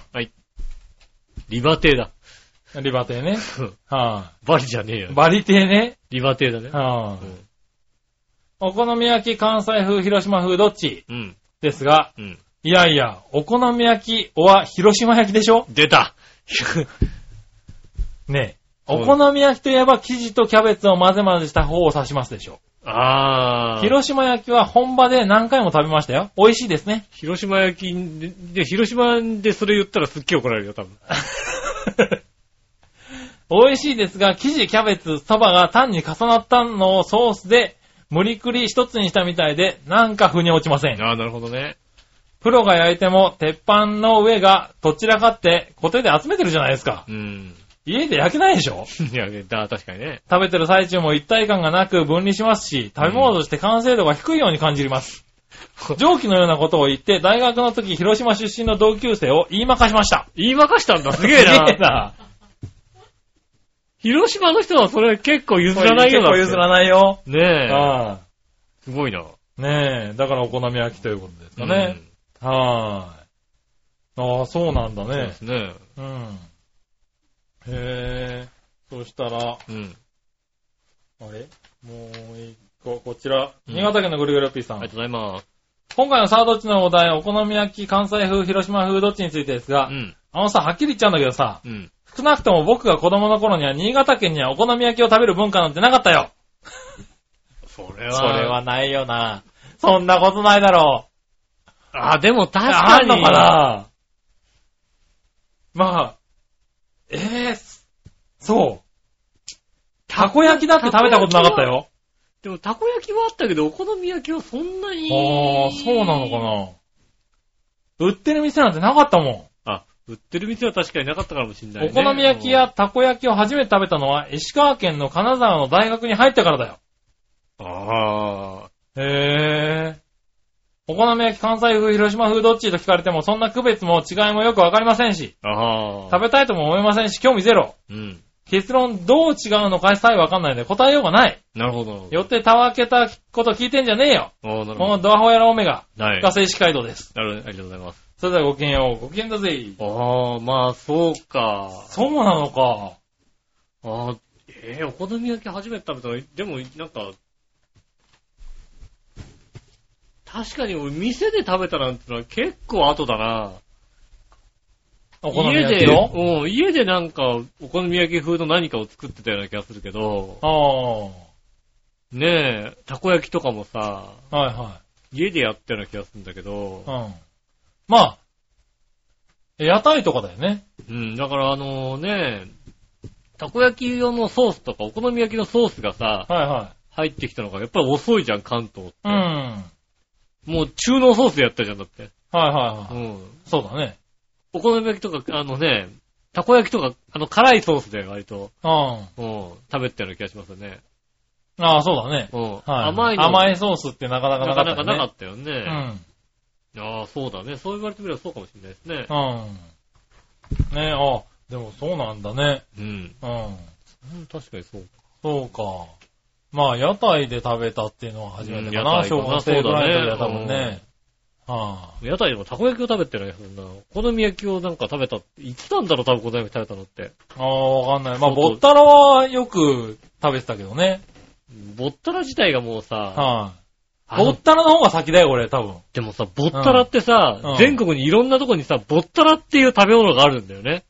Speaker 2: リバテーだ。
Speaker 3: ん。リバテね。はい。
Speaker 2: バリじゃねえよ。
Speaker 3: バリテね。
Speaker 2: リバテーだね。
Speaker 3: は
Speaker 2: う
Speaker 3: い
Speaker 2: ん
Speaker 3: お好み焼き関西風、広島風どっち
Speaker 2: うん。
Speaker 3: ですが、
Speaker 2: うん。
Speaker 3: いやいや、お好み焼きは広島焼きでしょ
Speaker 2: 出た
Speaker 3: ねえ。
Speaker 2: そう
Speaker 3: お好み焼きといえば生地とキャベツを混ぜ混ぜした方を指しますでしょ。
Speaker 2: あー。
Speaker 3: 広島焼きは本場で何回も食べましたよ。美味しいです ね。
Speaker 2: 広島焼きで、で広島でそれ言ったらすっげえ怒られるよ、多分。
Speaker 3: 美味しいですが、生地、キャベツ、そばが単に重なったのをソースで無理くり一つにしたみたいで、なんか腑に落ちません。
Speaker 2: あー、なるほどね。
Speaker 3: プロが焼いても鉄板の上がどちらかって固定で集めてるじゃないですか。
Speaker 2: うん。
Speaker 3: 家で焼けないでしょ
Speaker 2: いや、出た、確かにね。
Speaker 3: 食べてる最中も一体感がなく分離しますし、食べ物として完成度が低いように感じます。蒸気のようなことを言って、大学の時広島出身の同級生を言いまかしました。
Speaker 2: 言いまかしたんだ、すげえな。
Speaker 3: すげえな。
Speaker 2: 広島の人はそれ結構譲らないよう
Speaker 3: 結
Speaker 2: な。
Speaker 3: 構譲らないよ。
Speaker 2: ね
Speaker 3: あ
Speaker 2: え。すごいな。
Speaker 3: あねえ、だからお好み焼きということですかね。はーい。ああ、そうなんだ
Speaker 2: うん。そうで
Speaker 3: ね
Speaker 2: す。ね。
Speaker 3: うん。へえ。そしたら、
Speaker 2: うん。
Speaker 3: あれもう一個、こちら。
Speaker 2: うん
Speaker 3: 新潟県のぐるぐるピーさ
Speaker 2: あ
Speaker 3: ん。
Speaker 2: りがとうございます。
Speaker 3: 今回のサードっちのお題、お好み焼き、関西風、広島風どっちについてですが、
Speaker 2: うん。
Speaker 3: あのさ、はっきり言っちゃうんだけどさ、
Speaker 2: うん。
Speaker 3: 少なくとも僕が子供の頃には新潟県にはお好み焼きを食べる文化なんてなかったよ。
Speaker 2: それは。
Speaker 3: それは。ないよな。そんなことないだろう。
Speaker 2: あ、でも確
Speaker 3: あ
Speaker 2: か
Speaker 3: ん
Speaker 2: に。
Speaker 3: のかなまあ、ええそう。たこ焼きだって食べたことなかったよ。
Speaker 2: でも、たこ焼きはあったけど、お好み焼きはそんなに。
Speaker 3: ああ、そうなのかな。売ってる店なんてなかったも
Speaker 2: な。あ、売ってる店は確かになかったかもしれ
Speaker 3: ん。
Speaker 2: ない、ね。
Speaker 3: お好み焼きやたこ焼きを初めて食べたのは、石川県の金沢の大学に入ってからだよ。
Speaker 2: うん。ああ。
Speaker 3: へえ。お好み焼き関西風、広島風どっちと聞かれても、そんな区別も違いもよくわかりませんし、
Speaker 2: ああ。
Speaker 3: 食べたいとも思いませんし、興味ゼロ。
Speaker 2: べ。うん。
Speaker 3: 結論どう違うのかさえわかんないんで答えようがない。
Speaker 2: なるほど。
Speaker 3: よってたわけたこと聞いてんじゃねえよ。
Speaker 2: ああ、なる
Speaker 3: こ
Speaker 2: ほ
Speaker 3: の
Speaker 2: ど。
Speaker 3: ドアホヤラオメガ
Speaker 2: はい。
Speaker 3: が正式回答です。
Speaker 2: なるありがとうございます。
Speaker 3: それではごきげんよう。ごきげんだぜ。
Speaker 2: ああ、まあ、そうか。
Speaker 3: そうなのか。
Speaker 2: ああ、ええお好み焼き初めて食べたら、でも、なんか、確かに俺店で食べたなんてのは結構後だな。
Speaker 3: お好み焼き
Speaker 2: 家で、
Speaker 3: の
Speaker 2: うん、家でなんか、お好み焼き風の何かを作ってたような気がするけど、
Speaker 3: ああ。は
Speaker 2: ねえ、たこ焼きとかもさ、
Speaker 3: いは
Speaker 2: 家でやったような気がするんだけど
Speaker 3: い。、うん。まあ、屋台とかだよね。
Speaker 2: うん、だからあのねたこ焼き用のソースとか、お好み焼きのソースがさ、
Speaker 3: はいは
Speaker 2: 入ってきたのがやっぱり遅いじゃん、関東って。
Speaker 3: い。うん。はい
Speaker 2: もう中濃ソースでやったじゃん、だって。
Speaker 3: はいうはい。
Speaker 2: ん。
Speaker 3: そうだね。
Speaker 2: お好み焼きとか、あのね、たこ焼きとか、あの、辛いソースで割と、
Speaker 3: うん。
Speaker 2: うん、食べてたような気がしますよね。
Speaker 3: ああ、そうだね。
Speaker 2: うん。
Speaker 3: はい。
Speaker 2: 甘いの
Speaker 3: 甘いソースってなかなか
Speaker 2: な
Speaker 3: な
Speaker 2: か
Speaker 3: か
Speaker 2: な
Speaker 3: っ
Speaker 2: か
Speaker 3: た、ね。
Speaker 2: なかったよね。
Speaker 3: うん。
Speaker 2: ああ、そうだね。そう言われてみればそうかもしれないですね。
Speaker 3: うん。ねえ、あ、でもそうなんだね。
Speaker 2: うん。
Speaker 3: うん。
Speaker 2: うん確かにそう。
Speaker 3: そうか。まあ、屋台で食べたっていうのは初めてか
Speaker 2: うん屋
Speaker 3: な。
Speaker 2: 台
Speaker 3: 小学生ぐらいの時は多分ね。は
Speaker 2: 屋台でもたこ焼きを食べてないそんな。お好み焼きをなんか食べたって、いつなんだろう、多分お好み焼き食べたのって。
Speaker 3: あ、ああ、わかんない。まあ、
Speaker 2: 外
Speaker 3: ぼったらはよく食べてたけどね。
Speaker 2: ぼったら自体がもうさ、
Speaker 3: は
Speaker 2: あ
Speaker 3: い。ぼ
Speaker 2: の
Speaker 3: ったらの方が先だよ、俺、多分。
Speaker 2: でもさ、ぼったらってさ、
Speaker 3: うん
Speaker 2: 全国にいろんなとこにさ、ぼったらっていう食べ物があるんだよね。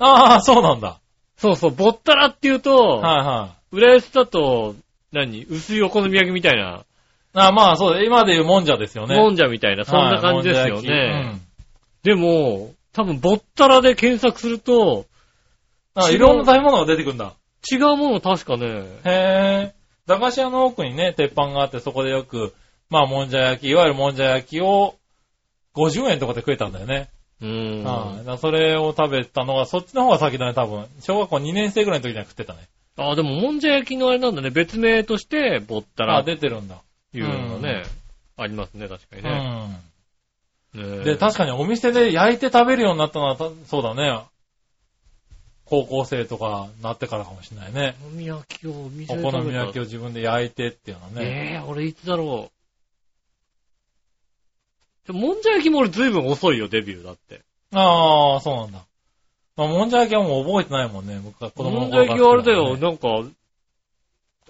Speaker 3: ああ、そうなんだ。
Speaker 2: そうそう、ぼったらっていうと、
Speaker 3: はいはい。
Speaker 2: 浦安だと、何薄いお好み焼きみたいな、
Speaker 3: ああまあ、そうだ。今で言うもんじゃですよね。
Speaker 2: も
Speaker 3: ん
Speaker 2: んじゃみたいな、そんな感じですよね。
Speaker 3: うん。
Speaker 2: でも、多分、ぼったらで検索すると、
Speaker 3: あいろんな食べ物が出てくんだ。
Speaker 2: 違うもの確かね、
Speaker 3: へぇー。駄菓子屋の奥にね、鉄板があって、そこでよく、まあ、もんじゃ焼き、いわゆるもんじゃ焼きを、50円とかで食えたんだよね。
Speaker 2: うーん。
Speaker 3: はいだからそれを食べたのが、そっちの方が先だね、多分。小学校2年生ぐらいの時には食ってたね。
Speaker 2: あでも、もんじゃ焼きのあれなんだね、別名として、ぼったら
Speaker 3: あ、
Speaker 2: って
Speaker 3: 出てるんだ。
Speaker 2: いうのがね、ありますね、確かにね。
Speaker 3: うん。
Speaker 2: ね
Speaker 3: で、確かにお店で焼いて食べるようになったのは、たそうだね。高校生とかなってからかもしれないね。
Speaker 2: お好み焼きをお店
Speaker 3: お
Speaker 2: で食べ
Speaker 3: 好み焼き
Speaker 2: を
Speaker 3: を自分で焼いてっていうのはね。
Speaker 2: ね。えー、俺いつだろう。でももんじゃ焼きも俺随分遅いよ、デビューだって。
Speaker 3: ああ、そうなんだ。まあ、もんじゃ焼きはもう覚えてないもんね。僕は子供
Speaker 2: も
Speaker 3: の
Speaker 2: んじゃ
Speaker 3: 頃
Speaker 2: 焼
Speaker 3: から
Speaker 2: きはあれだ
Speaker 3: 好
Speaker 2: よ、
Speaker 3: き
Speaker 2: なんか、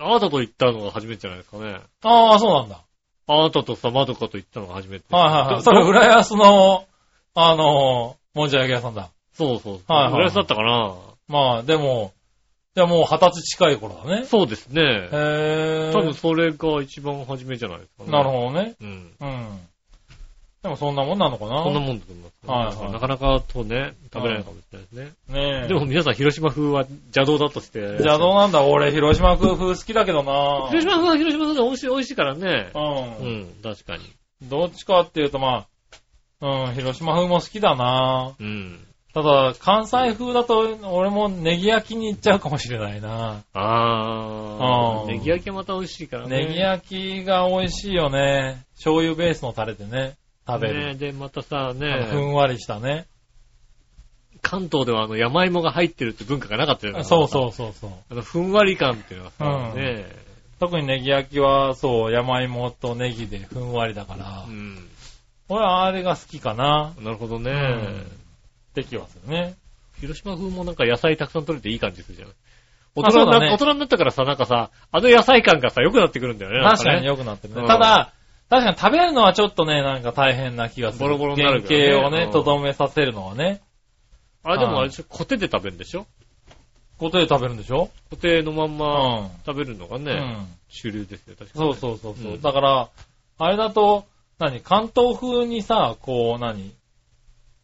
Speaker 2: あなたと行ったのが初めてじゃないですかね。
Speaker 3: からねああ、そうなんだ。
Speaker 2: あなたとさ、まどかと行ったのが初めて。
Speaker 3: はいはいは
Speaker 2: ど
Speaker 3: い。それ、浦安の、あのー、もんじゃ焼き屋さんだ。
Speaker 2: そうそうそう。
Speaker 3: はいはいはい
Speaker 2: 浦安だったかな。
Speaker 3: まあ、でも、いやもう二十歳近い頃だね。
Speaker 2: そうですね。
Speaker 3: へえ。
Speaker 2: 多分それが一番初めじゃないですかね。
Speaker 3: なるほどね。
Speaker 2: ど。うん。
Speaker 3: うん。でもそんなもんなのかな
Speaker 2: そんなもんだと思います。
Speaker 3: はいはい
Speaker 2: なかなかとね、食べられないかもしれないですね。
Speaker 3: ねえ。
Speaker 2: でも、皆さん、広島風は邪道だとして。
Speaker 3: 邪道なんだ。俺、広島空風好きだけどな
Speaker 2: 広島風は広島風で美味しい、美味しいからね。う
Speaker 3: うん。
Speaker 2: ん、確かに。
Speaker 3: どっちかっていうと、まあ、うん、広島風も好きだな
Speaker 2: うん。
Speaker 3: ただ、関西風だと、俺もネギ焼きに行っちゃうかもしれないな。
Speaker 2: あー。
Speaker 3: うん
Speaker 2: ネギ焼きはまた美味しいからね。
Speaker 3: ネギ焼きが美味しいよね。醤油ベースのタレでね、食べ
Speaker 2: ね
Speaker 3: る。
Speaker 2: で、またさ、
Speaker 3: あのふ
Speaker 2: ね、
Speaker 3: んわりしたね。
Speaker 2: 関東ではあの、山芋が入ってるって文化がなかったよね。
Speaker 3: そうそうそうそう。
Speaker 2: あの、ふんわり感っていうのはさ、
Speaker 3: うん
Speaker 2: ね
Speaker 3: 特にネギ焼きは、そう、山芋とネギでふんわりだから、
Speaker 2: うん。
Speaker 3: 俺はあれが好きかな、
Speaker 2: なるほどね。
Speaker 3: うんって気はするね。
Speaker 2: 広島風もなんか野菜たくさん取れていい感じするじゃん。大
Speaker 3: あ
Speaker 2: 人
Speaker 3: そう
Speaker 2: にな、
Speaker 3: だね
Speaker 2: 大人になったからさ、なんかさ、あの野菜感がさ、良くなってくるんだよね。なん
Speaker 3: 確かに
Speaker 2: ね。
Speaker 3: 良くなってるね。
Speaker 2: うん
Speaker 3: ただ、確かに食べるのはちょっとね、なんか大変な気がする。
Speaker 2: ボロボロになるからね
Speaker 3: 原型を
Speaker 2: うん
Speaker 3: ね、とどめさせるのはね。
Speaker 2: あれでもあれでしょ、コテで食べるんでしょ
Speaker 3: ことで食べるんでしょ
Speaker 2: コテのまん
Speaker 3: う
Speaker 2: ま
Speaker 3: ん。
Speaker 2: 食べるのがね、
Speaker 3: うん。
Speaker 2: 主流ですよ、確かに。
Speaker 3: そうそうそうそう、
Speaker 2: うん
Speaker 3: だから、あれだと、何関東風にさ、こう何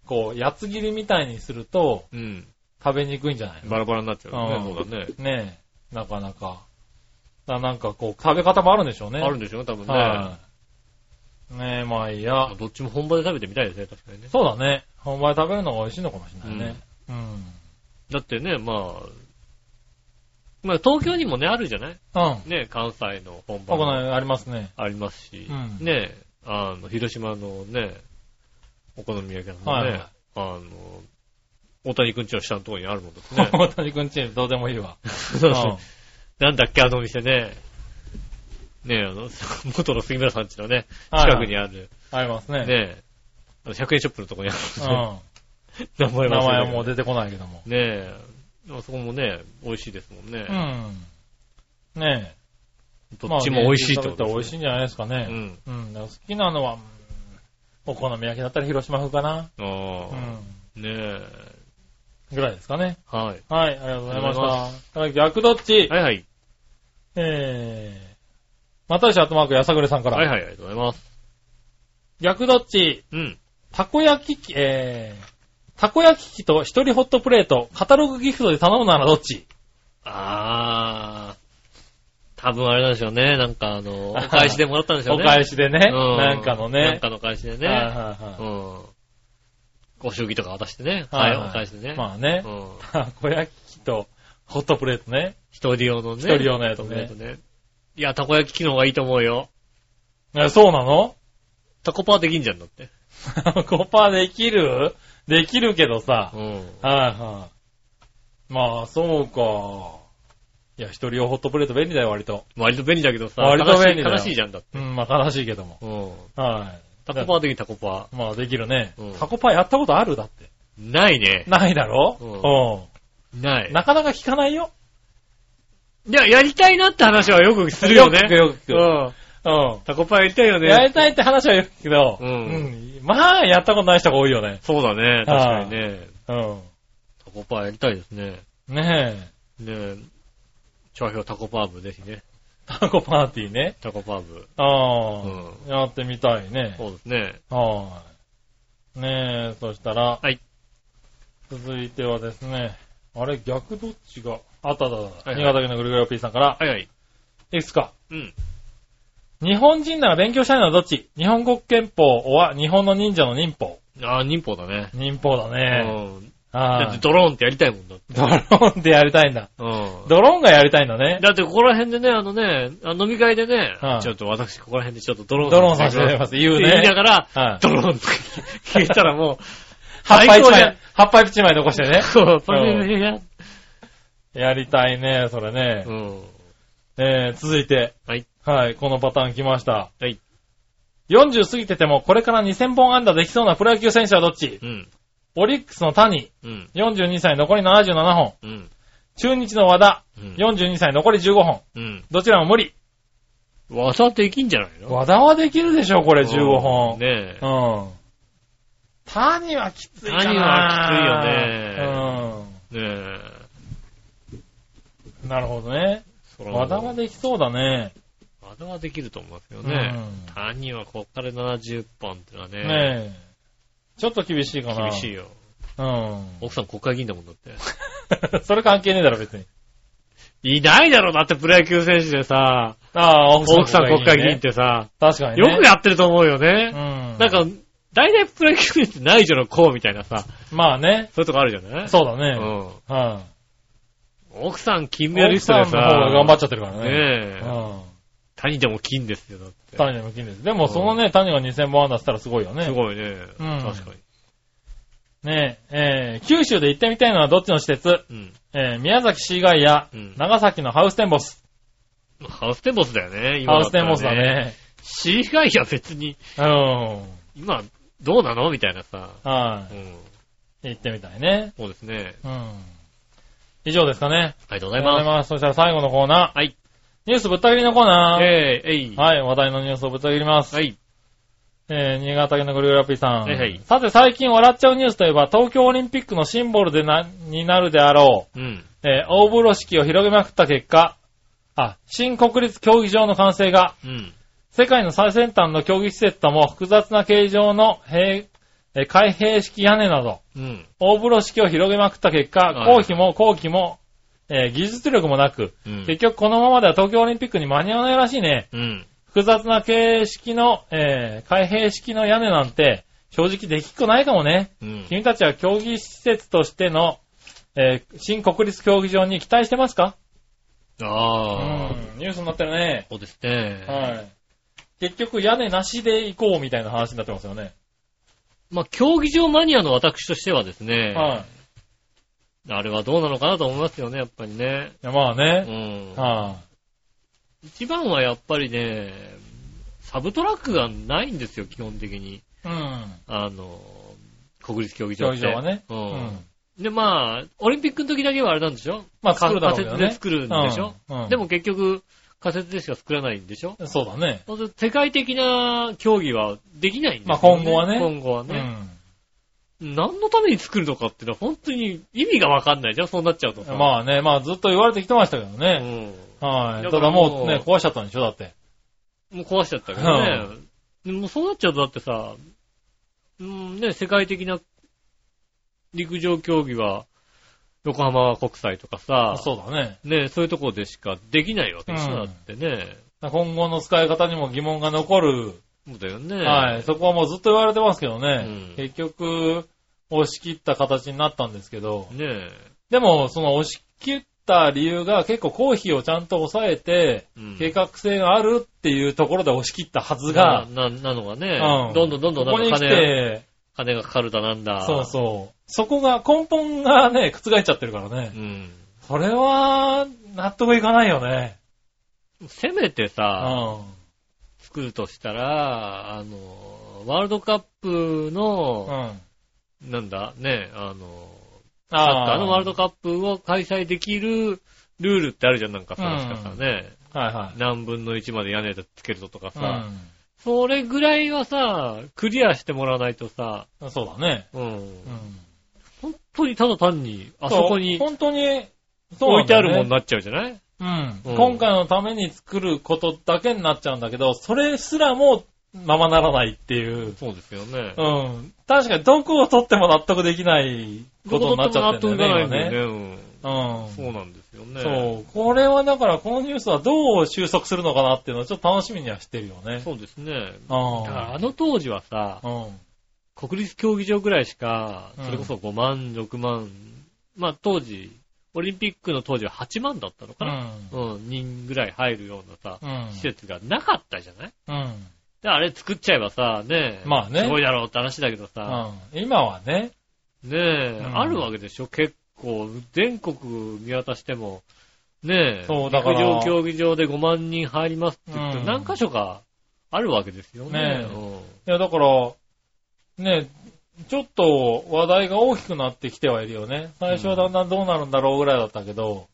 Speaker 3: こう、やつ切りみたいにすると、
Speaker 2: う。うん。
Speaker 3: 食べにくいんじゃないの
Speaker 2: バラバラになっちゃうよね、
Speaker 3: うん
Speaker 2: そうだね。
Speaker 3: ねえ、なかなか。だなんかこう、食べ方もあるんでしょうね。
Speaker 2: あるんでしょうね、多分ね。
Speaker 3: はい。ねえ、まあいいや。
Speaker 2: どっちも本場で食べてみたいですね、確かにね。
Speaker 3: そうだね。本場で食べるのが美味しいのかもしれないね。うん。
Speaker 2: だってね、まあ、まあ東京にもね、あるじゃない
Speaker 3: うん。あ、
Speaker 2: ね、関西の本場
Speaker 3: こ
Speaker 2: も
Speaker 3: のありますね。
Speaker 2: ありますし、
Speaker 3: うん
Speaker 2: ね、あの、広島のね、お好み焼き屋さん
Speaker 3: は
Speaker 2: の
Speaker 3: い
Speaker 2: ね
Speaker 3: は、。
Speaker 2: あの、大谷くんちの下のところにあるもんですね
Speaker 3: 大谷くんチームどうでもいいわ。
Speaker 2: そうそうなんだっけ、あのお店ね。ねえ、あの、 元の杉村さんちのね、
Speaker 3: はい
Speaker 2: 近くにある、
Speaker 3: あります
Speaker 2: ね
Speaker 3: ね。
Speaker 2: え、あの100円ショップのとこにある
Speaker 3: う
Speaker 2: で
Speaker 3: ん
Speaker 2: すよ。名前忘れたけ
Speaker 3: 名
Speaker 2: ど
Speaker 3: 前はもう出てこないけども。
Speaker 2: ねえ、あそこもね、美味しいですもんね。
Speaker 3: うん。ねえ。
Speaker 2: どっちも美味しいって
Speaker 3: と
Speaker 2: こと
Speaker 3: 美味
Speaker 2: し
Speaker 3: しいんじゃないですか
Speaker 2: い
Speaker 3: ね。
Speaker 2: ね。
Speaker 3: うん。だから好きなのは、うんお好み焼きだったら広島風かな。
Speaker 2: うん。あ
Speaker 3: う
Speaker 2: あ、
Speaker 3: ん。
Speaker 2: ねえ、
Speaker 3: ぐらいですかね。
Speaker 2: はい。
Speaker 3: はい、ありがとうござ
Speaker 2: ありが
Speaker 3: いまし
Speaker 2: とうござい
Speaker 3: た。逆どっち、
Speaker 2: はいはい。
Speaker 3: えー、またしあとマークやさぐれさんから。
Speaker 2: はいはい、ありがとうございます。
Speaker 3: 逆どっち
Speaker 2: うん。
Speaker 3: たこ焼き器、えー、たこ焼き器と一人ホットプレート、カタログギフトで頼むならどっち
Speaker 2: ああ、多分あれなんでしょうね。なんかあの、お返しでもらったんでしょう
Speaker 3: お
Speaker 2: ね。
Speaker 3: 返しでね、
Speaker 2: うん
Speaker 3: なんかのね。
Speaker 2: なんかの返しで
Speaker 3: はい
Speaker 2: ね。
Speaker 3: はいはい
Speaker 2: うん。ご祝儀とか渡してね。
Speaker 3: は
Speaker 2: はいい、
Speaker 3: はい
Speaker 2: お返しでね。
Speaker 3: まあね
Speaker 2: う、ん。
Speaker 3: たこ焼き器とホットプレートね。
Speaker 2: 一人用のね。
Speaker 3: 一人用のやつね
Speaker 2: 一人用のいや、たこ焼き機能がいいと思うよ。
Speaker 3: えそうなの
Speaker 2: タコパーできんじゃんだって。
Speaker 3: コパできるできるけどさ。
Speaker 2: うん。
Speaker 3: はいはい。まあ、そうか。いや、一人用ホットプレート便利だよ、割と。
Speaker 2: 割と便利だけどさ、
Speaker 3: 割と便利だよ
Speaker 2: 悲しい悲しいじゃんだって。
Speaker 3: うん、まあ、悲しいけども。
Speaker 2: うん。
Speaker 3: はい。
Speaker 2: タコパーできんタコパ
Speaker 3: まあ、できるね
Speaker 2: うん。
Speaker 3: タコパやったことあるだって。
Speaker 2: ー。ないね。
Speaker 3: ないだろ
Speaker 2: うん
Speaker 3: う
Speaker 2: ない
Speaker 3: ん。。なかなか聞かないよ。
Speaker 2: いや、やりたいなって話はよくするよね。
Speaker 3: よく聞くよく聞く
Speaker 2: うん。
Speaker 3: う
Speaker 2: タコパーやりたいよ
Speaker 3: ん。や
Speaker 2: ね。
Speaker 3: りたいって話はよく聞くけど、
Speaker 2: うん
Speaker 3: んまあ、やったことない人が多いよね。
Speaker 2: そうだね。確かにね。
Speaker 3: う
Speaker 2: タコパーやりたいですね。
Speaker 3: ん。ねえ。
Speaker 2: ねえ。長評タコパー部ぜひね。
Speaker 3: タコパーティーね。
Speaker 2: タコパー部。
Speaker 3: あ
Speaker 2: うん
Speaker 3: あ。やってみたいね。
Speaker 2: そうですね。
Speaker 3: はい。ねえ、そしたら。
Speaker 2: はい
Speaker 3: 続いてはですね。あれ、逆どっちがあっただだ。
Speaker 2: いはい
Speaker 3: 新潟県のぐるぐるおっぴーさんから。
Speaker 2: はいはい。
Speaker 3: いくつか。
Speaker 2: うん。
Speaker 3: 日本人なら勉強したいのはどっち日本国憲法は日本の忍者の忍法。
Speaker 2: ああ、忍法だね。
Speaker 3: 忍法だね。
Speaker 2: うん。だっ
Speaker 3: は
Speaker 2: て
Speaker 3: い。
Speaker 2: ドローンってやりたいもんだって。
Speaker 3: ドローンでやりたいんだ。
Speaker 2: うん。
Speaker 3: ドローンがやりたいんだね。
Speaker 2: だってここら辺でね、あのね、あ飲み会でね、
Speaker 3: はい
Speaker 2: ちょっと私ここら辺でちょっとドローン
Speaker 3: ドローンさせてもらいます。言う
Speaker 2: って言いな
Speaker 3: ね。
Speaker 2: がら、
Speaker 3: はい
Speaker 2: ドローンって消えたらもう、
Speaker 3: 葉っ
Speaker 2: 最
Speaker 3: ぱ一
Speaker 2: 高じゃん
Speaker 3: 枚、葉っぱ一枚残してね。
Speaker 2: そう、それでね、
Speaker 3: やりたいね、それね
Speaker 2: う。ん。
Speaker 3: えー、続いて。
Speaker 2: はい。
Speaker 3: はい、このパターン来ました。
Speaker 2: はい。
Speaker 3: 40過ぎてても、これから2000本安打できそうなプロ野球選手はどっち
Speaker 2: うん。
Speaker 3: オリックスの谷、
Speaker 2: うん。
Speaker 3: 42歳残り77本。
Speaker 2: うん。
Speaker 3: 中日の和田、
Speaker 2: うん。
Speaker 3: 42歳残り15本。
Speaker 2: うん。
Speaker 3: どちらも無理。
Speaker 2: 技できんじゃないの
Speaker 3: 和田はできるでしょ、これ15
Speaker 2: うん
Speaker 3: 本。
Speaker 2: ねえ
Speaker 3: う。ん。谷はきついかな。
Speaker 2: 谷は
Speaker 3: き
Speaker 2: ねえ。
Speaker 3: ついよね。うん。なるほどね。和田はできそうだね。
Speaker 2: 和田はできると思いますよね。谷はこっから70本ってのは
Speaker 3: う
Speaker 2: ね、
Speaker 3: ん。ねえ。ちょっと厳しいかな。
Speaker 2: 厳しいよ。
Speaker 3: う
Speaker 2: 奥さん国会議員だもんだって。
Speaker 3: ん。 それ関係ねえだろ、別に。
Speaker 2: いないだろう、だってプロ野球選手でさ、
Speaker 3: ああ、
Speaker 2: 奥さん国会議員っ
Speaker 3: ね。
Speaker 2: てさ、
Speaker 3: 確かにね。
Speaker 2: よくやってると思うよ
Speaker 3: う
Speaker 2: ね。
Speaker 3: ん。
Speaker 2: なんか、大体プロ野球選手って内助の功みたいなさ、
Speaker 3: まあね。
Speaker 2: そういうとこあるじゃない
Speaker 3: そうだね。
Speaker 2: うん。
Speaker 3: は
Speaker 2: 奥さん金
Speaker 3: い。
Speaker 2: メダリストで
Speaker 3: 奥
Speaker 2: さ、
Speaker 3: さんの方が頑張っちゃってるからね。
Speaker 2: ねえ、
Speaker 3: うん。
Speaker 2: 谷でも金ですよ、だって。
Speaker 3: 谷でも金です。でも、そのね、谷が2000本安打したらすごいよね。
Speaker 2: すごいね。
Speaker 3: うん
Speaker 2: 確かに。
Speaker 3: ねえ、えー九州で行ってみたいのはどっちの施設
Speaker 2: うん。
Speaker 3: えー宮崎市街や
Speaker 2: うん、
Speaker 3: 長崎のハウステンボス。
Speaker 2: ハウステンボスだよね、今
Speaker 3: ハウ
Speaker 2: だ
Speaker 3: ス
Speaker 2: った
Speaker 3: テ
Speaker 2: ら
Speaker 3: ンボスだ。ね。
Speaker 2: 市以外は別に、
Speaker 3: うん。
Speaker 2: 今、どうなのみたいなさ。
Speaker 3: は
Speaker 2: うん。
Speaker 3: い。行ってみたいね。
Speaker 2: そうですね。
Speaker 3: うん。以上ですかね。
Speaker 2: ありがとうござい
Speaker 3: ありがとうござい
Speaker 2: ます。
Speaker 3: ます。そしたら最後のコーナー。
Speaker 2: はい。
Speaker 3: ニュースぶった切りのコーナー。
Speaker 2: えい、えい。
Speaker 3: はい、話題のニュースをぶった切ります。
Speaker 2: はい。
Speaker 3: えー、新潟県のグルーラピーさん。
Speaker 2: はいはい
Speaker 3: さて最近笑っちゃうニュースといえば、東京オリンピックのシンボルでな、になるであろ
Speaker 2: うん。
Speaker 3: う、えー大風呂敷を広げまくった結果、あ、新国立競技場の完成が、
Speaker 2: うん。
Speaker 3: 世界の最先端の競技施設とも複雑な形状の平、えー開閉式屋根など、
Speaker 2: うん。
Speaker 3: 大風呂敷を広げまくった結果、
Speaker 2: はい
Speaker 3: 後期も後期も、えー技術力もなく、
Speaker 2: うん
Speaker 3: 結局このままでは東京オリンピックに間に合わないらしいね。
Speaker 2: うん。
Speaker 3: 複雑な形式の、えー開閉式の屋根なんて、正直できっこないかもね。
Speaker 2: うん。
Speaker 3: 君たちは競技施設としての、えー新国立競技場に期待してますかう
Speaker 2: ああ。
Speaker 3: ん、ニュースになってるね。
Speaker 2: そうですね。
Speaker 3: はい。結局屋根なしで行こうみたいな話になってますよね。
Speaker 2: まあ、競技場マニアの私としてはですね、
Speaker 3: は
Speaker 2: あれはどうなのかなと思いますよね、やっぱりね。
Speaker 3: いやまあ
Speaker 2: うん。
Speaker 3: ね。は
Speaker 2: 一番はやっぱりね、サブトラックがないんですよ、基本的に。
Speaker 3: い。うん。
Speaker 2: あの、国立競技場
Speaker 3: 競
Speaker 2: って。
Speaker 3: 技場はね。
Speaker 2: う。
Speaker 3: うんん。
Speaker 2: で、まあ、オリンピックの時だけはあれなんでしょ
Speaker 3: まあ作るだろうけどね
Speaker 2: 仮設で作るんでしょ、
Speaker 3: うんうん
Speaker 2: でも結局、仮設でしか作らないんでしょ
Speaker 3: そうだね。
Speaker 2: そうすると世界的な競技はできないんですよ、ね。
Speaker 3: まあ今後はね
Speaker 2: 今後は
Speaker 3: う
Speaker 2: ね。
Speaker 3: ん。
Speaker 2: 何のために作るのかっていうのは本当に意味がわかんないじゃん、そうなっちゃうとさ。
Speaker 3: まあね、まあずっと言われてきてましたけど
Speaker 2: あう
Speaker 3: ね。
Speaker 2: ん。
Speaker 3: はい。
Speaker 2: だ
Speaker 3: た
Speaker 2: から
Speaker 3: だもうね
Speaker 2: も、う
Speaker 3: 壊しちゃったんでしょだって。
Speaker 2: もう壊しちゃったけどね。でもそうなっちゃうとだってさ、うんね、世界的な陸上競技は横浜国際とかさ、
Speaker 3: そうだね。
Speaker 2: ね、そういうところでしかできないわけでしょ、
Speaker 3: うん
Speaker 2: だってね。
Speaker 3: 今後の使い方にも疑問が残る。
Speaker 2: そうだよね。
Speaker 3: はい。そこはもうずっと言われてますけど
Speaker 2: うん
Speaker 3: ね。結局、押し切った形になったんですけど。
Speaker 2: ねえ。
Speaker 3: でも、その押し切った理由が結構公費をちゃんと抑えて、
Speaker 2: うん
Speaker 3: 計画性があるっていうところで押し切ったはずが、
Speaker 2: な、ななのがね、
Speaker 3: うん
Speaker 2: どんどんどんどん
Speaker 3: こ
Speaker 2: な
Speaker 3: こ
Speaker 2: ん
Speaker 3: に
Speaker 2: か
Speaker 3: 来
Speaker 2: 金、
Speaker 3: て、
Speaker 2: 金がかかるだなんだ。
Speaker 3: そうそう。そこが、根本がね、覆っちゃってるからね。
Speaker 2: うん。
Speaker 3: それは、納得いかないよね。
Speaker 2: せめて
Speaker 3: う
Speaker 2: さ、
Speaker 3: ん。
Speaker 2: 作るとしたら、あの、ワールドカップ
Speaker 3: う
Speaker 2: の、
Speaker 3: ん。
Speaker 2: なんだ、ね、あの、サッカ
Speaker 3: あ
Speaker 2: ーのワールドカップを開催できるルールってあるじゃん、なんかさ、確かさね、
Speaker 3: はいはい。
Speaker 2: 何分の1まで屋根つけるととか
Speaker 3: う
Speaker 2: さ、それぐらいはさ、クリアしてもらわないとさ、
Speaker 3: ん。そうだね。
Speaker 2: うん
Speaker 3: う。ん。
Speaker 2: 本当にただ単に、あそこに
Speaker 3: 本当に、そ
Speaker 2: 置
Speaker 3: うないん
Speaker 2: て
Speaker 3: だ
Speaker 2: ある
Speaker 3: よね
Speaker 2: ものになっちゃうじゃない
Speaker 3: うん
Speaker 2: うん
Speaker 3: 今回のために作ることだけになっちゃうんだけど、それすらもままならないっていう。
Speaker 2: そうですよね。
Speaker 3: うん。確かにどこを取っても納得できないことになっちゃってるんだよね。
Speaker 2: ね。
Speaker 3: 今ね
Speaker 2: そうなんですよ
Speaker 3: う
Speaker 2: ね。
Speaker 3: ん。そう。これはだからこのニュースはどう収束するのかなっていうのをちょっと楽しみにはしてるよね。
Speaker 2: そうですね。
Speaker 3: う
Speaker 2: だからあの当時はさ、
Speaker 3: ん。うん。
Speaker 2: 国立競技場ぐらいしか、
Speaker 3: うん
Speaker 2: それこそ5万、6万、まあ当時、オリンピックの当時は8万だったの
Speaker 3: う
Speaker 2: かな、
Speaker 3: ん。
Speaker 2: うん、人ぐらい入るようなさ、
Speaker 3: うん。
Speaker 2: 施設がなかったじゃない
Speaker 3: うん。
Speaker 2: で、あれ作っちゃえばさ、ねえ、
Speaker 3: まあね
Speaker 2: すごいだろうって話だけどさ、
Speaker 3: うん今はね、
Speaker 2: ねえ、
Speaker 3: うん
Speaker 2: あるわけでしょ結構、全国見渡しても、ねえ、
Speaker 3: そうだから
Speaker 2: 陸上競技場で5万人入りますって言って、
Speaker 3: うん
Speaker 2: 何箇所かあるわけですよね。
Speaker 3: ねえいや、だから、ね、ちょっと話題が大きくなってきてはいるよね。最初はだんだんどうなるんだろうぐらいだったけど、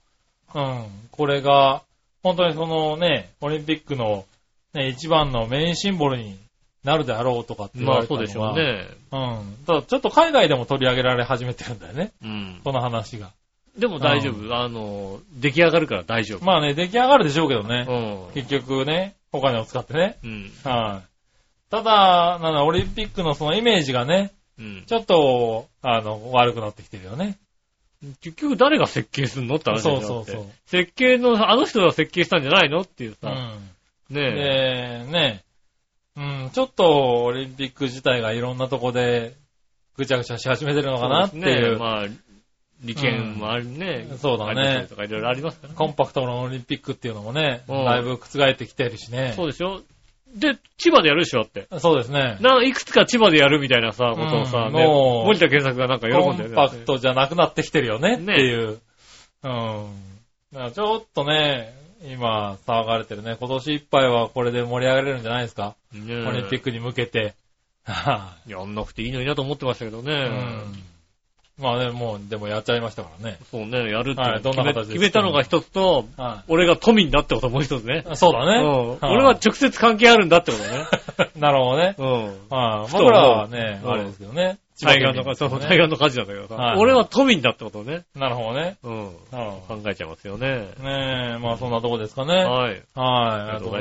Speaker 3: うん、これが、本当にそのね、オリンピックの、ね、一番のメインシンボルになるであろうとかっ
Speaker 2: う
Speaker 3: て
Speaker 2: ん
Speaker 3: 言
Speaker 2: ま
Speaker 3: わ
Speaker 2: あ
Speaker 3: れて
Speaker 2: そう
Speaker 3: たの
Speaker 2: でしょ
Speaker 3: が
Speaker 2: うね。
Speaker 3: うん。ただちょっと海外でも取り上げられ始めてるんだよね。
Speaker 2: うん。
Speaker 3: この話が。
Speaker 2: でも大丈夫。
Speaker 3: う
Speaker 2: あの、出来上がるから大丈夫。
Speaker 3: まあね、出来上がるでしょうけどね。
Speaker 2: う
Speaker 3: 結局ね、お金を使ってね。
Speaker 2: ん。うん。
Speaker 3: はい。ただ、なんだ、オリンピックのそのイメージがね、
Speaker 2: うん。
Speaker 3: ちょっと、あの、悪くなってきてるよね。
Speaker 2: 結局誰が設計すんのって話だよ
Speaker 3: そうそうそう
Speaker 2: だって設計の、あの人が設計したんじゃないのっていう
Speaker 3: う
Speaker 2: さ。
Speaker 3: ん。で、
Speaker 2: ねえ。
Speaker 3: ね、うん、ちょっとオリンピック自体がいろんなとこでぐちゃぐちゃし始めてるのかなっ
Speaker 2: そ
Speaker 3: ていう
Speaker 2: ですね
Speaker 3: う、
Speaker 2: まあ、利権もあるね。
Speaker 3: そう
Speaker 2: あ
Speaker 3: だね
Speaker 2: りますとかいろいろありますからね。
Speaker 3: コンパクトのオリンピックっていうのもね、
Speaker 2: うん
Speaker 3: だいぶ覆ってきてるしね。
Speaker 2: そうでしょで、千葉でやるでしょだって。
Speaker 3: そうですね。
Speaker 2: な、いくつか千葉でやるみたいなさ、ことをさ、
Speaker 3: うん
Speaker 2: ね、
Speaker 3: もう
Speaker 2: 森田健作がなんか喜
Speaker 3: コ
Speaker 2: んでる
Speaker 3: ンパクトじゃなくなってきてるよねって
Speaker 2: ね
Speaker 3: いう。うん。だからちょっとね、今騒がれてるね。今年いっぱいはこれで盛り上がれるんじゃないですか、
Speaker 2: ねえ
Speaker 3: オリンピックに向けて。 は
Speaker 2: やんなくていいのになと思ってましたけど
Speaker 3: い
Speaker 2: ね。
Speaker 3: まあね、もう、でもやっちゃいましたからね。
Speaker 2: そうね、やるって
Speaker 3: はい
Speaker 2: 決
Speaker 3: どん
Speaker 2: め,、
Speaker 3: な形で
Speaker 2: 決めたのが一つと、
Speaker 3: は
Speaker 2: 俺が都民だってこともう一つね。
Speaker 3: い。そうだ
Speaker 2: う
Speaker 3: ね。
Speaker 2: ん
Speaker 3: い
Speaker 2: 俺は直接関係あるんだってことね。
Speaker 3: なるほどね。
Speaker 2: うん。
Speaker 3: ああ
Speaker 2: ふと思う
Speaker 3: 僕らはね、
Speaker 2: うん
Speaker 3: あれですけどね。
Speaker 2: 対岸
Speaker 3: 千
Speaker 2: の
Speaker 3: 葉県
Speaker 2: 火事、そうそう
Speaker 3: ね
Speaker 2: 対岸の火事なんだけどさ、
Speaker 3: はい
Speaker 2: 俺は都民だってことね。
Speaker 3: なるほどね。
Speaker 2: うん。
Speaker 3: うん
Speaker 2: 考えちゃいますよね。
Speaker 3: ねえ、まあそんなとこですかね。はい。
Speaker 2: はい。
Speaker 3: あり
Speaker 2: り
Speaker 3: が
Speaker 2: が
Speaker 3: と
Speaker 2: とう
Speaker 3: う
Speaker 2: ござ
Speaker 3: ござい
Speaker 2: い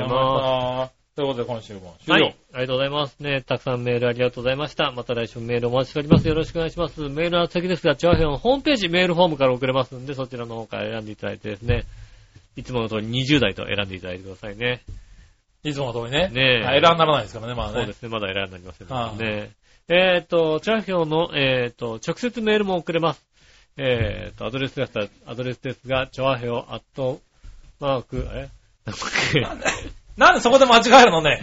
Speaker 3: ました。ということで今週も終
Speaker 2: は
Speaker 3: 了。
Speaker 2: い。ありがとうございます。ね、たくさんメールありがとうございました。また来週もメールお待ちしております。よろしくお願いします。メールは先ですが、チョアヘオのホームページ、メールフォームから送れますんで、そちらの方から選んでいただいてですね、いつもの通り20代と選んでいただいてくださいね。
Speaker 3: いつもの通りね。
Speaker 2: ねえ
Speaker 3: はいエラーにならないですからね、まあね。
Speaker 2: そうですね、まだ選んでありませんのでね。えっ、と、チャーヒョンの、えっ、と、直接メールも送れます。えっ、と、アドレスですが、アドレスですが、チョアヘオアットマーク、あれなんだっけ
Speaker 3: な んでそこで間違えるのね。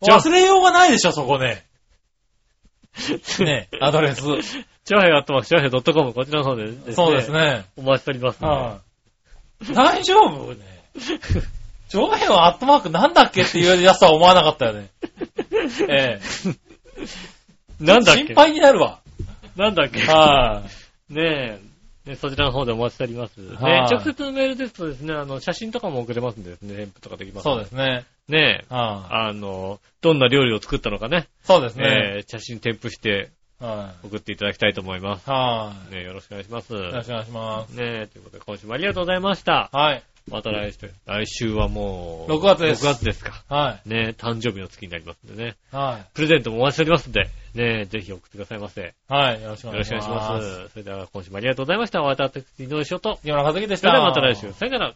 Speaker 2: じゃあ
Speaker 3: 忘れようがないでしょ、そこね。ね、アドレス。
Speaker 2: チョアヘアットマーク、チョアヘア .com、こちらの方でですね。
Speaker 3: そうです。ね。
Speaker 2: お待ちしておりますので。
Speaker 3: はい。大丈夫ね。上辺はアットマークなんだっけっていうやつは思わなかったよ ね。ええ。
Speaker 2: なんだっ
Speaker 3: 心
Speaker 2: け
Speaker 3: 配になるわ。
Speaker 2: なんだっけ
Speaker 3: は
Speaker 2: ねえ。ねそちらの方でお待ちしております。ね
Speaker 3: はい
Speaker 2: 直接のメールですとですね、あの、写真とかも送れますんでですね、添付とかでき
Speaker 3: い。
Speaker 2: ます。
Speaker 3: そうですね。
Speaker 2: す。ねえ。
Speaker 3: はい
Speaker 2: あの、どんな料理を作ったのかね、
Speaker 3: そうですね。
Speaker 2: えー写真添付して
Speaker 3: は
Speaker 2: 送っていただきたいと思います。
Speaker 3: い。はい。
Speaker 2: ねよろしくお願いします。
Speaker 3: よろしくお願いします。
Speaker 2: ねえ、ということで今週もありがとうございました。
Speaker 3: はい。
Speaker 2: また来週。来週はもう、
Speaker 3: 6月です
Speaker 2: 6月ですか。
Speaker 3: は
Speaker 2: ねえ、誕生日の月になりますんでね。
Speaker 3: い。は
Speaker 2: プレゼントもお待ちしておりますんで、ねえ、ぜひ送ってくださいませ。よ
Speaker 3: い。はい。よろしくお願
Speaker 2: ろ
Speaker 3: い
Speaker 2: し
Speaker 3: し
Speaker 2: くお願
Speaker 3: ま
Speaker 2: い
Speaker 3: す。
Speaker 2: します。それでは今週もありがとうございました。お会いいたい私、井上翔と。
Speaker 3: 今の和樹でし
Speaker 2: それ
Speaker 3: た。
Speaker 2: ではまた来週。さよなら。